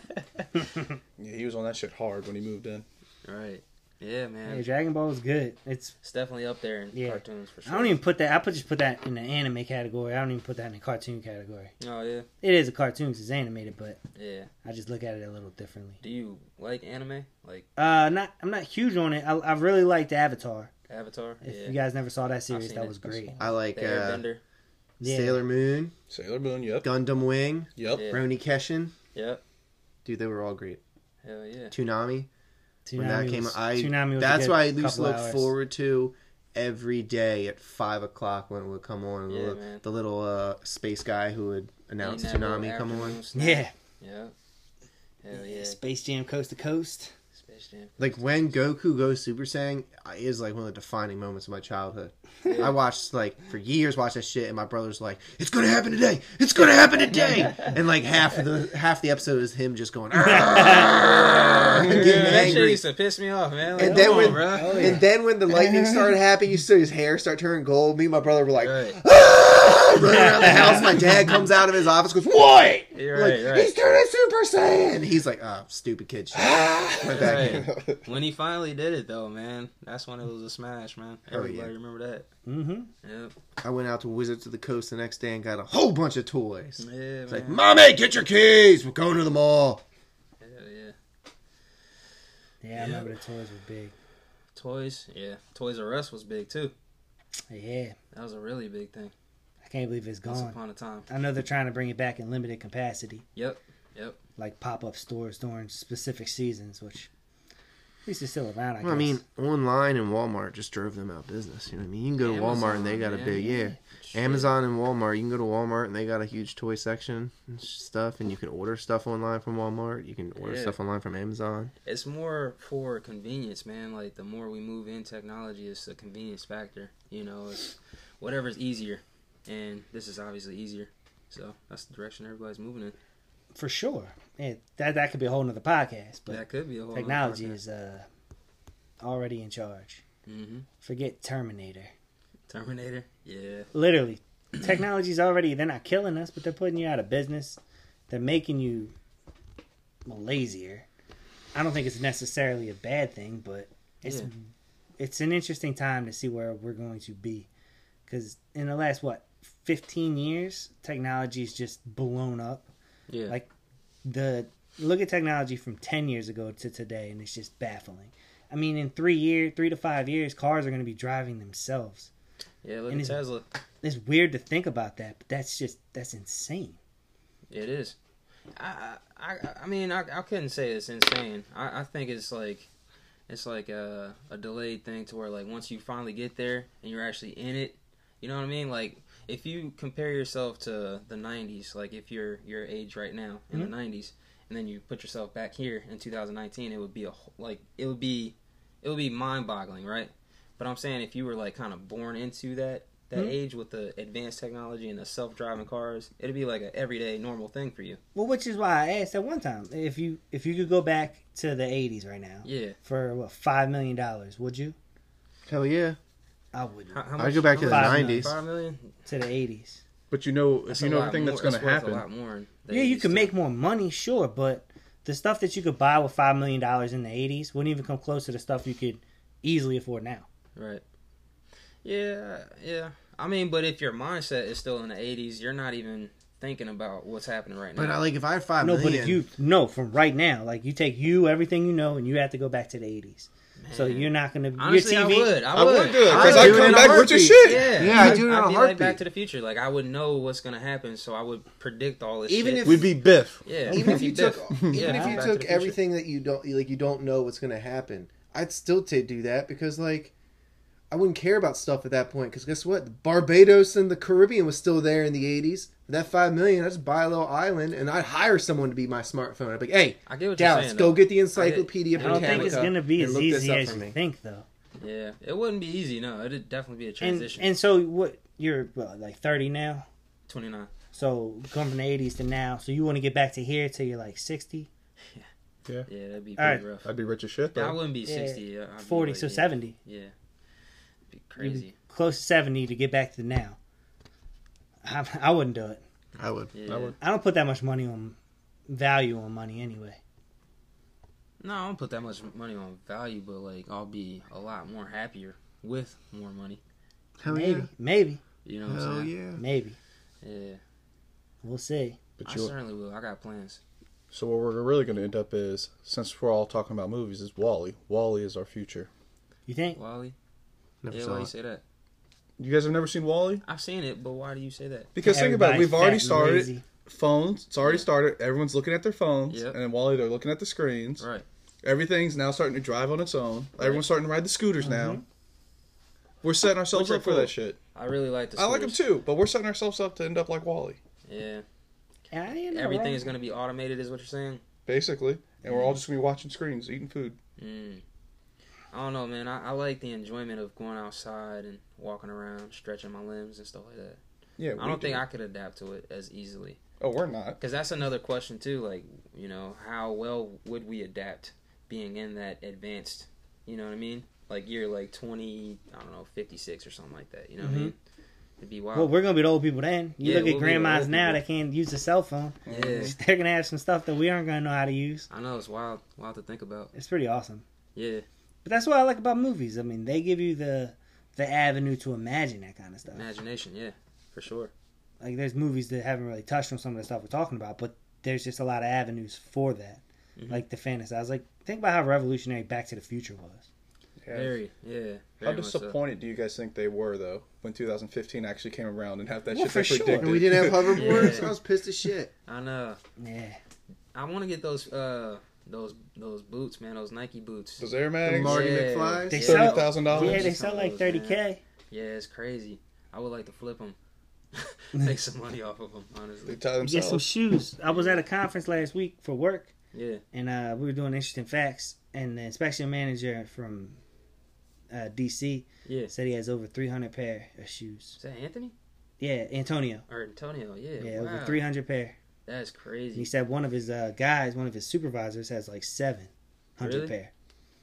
Speaker 1: Yeah, he was on that shit hard when he moved in.
Speaker 2: Right. Yeah, man.
Speaker 4: Hey, Dragon Ball is good. It's
Speaker 2: It's definitely up there in
Speaker 4: Yeah.
Speaker 2: cartoons for sure.
Speaker 4: I don't even put that. I put just put that in the anime category. I don't even put that in the cartoon category.
Speaker 2: Oh yeah,
Speaker 4: It is a cartoon 'cause it's animated, but
Speaker 2: yeah.
Speaker 4: I just look at it a little differently.
Speaker 2: Do you like anime? Like
Speaker 4: Uh, not I'm not huge on it. I, I really liked Avatar.
Speaker 2: Avatar?
Speaker 4: If
Speaker 2: yeah.
Speaker 4: you guys never saw that series,
Speaker 2: seen
Speaker 4: that
Speaker 2: it.
Speaker 4: was
Speaker 1: I've
Speaker 4: great.
Speaker 1: seen
Speaker 3: I like
Speaker 2: the
Speaker 3: uh,
Speaker 2: Airbender.
Speaker 4: Yeah.
Speaker 3: Sailor Moon,
Speaker 1: Sailor Moon. Yep.
Speaker 3: Gundam Wing,
Speaker 1: Yep.
Speaker 2: Yeah.
Speaker 3: Roni Keshin.
Speaker 2: Yep.
Speaker 3: Dude, they were all great.
Speaker 2: Hell yeah.
Speaker 3: Toonami.
Speaker 4: Toonami
Speaker 3: when that came
Speaker 4: was-
Speaker 3: out, I
Speaker 4: Toonami was a
Speaker 3: that's
Speaker 4: good
Speaker 3: why I at least
Speaker 4: couple
Speaker 3: look
Speaker 4: hours.
Speaker 3: forward to every day at five o'clock when it would come on. The
Speaker 2: Yeah,
Speaker 3: little-
Speaker 2: man.
Speaker 3: the little uh, space guy who would announce
Speaker 2: Eating that
Speaker 3: tsunami
Speaker 2: little
Speaker 3: come on.
Speaker 2: afternoon snack.
Speaker 4: Yeah.
Speaker 2: Yeah. Hell yeah.
Speaker 4: Space Jam Coast to Coast.
Speaker 2: Space Jam.
Speaker 3: Like when Goku goes Super Saiyan I- is like one of the defining moments of my childhood.
Speaker 2: Yeah.
Speaker 3: I watched like for years watched that shit, and my brother's like, "It's gonna happen today! It's gonna happen today!" and like half of the half the episode is him just going, "Argh," and
Speaker 2: Yeah,
Speaker 3: getting
Speaker 2: that shit
Speaker 3: angry.
Speaker 2: used to piss me off, man. Like,
Speaker 3: And then
Speaker 2: come
Speaker 3: when Oh.
Speaker 2: on, bro.
Speaker 3: and then when the lightning started happening, you see his hair start turning gold. Me and my brother were like,
Speaker 2: Right.
Speaker 3: running around the house. My dad comes out of his office, goes, "What?"
Speaker 2: You're
Speaker 3: Like,
Speaker 2: right, right.
Speaker 3: He's turning Super Saiyan. He's like, "Ah, stupid kid." Shit.
Speaker 1: Ah!
Speaker 3: Went back in.
Speaker 2: When he finally did it though, man, that's when it was a smash, man.
Speaker 3: Hell
Speaker 2: Everybody
Speaker 3: yeah.
Speaker 2: remember that.
Speaker 4: Mm-hmm.
Speaker 2: Yep.
Speaker 3: I went out to Wizards of the Coast the next day and got a whole bunch of toys.
Speaker 2: Yeah, man.
Speaker 3: It's like, "Mommy, get your keys. We're going to the mall."
Speaker 2: Hell yeah.
Speaker 4: Yeah, I remember the toys were big.
Speaker 2: Toys, yeah. Toys R Us was big too.
Speaker 4: Yeah,
Speaker 2: That was a really big thing.
Speaker 4: I can't believe it's
Speaker 2: Once
Speaker 4: gone.
Speaker 2: upon a time.
Speaker 4: I know they're trying to bring it back in limited capacity,
Speaker 2: Yep. Yep.
Speaker 4: like pop up stores during specific seasons, which at least it's still around. I,
Speaker 3: Well, I
Speaker 4: guess.
Speaker 3: mean, online and Walmart just drove them out of business. You know what I mean? You can go to Walmart and they got a
Speaker 2: Amazon,
Speaker 3: big,
Speaker 2: man.
Speaker 3: yeah.
Speaker 2: Shit.
Speaker 3: Amazon and Walmart. You can go to Walmart and they got a huge toy section and stuff, and you can order stuff online from Walmart. You can order
Speaker 2: Yeah.
Speaker 3: stuff online from Amazon.
Speaker 2: It's more for convenience, man. Like the more we move in technology, it's a convenience factor. You know, it's whatever's easier, and this is obviously easier. So that's the direction everybody's moving in.
Speaker 4: for sure. Yeah, that that could be a whole nother podcast, but
Speaker 2: that could be a whole
Speaker 4: technology is uh, already in charge.
Speaker 2: mm-hmm.
Speaker 4: Forget Terminator.
Speaker 2: Terminator. Yeah.
Speaker 4: Literally, technology's already. They're not killing us, but they're putting you out of business. They're making you well, lazier. I don't think it's necessarily a bad thing, but it's
Speaker 2: Yeah.
Speaker 4: it's an interesting time to see where we're going to be. Because in the last what fifteen years, technology's just blown up.
Speaker 2: Yeah.
Speaker 4: Like- The look at technology from ten years ago to today, and it's just baffling. I mean, in three year, three to five years, cars are going to be driving themselves.
Speaker 2: yeah. Look
Speaker 4: and
Speaker 2: at
Speaker 4: it's-
Speaker 2: Tesla.
Speaker 4: It's weird to think about that, but that's just that's insane.
Speaker 2: It is. I I I- I mean I I couldn't say it's insane. I I think it's like it's like a a delayed thing to where like once you finally get there and you're actually in it, you know what I mean? Like if you compare yourself to the 90s, like if you're your age right now in the 90s and then you put yourself back here in 2019, it would be a wh- like it would be it would be mind-boggling, right? But I'm saying if you were like kind of born into that that
Speaker 3: Hmm?
Speaker 4: Mhm.
Speaker 2: age with the advanced technology and the self-driving cars, it'd be like an everyday normal thing for you.
Speaker 4: Well, which is why I asked at one time if you if you could go back to the '80s right now
Speaker 2: Yeah.
Speaker 4: for what five million dollars, would you?
Speaker 3: Hell yeah.
Speaker 4: I wouldn't
Speaker 2: How, how
Speaker 3: I'd go back to
Speaker 2: how
Speaker 4: the
Speaker 2: much-
Speaker 3: 90s.
Speaker 2: Five million.
Speaker 4: to the '80s.
Speaker 1: But you know,
Speaker 2: That's
Speaker 1: if you
Speaker 2: a
Speaker 1: know
Speaker 2: lot
Speaker 1: everything that's
Speaker 2: more-
Speaker 1: going to
Speaker 2: worth a
Speaker 1: happen,
Speaker 2: lot more than
Speaker 4: yeah, you
Speaker 2: used
Speaker 4: can
Speaker 2: to.
Speaker 4: make more money, sure, but the stuff that you could buy with five million dollars in the '80s wouldn't even come close to the stuff you could easily afford now.
Speaker 2: Right. Yeah, yeah. I mean, but if your mindset is still in the 80s, you're not even thinking about what's happening right now.
Speaker 3: But I, like if I had five
Speaker 4: No,
Speaker 3: million,
Speaker 4: but if you no from right now, like you take you everything you know, and you have to go back to the '80s. So
Speaker 2: Man.
Speaker 4: you're not gonna
Speaker 2: Honestly,
Speaker 4: your
Speaker 2: I
Speaker 4: TV.
Speaker 2: would. I
Speaker 1: I
Speaker 2: would.
Speaker 1: would do it
Speaker 3: I
Speaker 1: because
Speaker 3: would
Speaker 1: I
Speaker 3: do it
Speaker 1: come
Speaker 3: in a
Speaker 1: back with your
Speaker 3: heartbeat.
Speaker 1: shit.
Speaker 2: Yeah,
Speaker 3: Yeah, I do it
Speaker 2: I'd
Speaker 3: on a
Speaker 2: be like
Speaker 3: heartbeat.
Speaker 2: Back to the Future. Like I would know what's gonna happen, so I would predict all this.
Speaker 3: Even
Speaker 2: shit.
Speaker 3: if-
Speaker 1: We'd be Biff.
Speaker 2: yeah,
Speaker 3: even if you
Speaker 2: did-
Speaker 3: took
Speaker 2: yeah,
Speaker 3: even if
Speaker 2: Back
Speaker 3: you
Speaker 2: to the
Speaker 3: took
Speaker 2: Future.
Speaker 3: everything that you don't like you don't know what's going to happen i'd still t- do that because like i wouldn't care about stuff at that point because guess what barbados and the caribbean was still there in the 80s For that five million i'd just buy a little island and i'd hire someone to be my smartphone i'd be like hey
Speaker 2: I get what
Speaker 3: dallas
Speaker 2: you're saying.
Speaker 3: go
Speaker 2: though.
Speaker 3: get the encyclopedia
Speaker 4: I don't think it's
Speaker 3: Britannica
Speaker 4: gonna be
Speaker 3: and
Speaker 4: as
Speaker 3: look this
Speaker 4: easy
Speaker 3: up
Speaker 4: as
Speaker 3: for
Speaker 4: you
Speaker 3: me.
Speaker 4: think, though.
Speaker 2: Yeah, it wouldn't be easy. No, it'd definitely be a
Speaker 4: And
Speaker 2: transition.
Speaker 4: and so what? You're what, like 30 now,
Speaker 2: 29.
Speaker 4: so come from the 80s to now. So you want to get back to here till you're like 60,
Speaker 2: Yeah, that'd be
Speaker 4: All
Speaker 2: pretty rough.
Speaker 1: I'd be rich as shit
Speaker 2: Yeah, I
Speaker 1: though.
Speaker 2: wouldn't be
Speaker 4: Yeah,
Speaker 2: 60. Yeah, I'd be
Speaker 4: 40,
Speaker 2: like,
Speaker 4: so
Speaker 2: yeah,
Speaker 4: 70.
Speaker 2: Yeah, be crazy.
Speaker 4: close to 70 to get back to now. I, I wouldn't do it.
Speaker 3: i would
Speaker 2: Yeah.
Speaker 1: I would.
Speaker 4: I don't put that much money on value on money anyway.
Speaker 2: No, I don't put that much money on value, but like I'll be a lot more happier with more money.
Speaker 1: Oh,
Speaker 3: hell
Speaker 4: maybe, maybe,
Speaker 2: You know
Speaker 3: yeah
Speaker 2: what
Speaker 3: hell
Speaker 2: I'm saying?
Speaker 3: yeah
Speaker 4: maybe.
Speaker 2: Yeah.
Speaker 4: We'll see.
Speaker 1: But
Speaker 2: I
Speaker 1: you,
Speaker 2: certainly will. I got plans.
Speaker 1: so what we're really going to end up is, since we're all talking about movies, is Wally. Wally is our future.
Speaker 4: You think?
Speaker 2: Wally?
Speaker 3: Never
Speaker 2: yeah,
Speaker 3: saw
Speaker 2: why you
Speaker 3: it.
Speaker 2: say that?
Speaker 1: You guys have never seen Wally?
Speaker 2: I've seen it, but why do you say that?
Speaker 1: Because think about it,
Speaker 4: Everybody's
Speaker 1: we've
Speaker 4: fat
Speaker 1: already
Speaker 4: and
Speaker 1: started
Speaker 4: lazy.
Speaker 1: phones. It's already started. Everyone's looking at their phones,
Speaker 2: Yep.
Speaker 1: and then Wally they're looking at the screens.
Speaker 2: Right.
Speaker 1: Everything's now starting to drive on its own. Everyone's starting to ride the scooters now. We're setting ourselves
Speaker 2: Which are
Speaker 1: up for
Speaker 2: cool.
Speaker 1: that shit.
Speaker 2: I really like the
Speaker 1: I like them
Speaker 2: scooters.
Speaker 1: too, but we're setting ourselves up to end up like Wally,
Speaker 2: Yeah.
Speaker 4: Yeah, you know,
Speaker 2: Everything
Speaker 4: right?
Speaker 2: is going to be automated, is what you're saying?
Speaker 1: basically. And we're all just gonna be watching screens, eating food.
Speaker 2: Mm. I don't know, man. I, I like the enjoyment of going outside and walking around, stretching my limbs and stuff like that.
Speaker 1: Yeah,
Speaker 2: I don't think I could adapt to it as easily.
Speaker 1: Oh, we're not.
Speaker 2: Because that's another question, too. Like, you know, how well would we adapt being in that advanced, you know what I mean? Like, you're like 20, I don't know, 56 or something like that. You know what I mean?
Speaker 1: Mm-hmm.
Speaker 2: It'd be wild.
Speaker 4: Well, we're gonna be the old people then.
Speaker 2: Yeah,
Speaker 4: You look at
Speaker 2: we'll be the
Speaker 4: grandmas
Speaker 2: old people.
Speaker 4: now that can't use a cell phone.
Speaker 2: yeah.
Speaker 4: They're gonna have some stuff that we aren't gonna know how to use.
Speaker 2: I know, it's wild. Wild to think about.
Speaker 4: It's pretty awesome.
Speaker 2: Yeah.
Speaker 4: But that's what I like about movies. I mean, they give you the the avenue to imagine that kind of stuff.
Speaker 2: Imagination, yeah, for sure.
Speaker 4: Like there's movies that haven't really touched on some of the stuff we're talking about, but there's just a lot of avenues for that.
Speaker 2: Mhm.
Speaker 4: Like the fantasy. I was like, think about how revolutionary Back to the Future was.
Speaker 1: Yeah.
Speaker 2: Very, yeah. Very
Speaker 1: How
Speaker 2: much so.
Speaker 1: disappointed do you guys think they were though when 2015 actually came around and half that
Speaker 4: Well,
Speaker 1: shit they
Speaker 4: for sure.
Speaker 1: predicted?
Speaker 4: And
Speaker 3: and we didn't have hoverboards
Speaker 2: Yeah.
Speaker 3: i was pissed as shit
Speaker 2: I know.
Speaker 4: Yeah.
Speaker 2: I want to get those, uh, those, those boots, man. Those Nike boots.
Speaker 1: Those Air
Speaker 3: the
Speaker 1: Mags,
Speaker 3: marty
Speaker 2: Yeah.
Speaker 3: mcfly's
Speaker 4: They sell-
Speaker 1: thirty thousand
Speaker 4: Yeah,
Speaker 1: dollars.
Speaker 4: they sell like 30K.
Speaker 2: Yeah, it's crazy. I would like to flip them, make some money off of them.
Speaker 1: They
Speaker 2: Honestly,
Speaker 1: tie
Speaker 4: Get some
Speaker 1: themselves.
Speaker 4: shoes. I was at a conference last week for work.
Speaker 2: yeah.
Speaker 4: and uh, we were doing interesting facts. And the inspection manager from uh, DC
Speaker 2: Yeah.
Speaker 4: said he has over 300 pair of shoes.
Speaker 2: Is that Anthony
Speaker 4: Yeah, Antonio.
Speaker 2: or Antonio? Yeah.
Speaker 4: Yeah,
Speaker 2: wow.
Speaker 4: over 300 pair.
Speaker 2: That's
Speaker 4: And he
Speaker 2: crazy.
Speaker 4: said one of his uh, guys, one of his supervisors, has like 700
Speaker 2: Really?
Speaker 4: pair.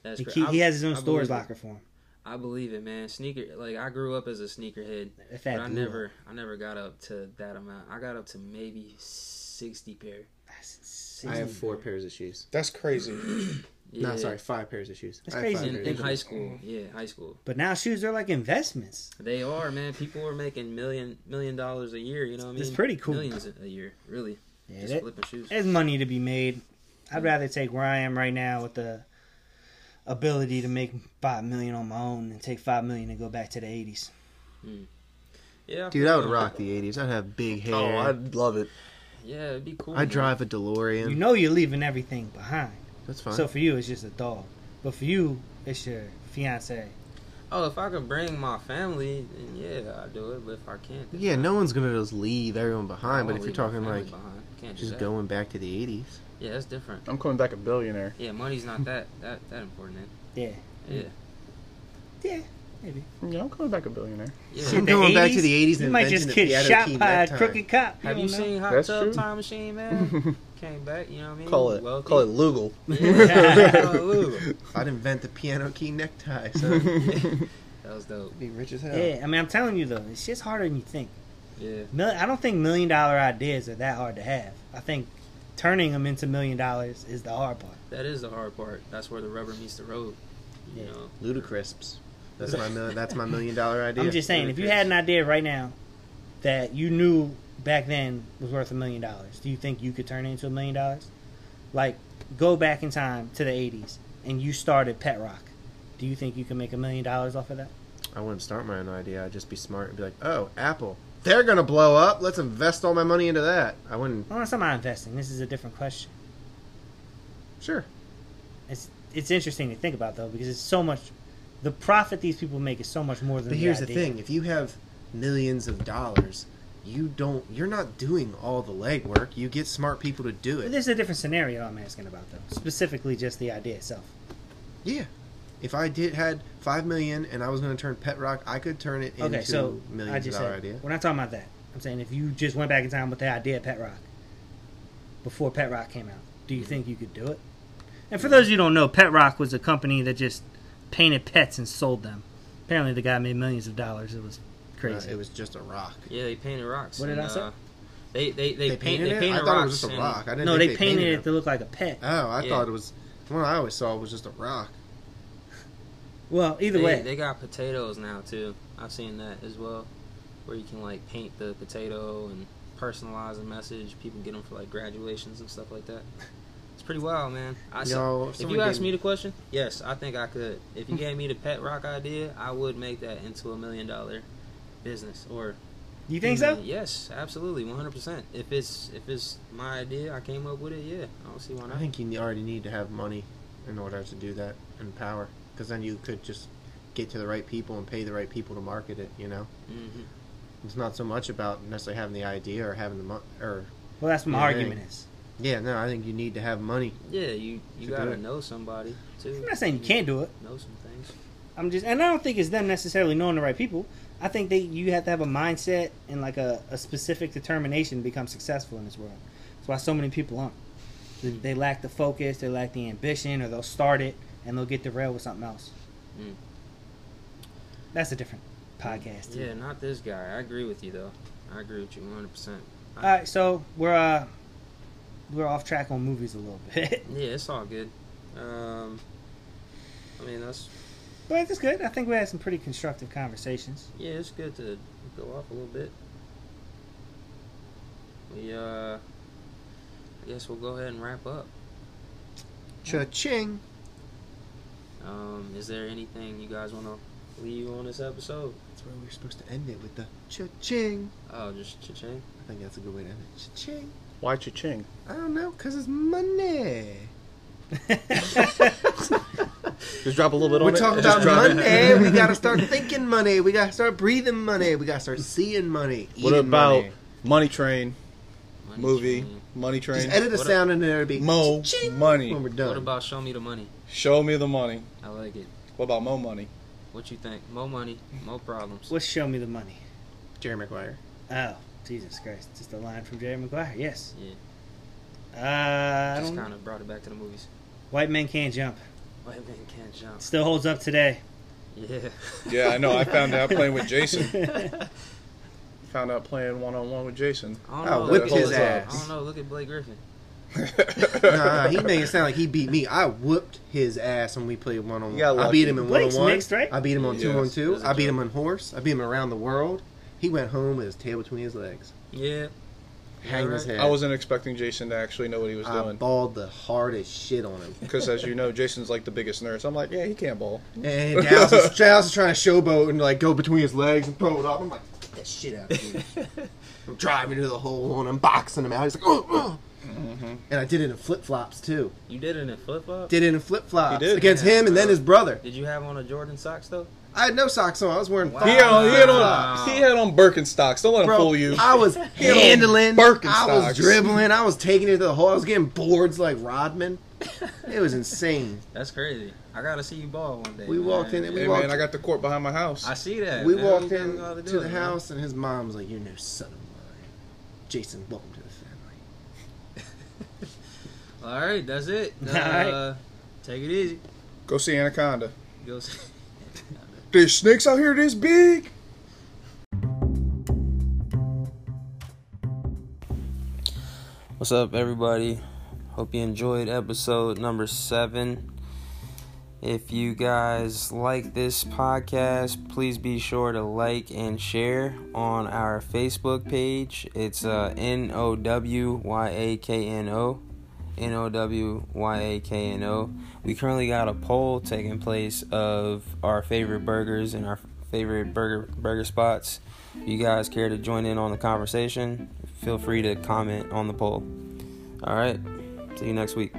Speaker 2: That's
Speaker 4: He,
Speaker 2: cra-
Speaker 4: keep,
Speaker 2: I-
Speaker 4: he has his own
Speaker 2: I
Speaker 4: storage
Speaker 2: believe it.
Speaker 4: locker for him.
Speaker 2: I believe it, man. Sneaker. Like I grew up as a sneakerhead,
Speaker 4: If
Speaker 2: but
Speaker 4: that
Speaker 2: I
Speaker 4: blew
Speaker 2: never,
Speaker 4: up.
Speaker 2: I never got up to that amount. I got up to maybe sixty pair.
Speaker 4: That's,
Speaker 3: i
Speaker 4: insane.
Speaker 3: have four pairs of shoes
Speaker 1: That's crazy.
Speaker 2: Yeah.
Speaker 3: no sorry five pairs of shoes
Speaker 4: That's
Speaker 3: I have
Speaker 4: crazy.
Speaker 3: five
Speaker 2: In,
Speaker 3: pairs
Speaker 2: in
Speaker 3: of
Speaker 2: high
Speaker 3: shoes.
Speaker 2: school, yeah, high school.
Speaker 4: But now shoes are like investments.
Speaker 2: They are, man. People are making million million dollars a year. You know what I mean?
Speaker 4: It's pretty cool.
Speaker 2: Millions a year, really.
Speaker 4: Yeah,
Speaker 2: Just
Speaker 4: that-
Speaker 2: flipping shoes.
Speaker 4: there's money to be made. I'd rather take where I am right now with the ability to make five million on my own than take five million and go back to the 80s.
Speaker 2: Yeah,
Speaker 3: Dude, I would rock the '80s. I'd have big hair. I'd,
Speaker 1: love it.
Speaker 2: Yeah, it'd be cool. man.
Speaker 3: drive a DeLorean.
Speaker 4: You know you're leaving everything behind.
Speaker 3: That's fine.
Speaker 4: So for you, it's just a dog. But for you, it's your fiance.
Speaker 2: Oh, if I could bring my family, then yeah, I'd do it. But if I can't, then
Speaker 3: yeah, no one's gonna just leave everyone behind. But
Speaker 2: I'll
Speaker 3: if you're
Speaker 2: leave my
Speaker 3: talking
Speaker 2: family
Speaker 3: like
Speaker 2: behind. can't do
Speaker 3: just
Speaker 2: that.
Speaker 3: going back to the '80s,
Speaker 2: Yeah, that's different.
Speaker 1: I'm coming back a billionaire.
Speaker 2: Yeah, money's not that that that important. Then.
Speaker 4: Yeah.
Speaker 2: Yeah,
Speaker 4: Yeah, maybe.
Speaker 1: Yeah, I'm coming back a billionaire.
Speaker 2: yeah.
Speaker 3: I'm going back to the 80s
Speaker 4: You
Speaker 3: and
Speaker 4: might
Speaker 3: inventing
Speaker 4: just
Speaker 3: the
Speaker 4: get
Speaker 3: piano
Speaker 4: shot
Speaker 3: key
Speaker 4: by a
Speaker 3: necktie.
Speaker 4: crooked
Speaker 2: Have
Speaker 4: cop. don't
Speaker 2: you
Speaker 4: know.
Speaker 2: seen Hot
Speaker 1: That's
Speaker 2: Tub
Speaker 1: true.
Speaker 2: Time Machine, man? Came back, you know what I mean?
Speaker 1: Call it
Speaker 2: Wealthy.
Speaker 1: call it legal.
Speaker 2: Yeah, hallelujah.
Speaker 3: I'd invent the piano key necktie. So I'd
Speaker 2: that was dope.
Speaker 3: be rich
Speaker 2: uh,
Speaker 3: as hell.
Speaker 4: Yeah, I mean, I'm telling you though, it's just harder than you think.
Speaker 2: Yeah,
Speaker 4: Mil- I don't think million dollar ideas are that hard to have. I think turning them into million dollars is the hard part.
Speaker 2: That is the hard part. That's where the rubber meets the road. You know,
Speaker 3: Ludacrisps. That's my mil- that's my million dollar idea.
Speaker 4: I'm just saying, if you had an idea right now that you knew back then was worth a million dollars, do you think you could turn it into a million dollars? Like, go back in time to the 80s and you started Pet Rock. Do you think you can make a million dollars off of that?
Speaker 3: I wouldn't start my own idea. I'd just be smart and be like, oh, Apple, they're gonna blow up. Let's invest all my money into that. I wouldn't.
Speaker 4: Unless I'm not investing. This is a different question.
Speaker 3: Sure.
Speaker 4: It's it's interesting to think about though because it's so much. The profit these people make is so much more than.
Speaker 3: But here's the
Speaker 4: idea.
Speaker 3: thing: if you have millions of dollars, you don't. You're not doing all the legwork. You get smart people to do
Speaker 4: But
Speaker 3: it.
Speaker 4: there's a different scenario I'm asking about though, specifically just the idea itself.
Speaker 3: Yeah. If I did had five million and I was going to turn Pet Rock, I could turn it into
Speaker 4: Okay,
Speaker 3: a
Speaker 4: so I
Speaker 3: million
Speaker 4: just
Speaker 3: dollar
Speaker 4: said
Speaker 3: idea.
Speaker 4: we're not talking about that. I'm saying if you just went back in time with the idea of Pet Rock before Pet Rock came out, do
Speaker 3: Mm-hmm.
Speaker 4: you think you could do it? And for those of you who don't know, Pet Rock was a company that just painted pets and sold them. Apparently, the guy made millions of dollars. It was crazy.
Speaker 3: Uh, it was just a rock.
Speaker 2: yeah, they painted rocks.
Speaker 4: What did
Speaker 2: and,
Speaker 4: I say?
Speaker 2: Uh, they they they,
Speaker 3: They
Speaker 2: paint,
Speaker 3: painted,
Speaker 2: they
Speaker 3: it.
Speaker 2: painted
Speaker 3: I thought
Speaker 2: rocks.
Speaker 3: it was just a
Speaker 2: and-
Speaker 3: rock. I didn't.
Speaker 4: no, they,
Speaker 3: think
Speaker 4: painted, it
Speaker 3: them.
Speaker 4: to look like a pet.
Speaker 3: Oh, I
Speaker 2: Yeah.
Speaker 3: thought it was the one I always saw was just a rock.
Speaker 4: well, either
Speaker 2: they,
Speaker 4: way,
Speaker 2: they got potatoes now too. I've seen that as well, where you can like paint the potato and personalize a message. People get them for like graduations and stuff like that. It's pretty wild, man. I s-
Speaker 3: Yo, if
Speaker 2: if
Speaker 3: someone
Speaker 2: you asked
Speaker 3: gave
Speaker 2: me
Speaker 3: me-
Speaker 2: the question, yes, I think I could. If you gave me the pet rock idea, I would make that into a million dollar business or
Speaker 4: you think so?
Speaker 3: Mm-hmm.
Speaker 2: Mm, Yes, absolutely, one hundred percent. If it's if it's my idea, I came up with it. Yeah, I don't see why
Speaker 3: I
Speaker 2: not.
Speaker 3: think you already need to have money in order to do that and power, because then you could just get to the right people and pay the right people to market it. You know,
Speaker 2: Mhm.
Speaker 3: it's not so much about necessarily having the idea or having the money. Or
Speaker 4: Well, that's what my
Speaker 3: Yeah,
Speaker 4: argument
Speaker 3: right.
Speaker 4: is.
Speaker 3: yeah, no, I think you need to have money.
Speaker 2: Yeah, you you
Speaker 3: Should do
Speaker 2: gotta
Speaker 3: it.
Speaker 2: know somebody too.
Speaker 4: I'm not saying you can't do it.
Speaker 2: know some things.
Speaker 4: I'm just, and I don't think it's them necessarily knowing the right people. I think they you have to have a mindset and like a, a specific determination to become successful in this world. That's why so many people aren't. They, they lack the focus, they lack the ambition, or they'll start it and they'll get derailed with something else.
Speaker 2: Mm.
Speaker 4: That's a different podcast.
Speaker 2: Yeah, not this guy. I agree with you though. I agree with you one hundred percent.
Speaker 4: All right, so we're uh we're off track on movies a little bit,
Speaker 2: Yeah, it's all good. Um, I mean that's
Speaker 4: but that's good. I think we had some pretty constructive conversations.
Speaker 2: yeah, it's good to go off a little bit. We uh, I guess we'll go ahead and wrap up.
Speaker 3: Cha-ching.
Speaker 2: Um, is there anything you guys want to leave on this episode?
Speaker 3: That's where we were supposed to end it with the cha-ching.
Speaker 2: Oh, just cha-ching.
Speaker 3: I think that's a good way to end it. Cha-ching.
Speaker 1: Why cha-ching?
Speaker 3: I don't know, cause it's money.
Speaker 1: Just drop a little bit
Speaker 3: We're
Speaker 1: on it.
Speaker 3: talking
Speaker 1: Just
Speaker 3: about
Speaker 1: drop it.
Speaker 3: money. we gotta start thinking money. We gotta start breathing money. We gotta start seeing money.
Speaker 1: What
Speaker 3: eating
Speaker 1: about
Speaker 3: money.
Speaker 1: Money Train
Speaker 2: Money
Speaker 1: movie?
Speaker 2: Train.
Speaker 1: Money Train.
Speaker 3: Just edit a
Speaker 2: What
Speaker 3: sound in there to be
Speaker 1: Mo
Speaker 3: ching
Speaker 1: money.
Speaker 3: when we're
Speaker 2: What
Speaker 3: done.
Speaker 2: about show me the money?
Speaker 1: Show me the money.
Speaker 2: I like it.
Speaker 1: What about Mo money?
Speaker 2: What you think? More money, more problems.
Speaker 4: Let's show me the money.
Speaker 3: Jerry Maguire?
Speaker 4: Oh, Jesus Christ. Just a line from Jerry Maguire. Yes.
Speaker 2: Yeah.
Speaker 4: Uh, I
Speaker 2: Just
Speaker 4: don't
Speaker 2: kind of brought it back to the movies.
Speaker 4: White Men Can't Jump.
Speaker 2: White man can't jump.
Speaker 4: Still holds up today.
Speaker 2: Yeah.
Speaker 1: Yeah, I know. I found out playing with Jason. Found out playing one on one with Jason.
Speaker 2: I
Speaker 3: Oh,
Speaker 2: don't know.
Speaker 1: whip
Speaker 2: Look
Speaker 1: his
Speaker 2: at-
Speaker 3: ass.
Speaker 2: I don't know. Look at Blake Griffin.
Speaker 3: nah, he made it sound like he beat me. I whooped his ass when we played one on
Speaker 1: You got
Speaker 3: one. I
Speaker 1: lucky.
Speaker 3: beat him in one on
Speaker 4: Blake's
Speaker 3: one.
Speaker 4: mixed, right?
Speaker 3: I beat him on
Speaker 1: Yes.
Speaker 3: two on
Speaker 2: It
Speaker 3: two.
Speaker 2: was a
Speaker 3: I beat
Speaker 2: joke.
Speaker 3: him on horse. I beat him around the world. He went home with his tail between his legs,
Speaker 2: Yeah.
Speaker 3: hanging his
Speaker 2: right.
Speaker 3: head.
Speaker 1: I wasn't expecting Jason to actually know what he was
Speaker 3: I
Speaker 1: doing.
Speaker 3: balled the hardest shit on him.
Speaker 1: Because as you know, Jason's like the biggest nerd. So I'm like, yeah, he can't bowl.
Speaker 3: And Dallas was, Dallas was trying to showboat and like go between his legs and throw it up. I'm like, get that shit out of here. I'm driving to the hole and I'm boxing him out. He's like, oh, oh. And I did it in flip flops too.
Speaker 2: You did it in flip flop.
Speaker 3: Did it in flip flops
Speaker 1: You did?
Speaker 3: against
Speaker 2: Yeah.
Speaker 3: him and then his brother.
Speaker 2: Did you have on a Jordan socks though?
Speaker 3: I had no socks on. I was wearing
Speaker 2: Wow.
Speaker 1: He
Speaker 3: thong
Speaker 1: had on, he had
Speaker 3: socks.
Speaker 1: on, he had on Birkenstocks. Don't let him
Speaker 3: Ah. Bro,
Speaker 1: fool you.
Speaker 3: I was
Speaker 1: had on
Speaker 3: handling. I
Speaker 1: Birkenstocks.
Speaker 3: was dribbling. I was taking it to the hole. I was getting boards like Rodman. It was insane.
Speaker 2: That's crazy. I gotta see you ball one day.
Speaker 3: We
Speaker 2: man.
Speaker 3: walked in and we
Speaker 1: Hey
Speaker 3: walked.
Speaker 1: man, I got the court behind my house.
Speaker 2: I see that.
Speaker 3: we
Speaker 2: man.
Speaker 3: walked
Speaker 2: You
Speaker 3: in
Speaker 2: gotta
Speaker 3: to
Speaker 2: do
Speaker 3: the
Speaker 2: it, man.
Speaker 3: house, and his mom was like, "You're no son of mine." Jason, welcome to the family.
Speaker 2: All right, that's it.
Speaker 4: All right.
Speaker 2: Uh, Take it easy.
Speaker 1: Go see Anaconda.
Speaker 2: Go see.
Speaker 1: There's snakes out here this big.
Speaker 2: What's up, everybody? Hope you enjoyed episode number seven. If you guys like this podcast, please be sure to like and share on our Facebook page. It's uh, N O W Y A K N O. N O W Y A K N O. We currently got a poll taking place of our favorite burgers and our favorite burger burger spots. If you guys care to join in on the conversation, feel free to comment on the poll. All right. See you next week.